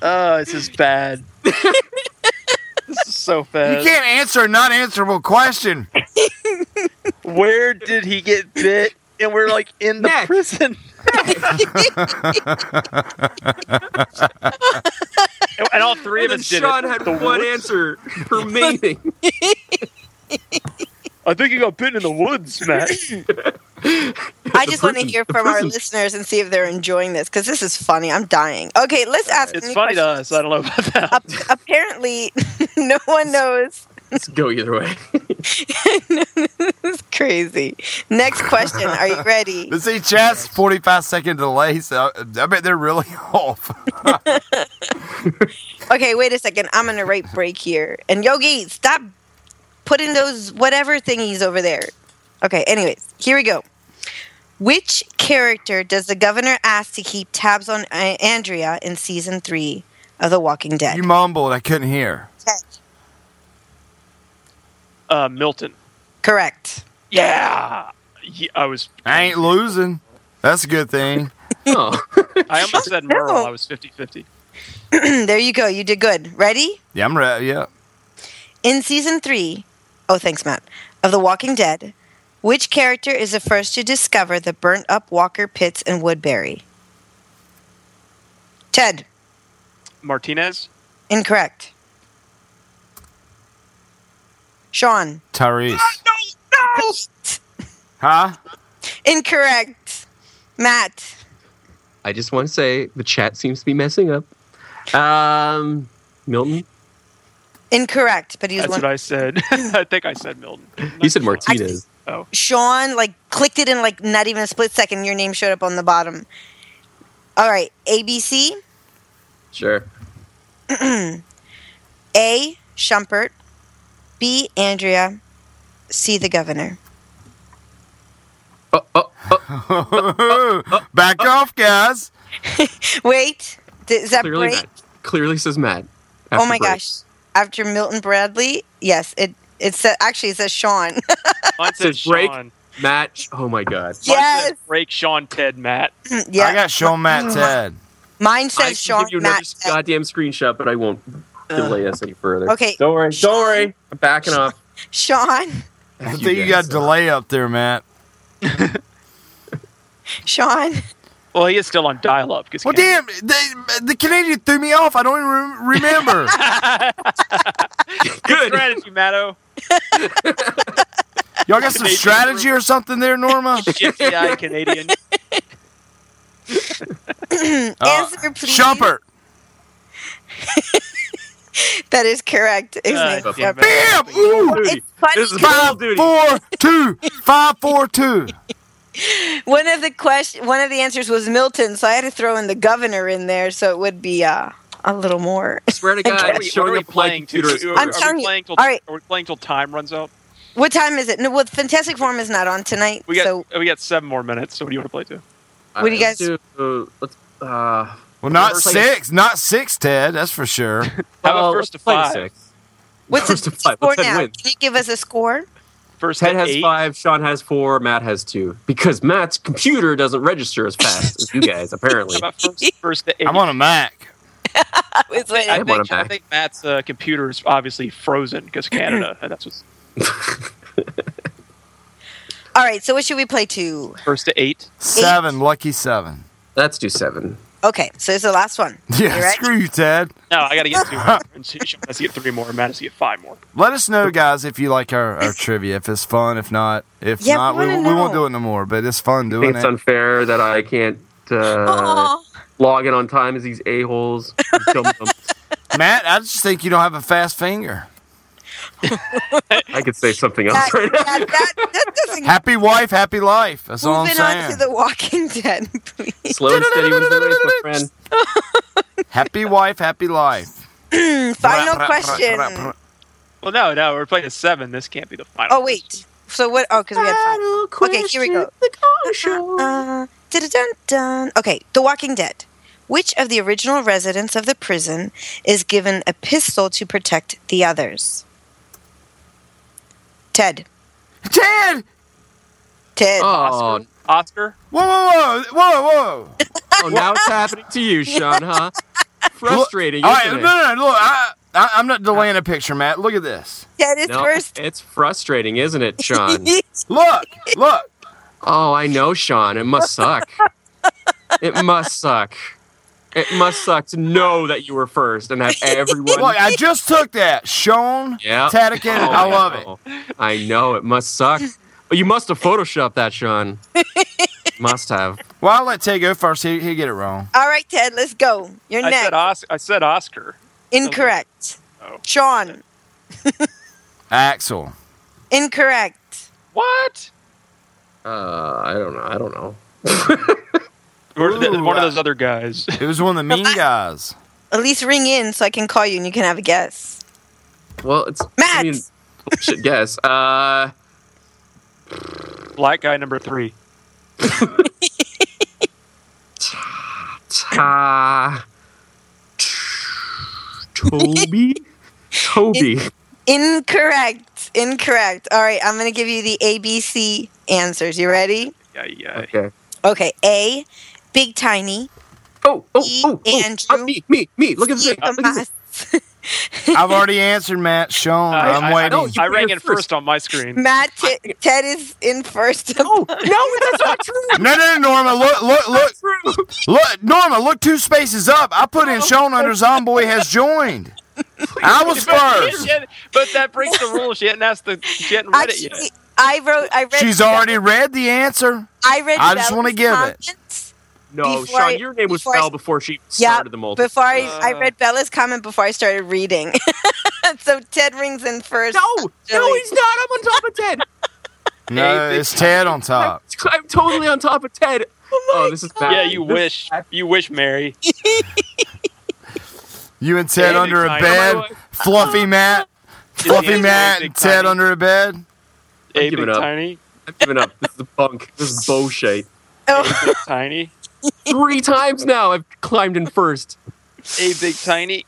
Oh, this is bad. this is so You bad. can't answer a not answerable question. Where did he get bit? And we're like in the Neck. prison. and, and all three of And then us did Sean it. had The one woods. answer remaining. I think he got bit in the woods, Matt. I just want to prison, hear the from our prison. listeners and see if they're enjoying this because this is funny. I'm dying. Okay, let's ask. it's any funny to questions. us. I don't know about that. Ap- apparently, no one knows Let's go either way. It's crazy. Next question. Are you ready? This is chess. Forty-five second delay. So I bet they're really off. okay, wait a second. I'm on a right break here. And Yogi, stop putting those whatever thingies over there. Okay, anyways, here we go. Which character does the governor ask to keep tabs on uh, Andrea in season three of The Walking Dead? You mumbled. I couldn't hear. Uh, Milton. Correct. Yeah. Ye- I was. I ain't losing. That's a good thing. Oh. I almost said Merle. I was 50 50. there you go. You did good. Ready? Yeah, I'm ready. Yeah. In season three, oh, thanks, Matt, of The Walking Dead, which character is the first to discover the burnt up Walker pits in Woodbury? Ted, Martinez. incorrect. Sean, Tyrese. Oh, No! Huh? incorrect. Matt, I just want to say the chat seems to be messing up. Um, Milton, incorrect. But he was That's one. what I said. I think I said Milton. you said Martinez. Oh. Sean like clicked it in like not even a split second. Your name showed up on the bottom. All right, ABC. Sure. A. Shumpert. B. Andrea. C. The governor. Back off, guys. Wait, th- is that Clearly, break? Matt. Clearly says Matt. Oh after my break. gosh! After Milton Bradley, yes, it it sa- uh, actually it says Sean. Mine said Says break. Sean. Matt. Oh my god. yes, Break Sean, Ted, Matt. yeah. I got Sean Matt Ted. Mine I can says Sean give you another Matt. goddamn screenshot, but I won't delay us any further. Okay. Don't worry. Don't worry. I'm backing off. Sean. I think you got delay up there, Matt. Sean. Well, he is still on dial up. because Well, damn, the, the Canadian threw me off. I don't even re- remember. Good strategy, Matto. Y'all got some Canadian strategy or something there, Norma? Shifty eyed Canadian. Uh, Answer please. Shumpert. That is correct. His Uh, name's damn Shumpert. Bam! Ooh! It's funny. is Five, four, two. Five, four, two. one of the question, one of the answers was Milton, so I had to throw in the governor in there, so it would be uh, a little more. Swear to God, What are we, what are showing we up like playing to? computer. is Are, I'm are telling we you. playing till, All right. Are we playing till time runs out? What time is it? No, well, Fantastic Form is not on tonight, We got so we got seven more minutes. So what do you want to play to? All What do you let's guys- do, uh, let's, uh, Well, not Reverse like- six. Not six, Ted. That's for sure. How about well, first to let's play five? six. what's First the to five. score Ted now? wins. Can you give us a score? First Ted to has eight? five, Sean has four, Matt has two. Because Matt's computer doesn't register as fast as you guys, apparently. How about first, first to eight? I'm on a Mac. I was waiting. I I have one think, on I back. think Matt's uh, computer is obviously frozen because Canada, and that's what's All right, so what should we play to? first to eight. Seven. Lucky seven. Let's do seven. Okay, so it's the last one. You Yeah, ready? screw you, Ted. No, I got to get two more. And she- she has to get three more. and Matt has to get five more. Let us know, guys, if you like our, our trivia. If it's fun, if not, if Yeah, we not, we, wanna we won't know. do it no more. But it's fun I doing think it's it. unfair that I can't uh, Aw. log in on time as these a-holes. Dumb dumb. Matt, I just think you don't have a fast finger. I could say something That, else right now. that, that, that doesn't. Happy wife, happy life. That's all I'm Moving on saying. to The Walking Dead, please. Slow and steady wins the race, my friend. Happy wife, happy life. Final question. Well, no, no, we're playing a seven. This can't be the final. Oh wait. So what? Oh, because we had five. Okay, here we go. Uh-huh. Uh, dun dun. Okay, The Walking Dead. Which of the original residents of the prison is given a pistol to protect the others? Ted. Ted! Ted. Oh, Oscar. Whoa, whoa, whoa, whoa, whoa. oh, now it's happening to you, Sean, huh? Frustrating, All right, isn't no, it? no, no. Look, I, I, I'm not delaying a picture, Matt. Look at this. Ted is No, first. it's frustrating, isn't it, Sean? Look, look. Oh, I know, Sean. It must suck. it must suck. It must suck to know that you were first and have everyone. Look, I just took that. Sean Yeah. Tatican, Oh, I love it. know. I know it must suck. But you must have photoshopped that, Sean. must have. Well, I'll let Ted go first. He, he'll get it wrong. All right, Ted, let's go. You're I Oh. next. said, Os- I said Oscar. Incorrect. Oh. Sean. Axel. Incorrect. What? Uh, I don't know. I don't know. Or th- one of those other guys. It was one of the mean guys. At least ring in so I can call you and you can have a guess. Well, it's Matt. I mean, bullshit guess. Uh, Black guy number three. ta- Toby. Toby. Incorrect. Incorrect. All right, I'm going to give you the ABC answers. You ready? Yeah, yeah. Okay. Okay. A, Big Tiny. Oh, oh, oh, oh Andrew. E, me, me, me. Look at this. thing. Look at this. I've already answered Matt. Sean, I, I, am I- I, waiting. know, I rang in first on my screen. Matt, Te- Ted is in first. Oh, no, that's not true. No, no, no, Norma, look, look, look, look, Norma, look two spaces up. I put Oh, in Sean under Zomboy has joined. I was first. She hadn't- but that breaks the rule. She hadn't asked the. She hadn't read it yet. I wrote, I read. She's already read the answer. I read. I just want to Bella's give com- it. No, Before I- Sean, your name was before I- Bell before she Yeah, started the multi. before I, I Uh. read Bella's comment before I started reading. so Ted rings in first. No, no, he's not. I'm on top of Ted. No, it's Ted on top. I'm totally on top of Ted. Oh, this is bad. Yeah, you This- wish. You wish, Mary. You and Ted Ted under a Tiny. bed. Everyone- Fluffy Matt. Fluffy Big Matt Tiny. and Ted under a bed. A giving big up. tiny. I'm giving up. This is bunk. This is bullshit. Oh. A big tiny. Three times now I've climbed in first. A big tiny.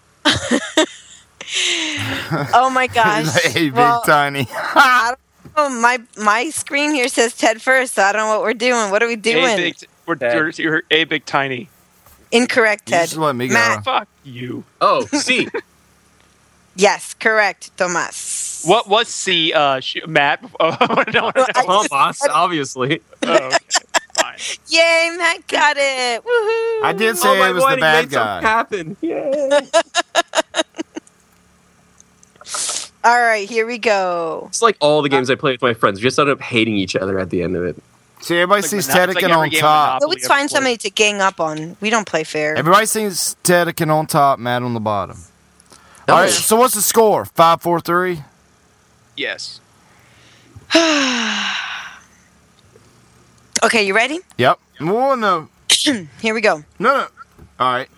Oh my gosh. hey, Big Well, Tiny. I don't know. Oh, My my screen here says Ted first. So I don't know what we're doing. What are we A doing? big. We're, we're, you're a big tiny. Incorrect, You Ted. just let me go. Matt. Fuck you. Oh, C. Yes, correct, Tomas. What was C? Uh, sh- Matt. Oh, I wanna know- I just- Thomas, obviously. oh. Yay, Matt got it. Woohoo. I Oh, did say it was the bad guy. happen. All right, here we go. It's like all the games I play with my friends. We just end up hating each other at the end of it. See, everybody It's Uh, like sees Monopoly- it's like Tedekin every on game of top. We always find somebody to gang up on. We don't play fair. Everybody sees Tedekin on top, Matt on the bottom. No. All right, so what's the score? Five, four, three. Yes. okay, you ready? Yep. Well, no, Here we go. no, no. All right.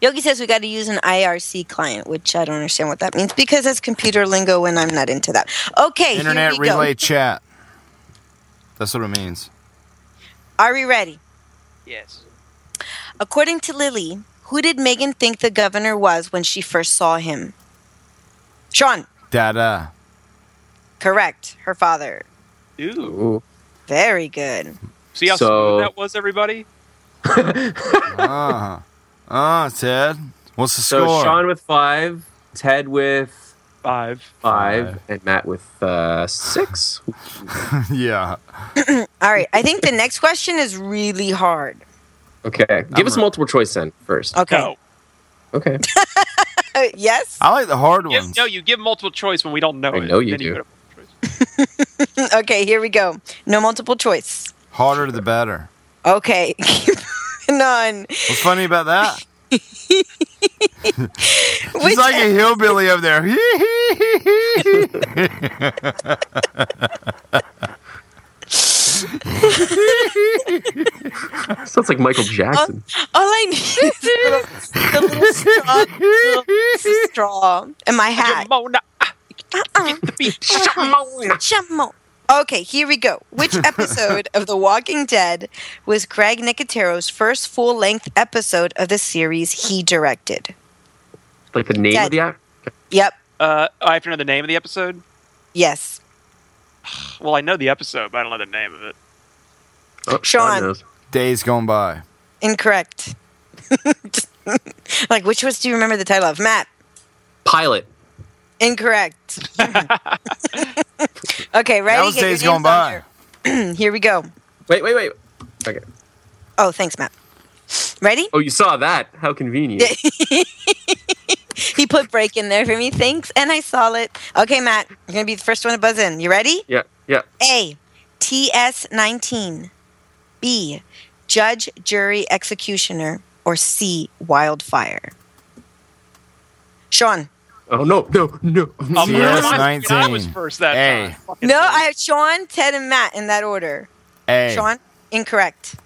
Yogi says we got to use an IRC client, which I don't understand what that means because that's computer lingo and I'm not into that. Okay, Internet here we relay go. chat. That's what it means. Are we ready? Yes. According to Lily, who did Megan think the governor was when she first saw him? Sean, Da da. correct. Her father. Ooh. Ooh. Very good. See how So- smooth that was, everybody. Ah, ah, Ted. What's the So score? Sean with five, Ted with Five. five, and Matt with uh, six. yeah. All right, I think the next question is really hard. Okay, give us multiple choice then first. Okay. No. Okay, Uh, yes? I like the hard Give- ones. no, you give multiple choice when we don't know I it. know you Then do. put a multiple choice. okay, here we go. No multiple choice. Harder the better. Okay. None. What's funny about that? Which- He's like a hillbilly over there. sounds like Michael Jackson. All I need is a little, the little straw, the little straw in my hat. Jamona. ah, Uh-uh. the beat. Jumbo. Okay, here we go. Which episode of The Walking Dead was Greg Nicotero's first full length episode of the series he directed? Like the name of the act. Yep. Uh, I have to know the name of the episode. Yes. Well, I know the episode, but I don't know the name of it. Oh, Sean. knows. Days gone by. Incorrect. like, which ones do you remember the title of? Matt. Pilot. Incorrect. okay, ready? That was Get your days gone names on by. here. here we go. Wait, wait, wait. Okay. Oh, thanks, Matt. Ready? Oh, you saw that? How convenient. He put break in there for me. Thanks. And I saw it. Okay, Matt, you're going to be the first one to buzz in. You ready? yeah, yeah. A. TS 19. B. Judge, jury, executioner. Or C. Wildfire. Sean. Oh no, no, no. Um, CS19. I was first that hey. time. No, I have Sean, Ted, and Matt in that order. Hey. Sean, incorrect.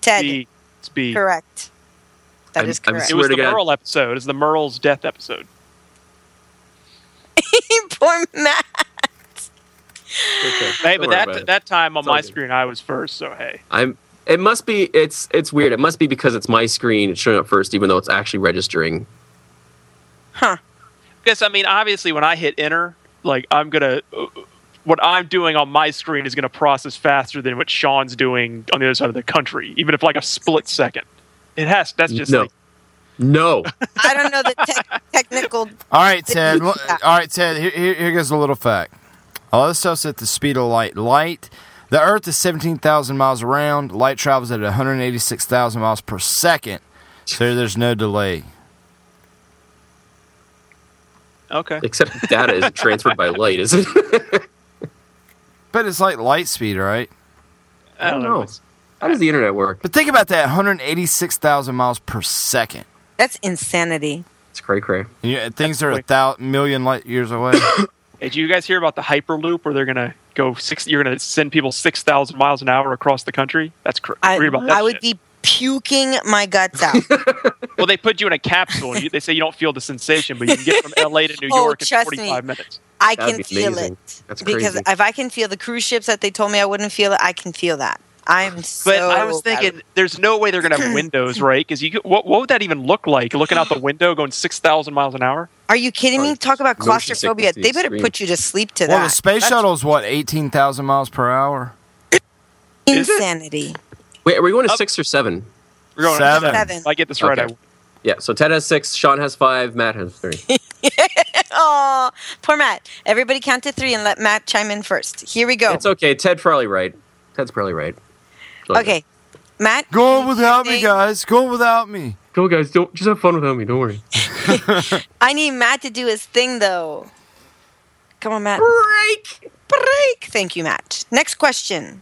Ted, B. It's B. correct. That I'm- is I'm correct. It was Swear to the God. Merle episode. It's the Merle's death episode. Poor Matt. Hey, Don't but worry about that it. that time on It's all my good. screen, I was first. So hey, I'm. It must be. It's it's weird. It must be because it's my screen. It's showing up first, even though it's actually registering. because I mean, obviously, when I hit enter, like I'm gonna, uh, what I'm doing on my screen is gonna process faster than what Sean's doing on the other side of the country, even if like a split second. It has. That's just no, like, no. I don't know the tech technical. All right, Ted. Well, All right, Ted. Here, here, here goes a little fact. A lot of stuff's at the speed of light. Light. The Earth is 17,000 miles around. Light travels at 186,000 miles per second. So there's no delay. okay. Except data is transferred by light, is it? But it's like light speed, right? I don't know. How does the internet work? But think about that 186,000 miles per second. That's insanity. It's cray cray. And you- things are a thou- million light years away. Hey, do you guys hear about the Hyperloop where they're gonna go six? You're gonna send people six thousand miles an hour across the country. That's crazy. I, about that I would be shit. puking my guts out. Well, they put you in a capsule. You, they say you don't feel the sensation, but you can get from L.A. to New Oh, York in trust 45 me. minutes. I That'd can be feel amazing. it. That's because crazy. if I can feel the cruise ships that they told me I wouldn't feel it, I can feel that. I'm so. But I was thinking, there's no way they're going to have windows, right? Because you, could- what, what would that even look like? Looking out the window, going six thousand miles an hour. Are you kidding me? Talk about motion sickness claustrophobia. to the They better extreme. put you to sleep to well, the that. space shuttle's what, 18,000 miles per hour? Is it? Insanity. Wait, are we going to six or seven? We're going Seven. Seven. If I get this right. Okay. Yeah. So Ted has six. Sean has five. Matt has three. oh, poor Matt. Everybody count to three and let Matt chime in first. Here we go. It's okay. Ted probably right. Ted's probably right. okay, Matt. Going without me, Thank- guys. Going without me. Go guys. Don't just have fun without me. Don't worry. I need Matt to do his thing, though. Come on, Matt. Break! Break! Thank you, Matt. Next question.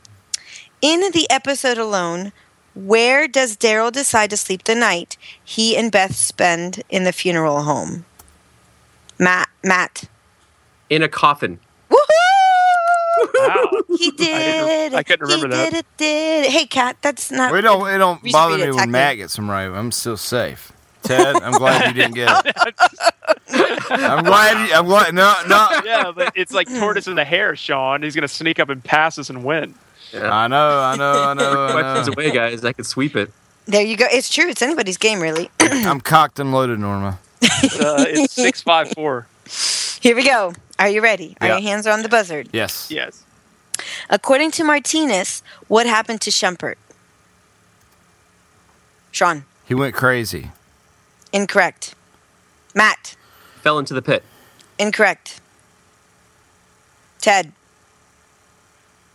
In the episode alone, where does Daryl decide to sleep the night he and Beth spend in the funeral home? Matt, Matt. In a coffin. Woohoo! Wow. He did. it. I couldn't remember he that. Did it, did it. Hey, Cat, that's not. Well, it don't, it don't We should bother read me it, when Tucker. Matt gets them right. I'm still safe. Ted, I'm glad you didn't get it. I'm glad. You, I'm glad. No, no. yeah, but it's like tortoise and the hare, Sean. He's going to sneak up and pass us and win. I know. I know. I know. I Weapons know. away, guys. I could sweep it. There you go. It's true. It's anybody's game, really. I'm cocked and loaded, Norma. It's, uh, it's six five four. Here we go. Are you ready? Are Yeah. your hands on the buzzard? Yes. Yes. According to Martinez, what happened to Shumpert? Sean, He went crazy. incorrect. Matt, Fell into the pit. incorrect. Ted,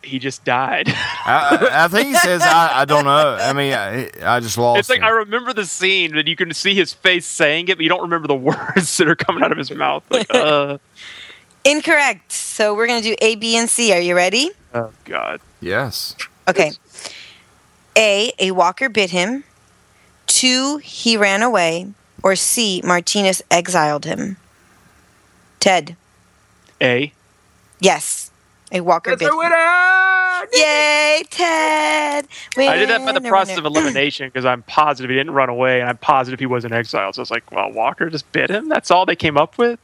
He just died. I, I- I think he says, I, I don't know. I mean, I, I just lost. It's like him. I remember the scene, but you can see his face saying it, but you don't remember the words that are coming out of his mouth. Like, uh, incorrect. So we're going to do A, B, and C. Are you ready? oh God. yes. Okay. A, a walker bit him. Two, he ran away. Or C, Martinez exiled him. Ted, A. yes. A walker bit him. winner! Yay, Ted! I did that by the Winner, process of winner. elimination because I'm positive he didn't run away, and I'm positive he wasn't exiled. So I was like, "Well, Walker just bit him. That's all they came up with.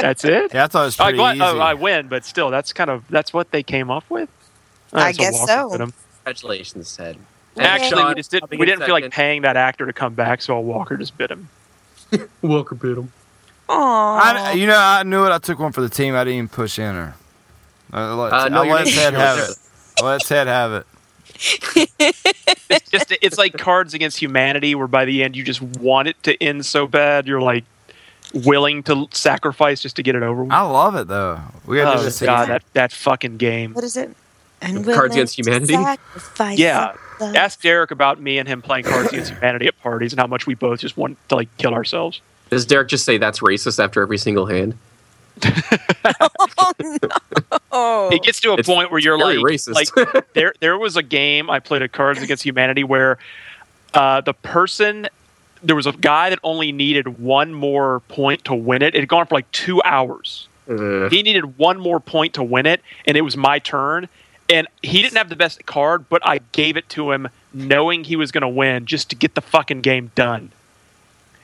that's it. Yeah, I thought it was I, pretty gl- easy. oh, I win, but still, that's kind of that's what they came up with. I Uh, guess Walker so. bit him. Congratulations, Ted. Actually, we just didn't we didn't feel like Pat. paying that actor to come back, so Walker just bit him. Walker bit him. I- Aww. you know, I knew it. I took one for the team. I didn't even push enter. I let, Uh, no, I you're let not- Ted you're have not- it. I let Ted have it. It's just it's like Cards Against Humanity, where by the end you just want it to end so bad, you're like willing to sacrifice just to get it over with. I love it, though. We got to do Oh this god, again. that, that fucking game. What is it? And Cards Against Humanity? sacrifice Yeah. of love. Ask Derek about me and him playing Cards Against Humanity at parties and how much we both just want to like kill ourselves. Does Derek just say that's racist after every single hand? Oh no! It gets to a It's point where you're like, very racist. like there there was a game I played at Cards Against Humanity where uh, the person there was a guy that only needed one more point to win it. It had gone for like two hours. Uh, Mm-hmm. He needed one more point to win it, and it was my turn. And he didn't have the best card, but I gave it to him knowing he was going to win just to get the fucking game done.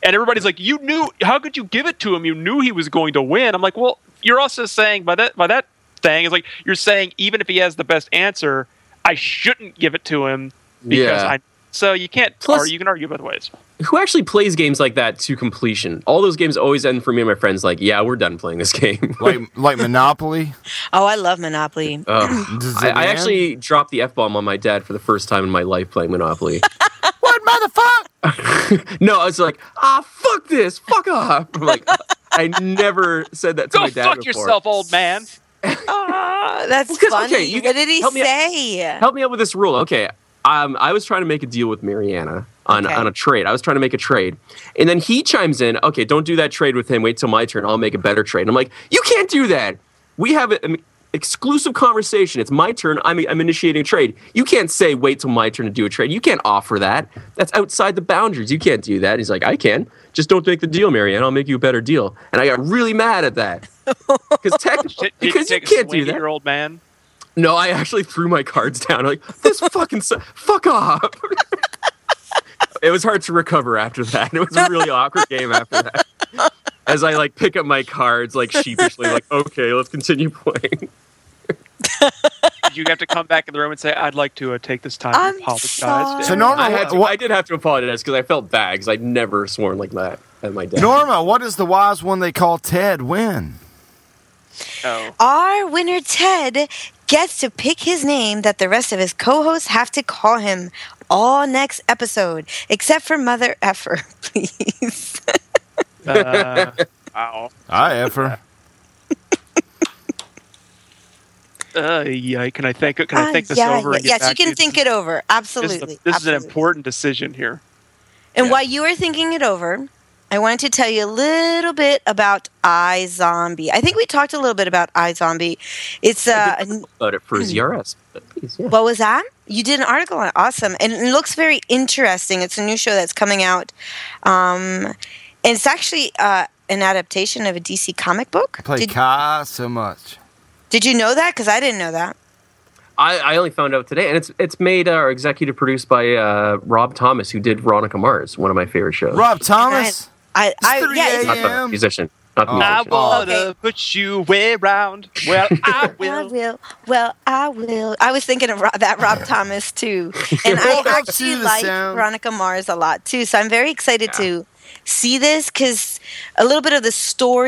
And everybody's like, "You knew? How could you give it to him? You knew he was going to win." I'm like, "Well, you're also saying by that by that thing is like you're saying even if he has the best answer, I shouldn't give it to him because Yeah. I." So you can't. Plus- or you can argue both ways. who actually plays games like that to completion? All those games always end for me and my friends like, yeah, we're done playing this game. like like Monopoly. Oh, I love Monopoly. Uh, Ugh. Does I, it I end? actually dropped the f bomb on my dad for the first time in my life playing Monopoly. What motherfucker? no, I was like, ah, fuck this, fuck off. I'm like, I never said that to Go my dad. fuck before. yourself, old man. Oh, that's Because, funny. okay, you what did he help me out. say? Help me out with this rule. Okay. Um, I was trying to make a deal with Mariana on, Okay. on a trade. I was trying to make a trade. And then he chimes in, okay, don't do that trade with him. Wait till my turn. I'll make a better trade. And I'm like, you can't do that. We have a- an exclusive conversation. It's my turn. I'm, I'm initiating a trade. You can't say, wait till my turn to do a trade. You can't offer that. That's outside the boundaries. You can't do that. He's like, I can. Just don't make the deal, Mariana. I'll make you a better deal. And I got really mad at that. Because technically, Did because you take a can't swing do at that. Your old man. No, I actually threw my cards down. I'm like, this fucking su- fuck off. it was hard to recover after that. It was a really awkward game after that. As I like pick up my cards like sheepishly, like, okay, let's continue playing. Did you have to come back in the room and say, "I'd like to uh, take this time I'm to apologize"? sorry. So normally I, had to- I did have to apologize because I felt bad because I'd never sworn like that at my dad. Norma, what is the wise one they call Ted win? Oh. Our winner Ted gets to pick his name that the rest of his co-hosts have to call him all next episode, except for Mother Effer, please. Uh, ow. I effer. Uh, yeah, can I think? Can I think this Uh, yeah, over? yeah, and get yes, you back to can think it over. This is, Absolutely. the- this is an absolutely. important decision here. And while you were thinking it over, I wanted to tell you a little bit about iZombie. I think we talked a little bit about iZombie. It's uh, a About it for ZRS. But please, yeah. What was that? You did an article on it. Awesome. And it looks very interesting. It's a new show that's coming out. Um, and it's actually uh, an adaptation of a DC comic book. Play Did, Kai so much. did you know that? Because I didn't know that. I, I only found out today, and it's it's made uh, or executive produced by uh, Rob Thomas, who did Veronica Mars, one of my favorite shows. Rob Thomas. I, I, yeah, not it's- the musician. Not the Oh. I musician. wanna Okay. put you way round. Well, I I will. will. Well, I will. I was thinking of Ro- that Rob Thomas too, and I Welcome actually to the like sound. Veronica Mars a lot too. So I'm very excited to see this because a little bit of the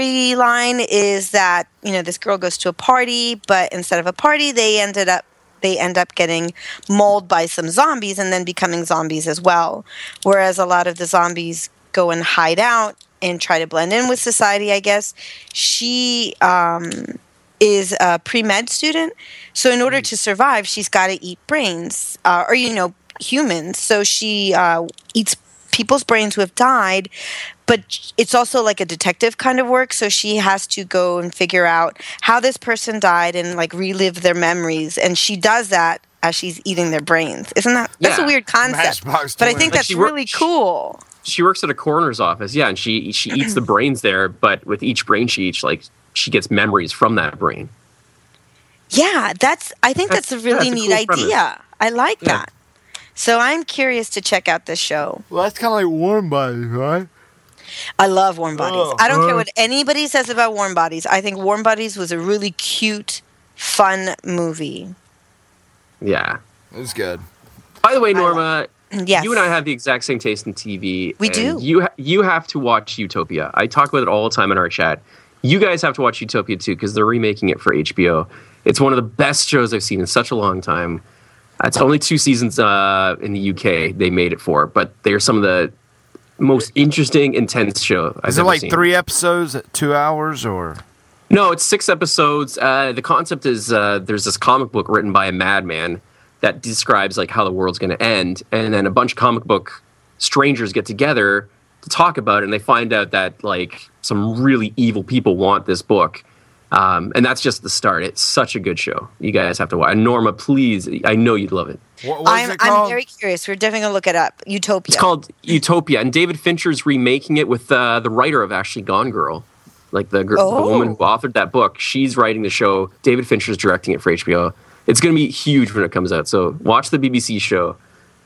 storyline is that you know this girl goes to a party, but instead of a party, they ended up they end up getting mauled by some zombies and then becoming zombies as well. Whereas a lot of the zombies go and hide out and try to blend in with society. I guess she. Um, is a pre med student. So, in order to survive, she's got to eat brains uh, or, you know, humans. So, she uh, eats people's brains who have died, but it's also like a detective kind of work. So, she has to go and figure out how this person died and like relive their memories. And she does that as she's eating their brains. Isn't that? That's a Yeah. weird concept. Matchbox But I toys. think Like, that's she wor- really cool. She works at a coroner's office, yeah, and she she eats the brains there, but with each brain she eats, like she gets memories from that brain. Yeah, that's. I think that's, That's- a really that's neat a cool premise. idea. I like that. So I'm curious to check out this show. Well, that's kind of like warm bodies, right? I love Warm Bodies. Oh, I don't care huh. what anybody says about Warm Bodies. I think Warm Bodies was a really cute, fun movie. Yeah. It's good. By the way, Norma, Yes. you and I have the exact same taste in TV. We and do. You ha- you have to watch Utopia. I talk about it all the time in our chat. You guys have to watch Utopia too because they're remaking it for HBO. It's one of the best shows I've seen in such a long time. It's only two seasons uh, in the UK they made it for, but they're some of the most interesting, intense show. I've Is it ever like seen. three episodes at two hours or? No, it's six episodes. Uh, the concept is uh, there's this comic book written by a madman that describes like how the world's going to end, and then a bunch of comic book strangers get together to talk about it, and they find out that like some really evil people want this book, Um, and that's just the start. It's such a good show. You guys have to watch. Norma, please, I know you'd love it. What was I'm, it I'm called? very curious. We're definitely gonna look it up. Utopia. It's called Utopia, and David Fincher's remaking it with uh, the writer of actually Gone Girl, like the, gir- the Oh. woman who authored that book. She's writing the show. David Fincher's directing it for HBO. It's going to be huge when it comes out. So watch the BBC show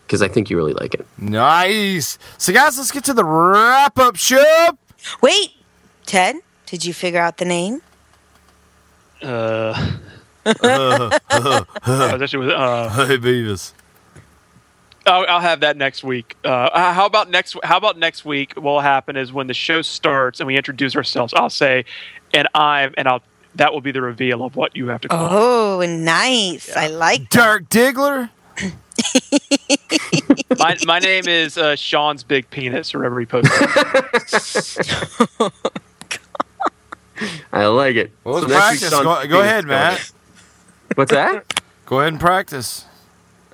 because I think you really like it. Nice. So, guys, let's get to the wrap up show. Wait, Ted, did you figure out the name? Uh, I was actually with, uh, hey, Beavis. I'll, I'll have that next week. Uh, Uh, how about next? How about next week? What'll happen is when the show starts and we introduce ourselves. I'll say, and I'm, and I'll. That will be the reveal of what you have to call. Oh, nice. I like Dark Diggler. my, Oh. my name is uh, Sean's Big Penis, or whatever he posted. I like it. Well, So let's next week's practice. Go, on- go ahead, Matt. What's that? Go ahead and practice.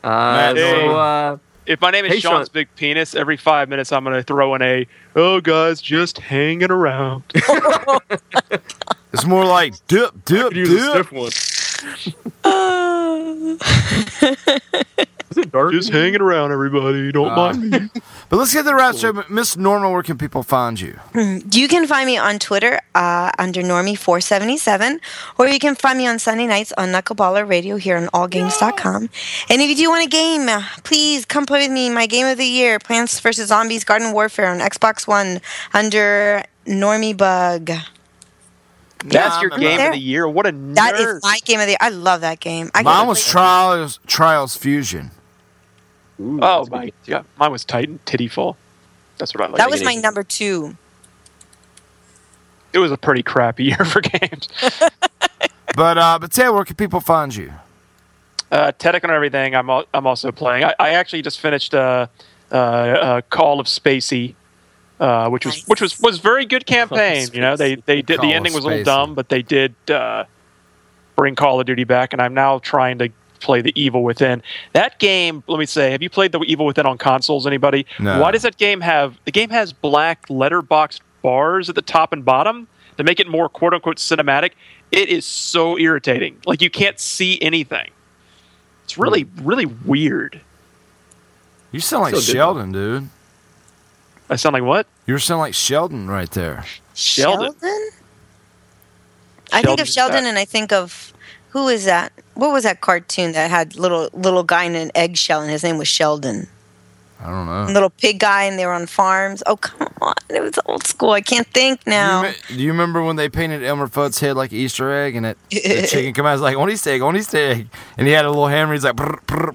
Uh, Matt, so, Norman. uh, If my name is Hey, Sean. Sean's Big Penis, every five minutes I'm going to throw in a, oh, guys, just hanging around. It's more like dip, dip, use a stiff dip. one. dark? Just hanging around, everybody. Uh, Don't mind me. But let's get to the wrap show. Miss Norma, where can people find you? You can find me on Twitter uh, under Normie477, or you can find me on Sunday nights on Knuckleballer Radio here on allgames.com. And if you do want a game, uh, please come play with me. My game of the year Plants vs. Zombies Garden Warfare on Xbox One under Normie Bug. That's your I'm game there. of the year. What a That nerd. is my game of the year. I love that game. I Mine gotta was play- Trials Trials Fusion. oh, my God. Mine was Titan Tittyfall. That's what I like. That was my number two. It was a pretty crappy year for games. But uh, but Ted, where can people find you? Uh, Teddic on everything. I'm al- I'm also playing. I, I actually just finished uh, uh, uh, Call of Spacey, uh, which was which was was very good campaign. You know, they they did Call the of ending was a little Spacey. dumb, but they did uh, bring Call of Duty back, and I'm now trying to play the Evil Within. That game, let me say, have you played the Evil Within on consoles? Anybody? No. Why does that game have the game has black letterboxed bars at the top and bottom to make it more quote unquote cinematic? It is so irritating. Like you can't see anything. It's really, really weird. You sound like So good. Sheldon, dude. I sound like what? You sound like Sheldon right there. Sheldon. I think of Sheldon's Sheldon back. and I think of who is that? What was that cartoon that had little little guy in an eggshell and his name was Sheldon? I don't know. Little pig guy and they were on farms. Oh come on, it was old school. I can't think now. Do you remember when they painted Elmer Fudd's head like an Easter egg, and it the chicken come out it's like on Easter egg, on Easter egg, and he had a little hammer. He's like, brr, brr,